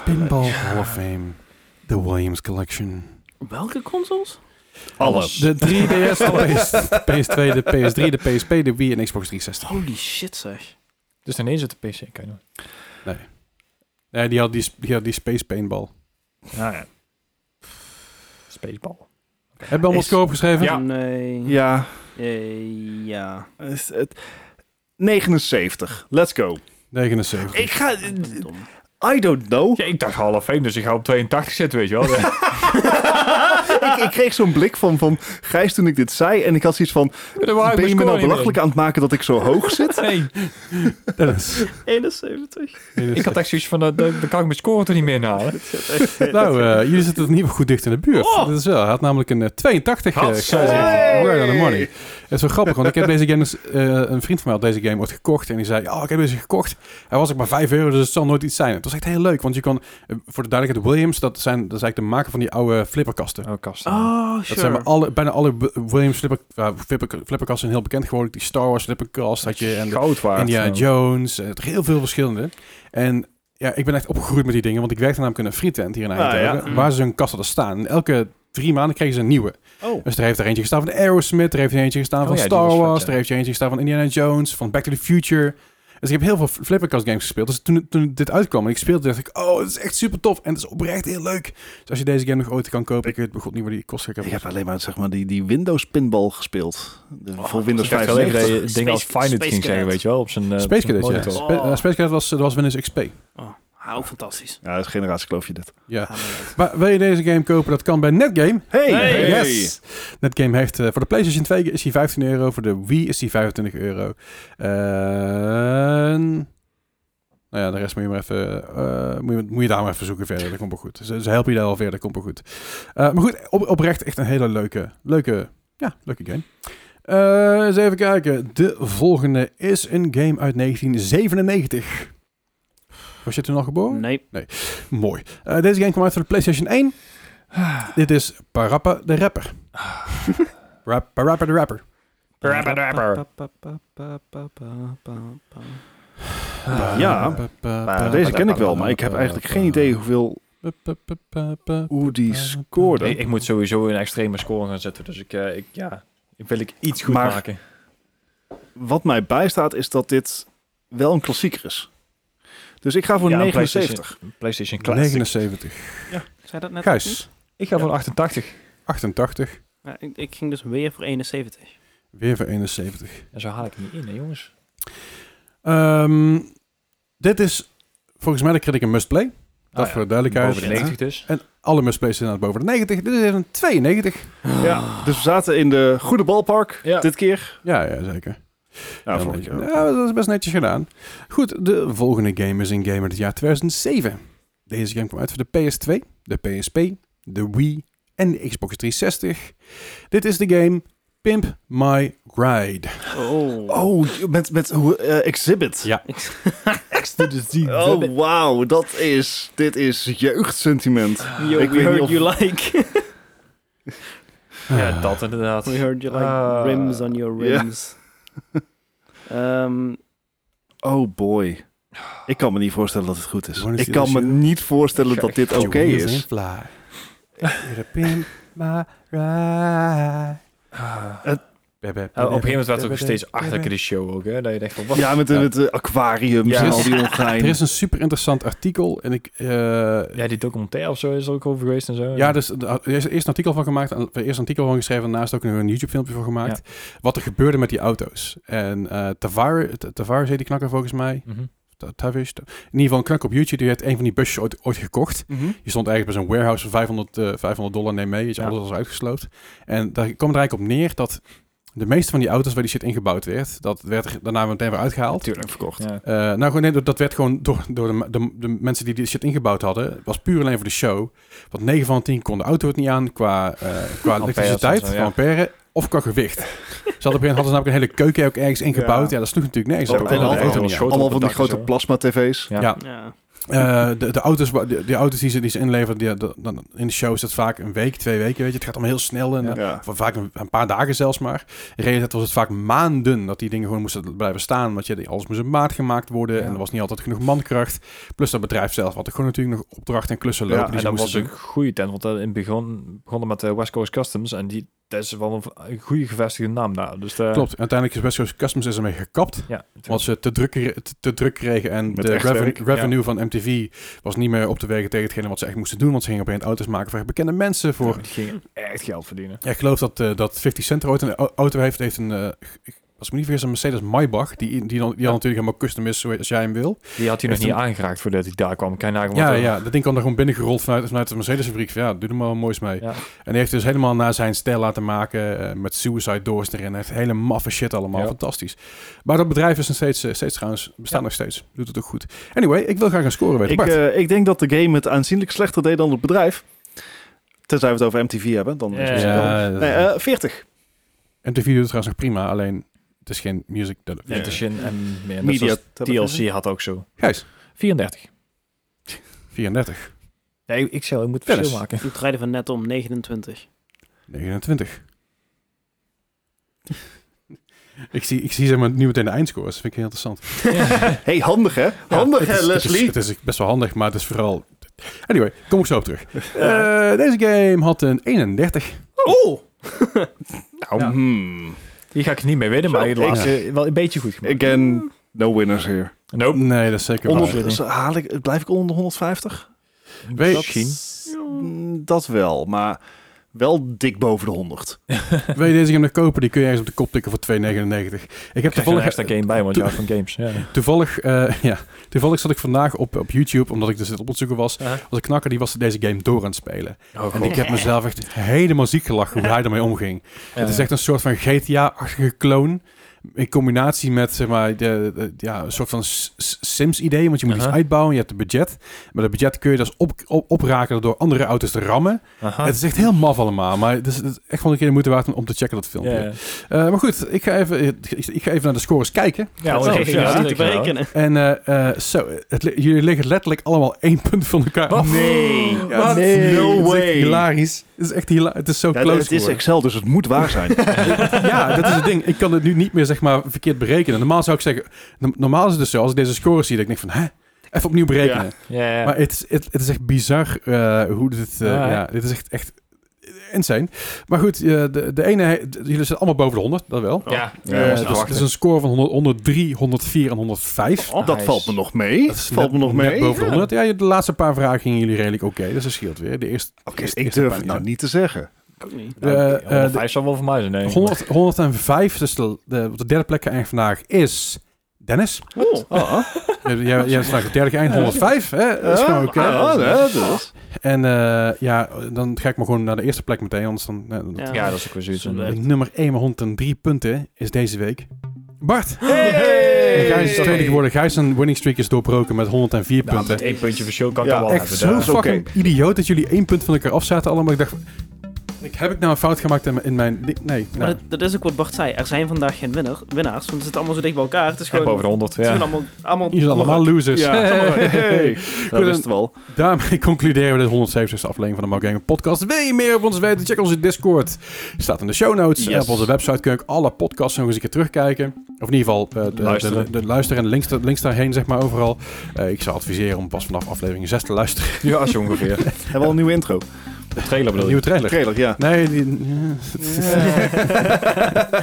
Speaker 2: Ah,
Speaker 5: Ah,
Speaker 2: Pinball Hall of Fame, The Williams Collection.
Speaker 4: Welke consoles?
Speaker 3: Alles.
Speaker 2: De <laughs> 3DS, de PS, PS2, de PS3, de PSP, de Wii en Xbox 360.
Speaker 4: Holy shit zeg.
Speaker 1: Dus ineens op de PC, kan je nog.
Speaker 2: Nee, die had die, die, had die Space Paintball.
Speaker 1: Nou ja. Spaceball.
Speaker 2: Hebben we allemaal
Speaker 3: Is-
Speaker 2: score opgeschreven?
Speaker 1: Ja.
Speaker 4: Nee.
Speaker 3: Ja.
Speaker 4: Eh, ja.
Speaker 3: is het- 79. Let's go.
Speaker 2: 79.
Speaker 3: Ik ga...
Speaker 4: Dom.
Speaker 3: I don't know.
Speaker 1: Ja, ik dacht half 1, dus ik ga op 82 zitten, weet je wel.
Speaker 3: <laughs> ik, ik kreeg zo'n blik van, van Gijs toen ik dit zei. En ik had zoiets van... Ben je me nou belachelijk aan het maken dat ik zo hoog
Speaker 1: <laughs>
Speaker 3: zit?
Speaker 1: Nee,
Speaker 2: <laughs> Dennis.
Speaker 4: 71.
Speaker 1: ik had echt zoiets van, eh, dan dan kan ik mijn score er niet meer inhalen.
Speaker 2: <laughs> Nou, eh, jullie zitten in ieder geval goed dicht in de buurt. Dat is wel. Hij had namelijk een eh, 82. eh,
Speaker 1: Hatsai.
Speaker 2: gezet.
Speaker 3: Hey.
Speaker 2: Word on the money. Het is wel grappig, want ik heb deze game... eens, eh, een vriend van mij had deze game ooit gekocht. En die zei, oh, ik heb deze gekocht. Hij was ook maar 5 euro, dus het zal nooit iets zijn. Het was echt heel leuk, want je kon... eh, voor de duidelijkheid, Williams, dat, zijn, dat is eigenlijk de maker van die oude flipperkasten.
Speaker 1: Oh, kast.
Speaker 4: Oh,
Speaker 2: Dat zijn maar alle, bijna alle B- Williams flipper, ja, flipper, flipperkasten zijn heel bekend geworden. Die Star Wars flipperkast had je en de
Speaker 1: Goud waard.
Speaker 2: Indiana
Speaker 1: Nou.
Speaker 2: Jones. eh, heel veel verschillende. En ja, ik ben echt opgegroeid met die dingen, want ik werkte namelijk in een frietent hier in
Speaker 3: Ah,
Speaker 2: Eindhoven.
Speaker 1: Mm.
Speaker 4: ja.
Speaker 2: Waar ze hun kast hadden staan. En elke drie maanden kregen ze een nieuwe.
Speaker 3: Oh.
Speaker 2: Dus er heeft er eentje gestaan van Aerosmith, er heeft er eentje gestaan
Speaker 1: Oh
Speaker 2: van
Speaker 1: ja, die
Speaker 2: Star
Speaker 1: was vet,
Speaker 2: Wars,
Speaker 1: ja.
Speaker 2: er heeft er eentje gestaan van Indiana Jones, van Back to the Future. Dus ik heb heel veel flipperkast games gespeeld. Dus toen, toen dit uitkwam en ik speelde, dacht ik, oh, het is echt super tof. En het is oprecht heel leuk. Dus als je deze game nog ooit kan kopen, ik weet bij god niet waar die kost. Ik
Speaker 3: Ik heb alleen maar zeg maar, die, die Windows pinball gespeeld. De, voor Windows
Speaker 1: Ik dacht wel even
Speaker 3: 95.
Speaker 1: dat je dingen als
Speaker 4: Space-
Speaker 1: Finance ging
Speaker 4: Space
Speaker 1: zeggen,
Speaker 4: Cadet.
Speaker 1: weet je wel, op zijn eh,
Speaker 2: Space
Speaker 1: op zijn
Speaker 2: Cadet, ja.
Speaker 1: monitor.
Speaker 2: Spa- eh, Space Cadet was, dat was Windows XP.
Speaker 4: Oh, ah, ook fantastisch.
Speaker 3: Ja, dat is generatiekloofje dit.
Speaker 2: Ja.
Speaker 4: Ah, maar leuk.
Speaker 2: Maar wil je deze game kopen, dat kan bij Netgame.
Speaker 3: Hey!
Speaker 4: Hey!
Speaker 2: Yes. Netgame heeft eh, voor de PlayStation 2 is die 15 euro, voor de Wii is die 25 euro. En- nou ja, de rest moet je maar even, eh, moet, je, moet je daar maar even zoeken verder. Dat komt wel goed. Ze dus, helpen je daar al verder, dat komt wel goed. Eh, maar goed, op, oprecht echt een hele leuke, leuke, ja, leuke game. Eh, eens even kijken. De volgende is een game uit 1997. Was je toen al geboren?
Speaker 4: Nee.
Speaker 2: Mooi. Eh, deze game kwam uit voor de PlayStation 1.
Speaker 1: Ah.
Speaker 2: Dit is Parappa de Rapper. Rap, Parappa de Rapper.
Speaker 1: Ah.
Speaker 3: Ja. Nou, deze ken ik wel, maar ik heb
Speaker 2: eh,
Speaker 3: eigenlijk geen idee hoeveel, hoe die
Speaker 2: eh.
Speaker 3: scoorde.
Speaker 1: Ik, ik moet sowieso een extreme score gaan zetten, dus ik, eh, ik ja, ik wil ik iets goed
Speaker 3: Maar-
Speaker 1: maken.
Speaker 3: Wat mij bijstaat is dat dit wel een klassieker is. Dus ik ga voor
Speaker 1: Ja, een
Speaker 3: 79.
Speaker 1: PlayStation Classic.
Speaker 2: 79.
Speaker 4: Zei dat net ook
Speaker 2: Gijs,
Speaker 1: Ik ga voor 88.
Speaker 2: 88.
Speaker 4: niet? Ja, ik, ik ging dus weer voor 71.
Speaker 2: Weer voor 71.
Speaker 1: En zo haal ik het niet in, hè, jongens.
Speaker 2: Ehm, dit is volgens mij de critic een must play. Dat
Speaker 1: Ah, ja.
Speaker 2: voor de duidelijkheid.
Speaker 1: Boven de 90 dus.
Speaker 2: En alle must plays zijn boven de 90. Dit is een 92.
Speaker 1: Ah.
Speaker 3: Ja, dus we zaten in de goede balpark
Speaker 1: Ja.
Speaker 3: dit keer.
Speaker 2: Ja, ja zeker.
Speaker 3: Nou,
Speaker 2: Ja,
Speaker 3: vorige keer
Speaker 2: maar-
Speaker 3: ook.
Speaker 2: ja, dat is best netjes gedaan. Goed, de volgende game is een game uit het jaar 2007. Deze game kwam uit voor de PS2, de PSP, de Wii en de Xbox 360. Dit is de game Pimp My Ride.
Speaker 4: Oh.
Speaker 3: Oh, met, met hoe, eh, Exhibit.
Speaker 2: Ja.
Speaker 3: Oh, wauw. Dat is... Dit is jeugdsentiment.
Speaker 4: <laughs>
Speaker 3: Ik
Speaker 4: Yo, we
Speaker 3: weet niet
Speaker 4: heard
Speaker 3: of-
Speaker 4: you like.
Speaker 1: Ja, dat inderdaad.
Speaker 4: we heard you like
Speaker 1: Ah.
Speaker 4: rims on your
Speaker 3: Ja.
Speaker 4: rims. Ehm,
Speaker 3: Oh boy. Ik kan me niet voorstellen dat het goed is.
Speaker 2: Wanna see
Speaker 3: Ik
Speaker 2: the
Speaker 3: kan me
Speaker 2: shoe?
Speaker 3: niet voorstellen dat dit oké is.
Speaker 2: Fly. Pimp My Ride.
Speaker 1: Ah.
Speaker 2: Bep, bep,
Speaker 1: Ja, Ah, op een gegeven moment werd
Speaker 2: bep,
Speaker 1: het ook
Speaker 2: bep,
Speaker 1: steeds
Speaker 2: bep,
Speaker 1: achterlijke
Speaker 2: bep.
Speaker 1: de show ook, hè? Dat je denkt van, wat?
Speaker 3: Ja, met, de- met de aquariums
Speaker 1: Ja.
Speaker 3: en al die
Speaker 2: Er
Speaker 3: ongein.
Speaker 2: is een super interessant artikel en ik... eh,
Speaker 1: Ja, die documentaire of zo is er ook over geweest en zo.
Speaker 2: Ja, dus er is eerst een artikel van gemaakt, er is een artikel van geschreven, daarnaast ook een YouTube-filmpje voor gemaakt. Wat er gebeurde met die auto's. En eh Tavares, Tavares heet die knakker volgens mij.
Speaker 1: Mhm.
Speaker 2: Ta- Tavish, ta- In ieder geval een knak op YouTube, die heeft een van die busjes ooit, ooit gekocht.
Speaker 3: Mhm.
Speaker 2: Die stond eigenlijk bij zo'n warehouse van 500, eh, 500 dollar, neem mee. Weet je,
Speaker 1: Ja.
Speaker 2: alles was uitgesloopt. En daar kwam er eigenlijk op neer dat de meeste van die auto's waar die shit ingebouwd werd, dat werd er daarna meteen weer uitgehaald.
Speaker 3: Natuurlijk verkocht.
Speaker 1: Ja.
Speaker 2: Eh, nou, gewoon, nee, dat- dat werd gewoon door, door de, de, de mensen die dit shit ingebouwd hadden. was puur alleen voor de show. Want 9 van de 10 kon de auto het niet aan qua, eh, qua elektriciteit,
Speaker 1: of zo,
Speaker 2: qua
Speaker 1: ja.
Speaker 2: ampère of qua
Speaker 1: <laughs>
Speaker 2: gewicht. Ze hadden, op een gegeven moment- hadden ze namelijk een hele keuken ook ergens ingebouwd. Ja,
Speaker 1: Ja.
Speaker 2: dat sloeg natuurlijk nergens
Speaker 1: Ook
Speaker 2: op.
Speaker 3: een
Speaker 2: want de
Speaker 3: halve
Speaker 2: auto
Speaker 1: was
Speaker 2: niet aan.
Speaker 1: groot.
Speaker 3: Allemaal van die
Speaker 1: Fotocontacten
Speaker 3: grote
Speaker 1: zo.
Speaker 3: plasma-tv's.
Speaker 1: Ja.
Speaker 2: Ja.
Speaker 4: ja.
Speaker 2: Eh, de, de, auto's, wa- de, de auto's die ze, die ze inleveren, die, de- dan in de show is dat vaak een week, twee weken. Weet je. Het gaat allemaal heel snel. En,
Speaker 1: Ja.
Speaker 3: Ja.
Speaker 2: Of vaak een, een paar dagen zelfs maar. In realiteit was het vaak maanden dat die dingen gewoon moesten blijven staan. Want je, alles moest in maat gemaakt worden.
Speaker 1: Ja.
Speaker 2: En er was niet altijd genoeg mankracht. Plus dat bedrijf zelf had ook gewoon natuurlijk nog opdrachten en klussen lopen. dus die
Speaker 3: Ja,
Speaker 1: en
Speaker 2: ze
Speaker 1: dat was
Speaker 2: moesten
Speaker 1: een goede tent, want eh, in het begon begonnen met de West Coast Customs en die dat is wel een v- een goede gevestigde naam nou. Dus eh,
Speaker 2: doen. Klopt. En uiteindelijk is West Coast Customs is ermee gekapt.
Speaker 1: Ja,
Speaker 2: Want ze te druk, kre- te, te druk kregen. En
Speaker 3: Met
Speaker 2: de
Speaker 3: echt
Speaker 2: reven-
Speaker 3: werk,
Speaker 2: revenue van MTV was niet meer op te wegen tegen hetgene wat ze echt moesten doen. Want ze gingen op een auto's maken voor bekende mensen. Voor
Speaker 1: die gingen echt geld verdienen.
Speaker 2: Ja, ik geloof dat, eh, dat 50 Cent er ooit een au- auto heeft. heeft een, eh, ik- als ik me niet vergis, een Mercedes Maybach. Die, die, die, dan, die dan natuurlijk helemaal custom is zoals jij hem wil.
Speaker 1: Die had hij nog
Speaker 2: Heeft
Speaker 1: niet
Speaker 2: hem-
Speaker 1: aangeraakt voordat hij daar kwam. Kan je nagaan wat
Speaker 2: Ja,
Speaker 1: er-
Speaker 2: ja, dat ding kwam er gewoon binnengerold vanuit, vanuit de Mercedes-fabriek. Ja, doe er maar wat moois mee.
Speaker 1: Ja.
Speaker 2: En die heeft dus helemaal naar zijn stijl laten maken. eh, met suicide doors erin. Hij heeft hele maffe shit allemaal.
Speaker 1: Ja.
Speaker 2: Fantastisch. Maar dat bedrijf is nog steeds, eh, steeds trouwens, bestaat nog steeds. Doet het ook goed. Anyway, ik wil graag een score weten.
Speaker 3: Ik,
Speaker 2: Bart,
Speaker 3: eh, ik denk dat de game het aanzienlijk slechter deed dan het bedrijf. Tenzij we het over MTV hebben. Dan is het
Speaker 1: Ja.
Speaker 3: wel-
Speaker 2: dat-
Speaker 3: Nee, eh, 40.
Speaker 2: MTV doet het trouwens nog prima. Alleen, het is geen music.
Speaker 1: Ja, het is in- en meer.
Speaker 3: Media.
Speaker 1: Media.
Speaker 3: televisie. <laughs>
Speaker 1: TLC had ook zo.
Speaker 2: Gijs,
Speaker 1: 34.
Speaker 2: 34.
Speaker 1: Nee, ik zou, ik moet
Speaker 2: Dennis.
Speaker 1: verschil <laughs> maken.
Speaker 4: Ik draaide van net om 29.
Speaker 1: <laughs>
Speaker 2: 29. ik, zie, ik zie zeg maar nu meteen de eindscores. Dat vind ik heel interessant.
Speaker 3: Hey, handig hè? Handig
Speaker 2: Ja,
Speaker 3: hè,
Speaker 2: het is-
Speaker 3: Leslie?
Speaker 2: Het is, het is best wel handig, maar het is vooral... Anyway, kom ik zo op terug. Eh, deze game had een 31.
Speaker 4: Oh!
Speaker 3: Hmm.
Speaker 1: Nou, Hier ga ik het niet mee winnen, maar
Speaker 3: Zo,
Speaker 1: je laatste
Speaker 2: ik-
Speaker 1: eh, wel een beetje goed gemaakt.
Speaker 3: Again, No winners here.
Speaker 1: Nope.
Speaker 2: Nee, dat is zeker
Speaker 1: Onder-
Speaker 2: waar.
Speaker 1: Absoluut
Speaker 3: Onder, dus haal ik, blijf ik onder de 150?
Speaker 2: Weet-
Speaker 1: Misschien.
Speaker 3: Mm, Dat wel, maar wel dik boven de 100.
Speaker 2: Wil je deze game nog kopen? Die kun je ergens op de kop tikken voor 2,99. Ik heb
Speaker 1: Krijg je een extra
Speaker 2: toevallig,
Speaker 1: game bij, want
Speaker 2: to-
Speaker 1: ja, van games. Oh, Ja.
Speaker 2: toevallig, eh, <laughs> ja, toevallig zat ik vandaag op, op YouTube, omdat ik dus dit op het zoeken was.
Speaker 1: Uh-huh.
Speaker 2: Was een knakker die was deze game door aan het spelen.
Speaker 1: Oh,
Speaker 2: En ik heb mezelf echt helemaal ziek gelachen hoe hij ermee omging. Het is echt een soort van GTA-achtige kloon. In combinatie met zeg maar, de, de- ja, een soort van S- S- Sims-idee. Want je moet
Speaker 1: Aha.
Speaker 2: iets uitbouwen, je hebt het budget. Maar dat budget kun je dus op, op, opraken door andere auto's te rammen.
Speaker 1: Ah.
Speaker 2: Het is echt heel maf allemaal. Maar het is, het is echt wel een keer de moeite waard om- om te checken dat filmpje.
Speaker 1: Ja,
Speaker 2: Eh, maar goed, ik ga, even, ik, ik ga even naar de scores kijken.
Speaker 1: ja, oh,
Speaker 4: dat is
Speaker 1: ja,
Speaker 4: ja,
Speaker 1: ja,
Speaker 4: te berekenen.
Speaker 2: En eh, eh, zo, het li- jullie liggen letterlijk allemaal één punt van elkaar. af.
Speaker 3: Nee.
Speaker 2: Ja,
Speaker 3: What?
Speaker 2: nee.
Speaker 3: No
Speaker 2: Het is echt
Speaker 3: way.
Speaker 2: hilarisch. Het is echt hila Het is zo
Speaker 3: Ja,
Speaker 2: close
Speaker 3: het is
Speaker 2: geworden.
Speaker 3: Excel, dus het moet waar
Speaker 2: <laughs>
Speaker 3: zijn.
Speaker 2: ja, dat is het ding. Ik kan het nu niet meer zeg maar verkeerd berekenen. Normaal zou ik zeggen, no- normaal is het dus zo, als ik deze scores zie, dat ik denk van, hè? Even opnieuw berekenen.
Speaker 1: ja.
Speaker 2: Maar het, is- het, het is echt bizar eh, hoe dit, eh,
Speaker 1: Ja,
Speaker 2: ja,
Speaker 1: hè?
Speaker 2: dit is echt, echt insane. Maar goed, eh, de, de ene, he- de- jullie zitten allemaal boven de 100, dat
Speaker 4: Oh.
Speaker 2: wel.
Speaker 1: Ja.
Speaker 3: Ja,
Speaker 2: Eh,
Speaker 3: dat is
Speaker 2: dus
Speaker 3: te
Speaker 2: het is een score van 100, 103, 104 en 105.
Speaker 3: dat
Speaker 1: Nice.
Speaker 3: valt me nog mee.
Speaker 2: Dat
Speaker 3: Dat
Speaker 2: Oh, is
Speaker 3: Oh, valt me
Speaker 2: net-
Speaker 3: nog mee.
Speaker 2: Net boven de
Speaker 3: Ja.
Speaker 2: 100. Ja, de laatste paar vragen gingen jullie redelijk oké. dus dat scheelt weer. De eerste,
Speaker 3: Oké,
Speaker 2: eerste-
Speaker 3: ik
Speaker 2: eerste
Speaker 3: durf
Speaker 2: paar
Speaker 3: het nou niet te zeggen.
Speaker 2: Eh,
Speaker 1: Nou,
Speaker 2: eh,
Speaker 1: 105 zal wel voor mij zijn, denk ik.
Speaker 2: 100, 105, dus de, de, op de derde plek eigenlijk vandaag is Dennis.
Speaker 3: Oh,
Speaker 2: Jij- Jij jij is vandaag de derde keer eind 105, hè? Dat is gewoon oké.
Speaker 3: ja, ja, dat is-
Speaker 2: En eh, ja, dan ga ik maar gewoon naar de eerste plek meteen, anders dan... eh, dan-
Speaker 4: Ja.
Speaker 1: Ja, dat is ook weer zoiets.
Speaker 4: Zullen we-
Speaker 2: De Nummer 1 met 103 punten is deze week Bart.
Speaker 1: Hey!
Speaker 2: Gijs is tweede geworden. Gijs zijn winning streak is doorbroken met 104
Speaker 1: Ja,
Speaker 2: punten.
Speaker 1: met één puntje verschil kan ik
Speaker 3: Ja,
Speaker 1: dat Nou, wel
Speaker 2: Echt
Speaker 1: hebben.
Speaker 2: zo
Speaker 1: daar.
Speaker 3: is oké.
Speaker 2: fucking idioot dat jullie één punt van elkaar afzaten allemaal. Ik dacht, ik, heb ik nou een fout gemaakt in mijn... in mijn- Nee, nee.
Speaker 4: Maar
Speaker 2: nou.
Speaker 4: dat, dat is ook wat Bart zei. Er zijn vandaag geen winnaar, winnaars, want ze zitten allemaal zo dicht bij elkaar. Het
Speaker 1: En
Speaker 4: is gewoon,
Speaker 1: boven de 100,
Speaker 4: het is
Speaker 1: ja.
Speaker 4: gewoon allemaal, allemaal,
Speaker 2: Jullie zijn allemaal losers.
Speaker 3: dus.
Speaker 2: <laughs>
Speaker 3: Ja, hey. dat is het wel.
Speaker 2: Daarmee <laughs> concluderen we de 170 e aflevering van de Mark Gaming Podcast. Wil je meer over ons weten? Check onze Discord. Staat in de show notes.
Speaker 3: Yes.
Speaker 2: En op onze website kun je ook alle podcasts nog eens een keer terugkijken. Of in ieder geval eh, de, luisteren.
Speaker 1: Luisteren.
Speaker 2: De, de, luisteren en de links, de links daarheen, zeg maar, overal. Eh, ik zou adviseren om pas vanaf aflevering 6 te luisteren.
Speaker 1: Ja, zo ongeveer.
Speaker 3: Hebben we al een nieuwe intro?
Speaker 1: De trailer
Speaker 2: Een
Speaker 1: bedoel
Speaker 2: nieuwe
Speaker 1: je?
Speaker 2: trailer.
Speaker 3: Redelijk, ja.
Speaker 2: Nee, die...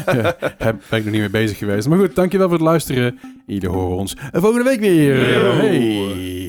Speaker 2: ja, heb, ben ik nog niet mee bezig geweest. Maar goed, dankjewel voor het luisteren. Ieder horen ons. En volgende week weer.
Speaker 3: Yo.
Speaker 2: Hey.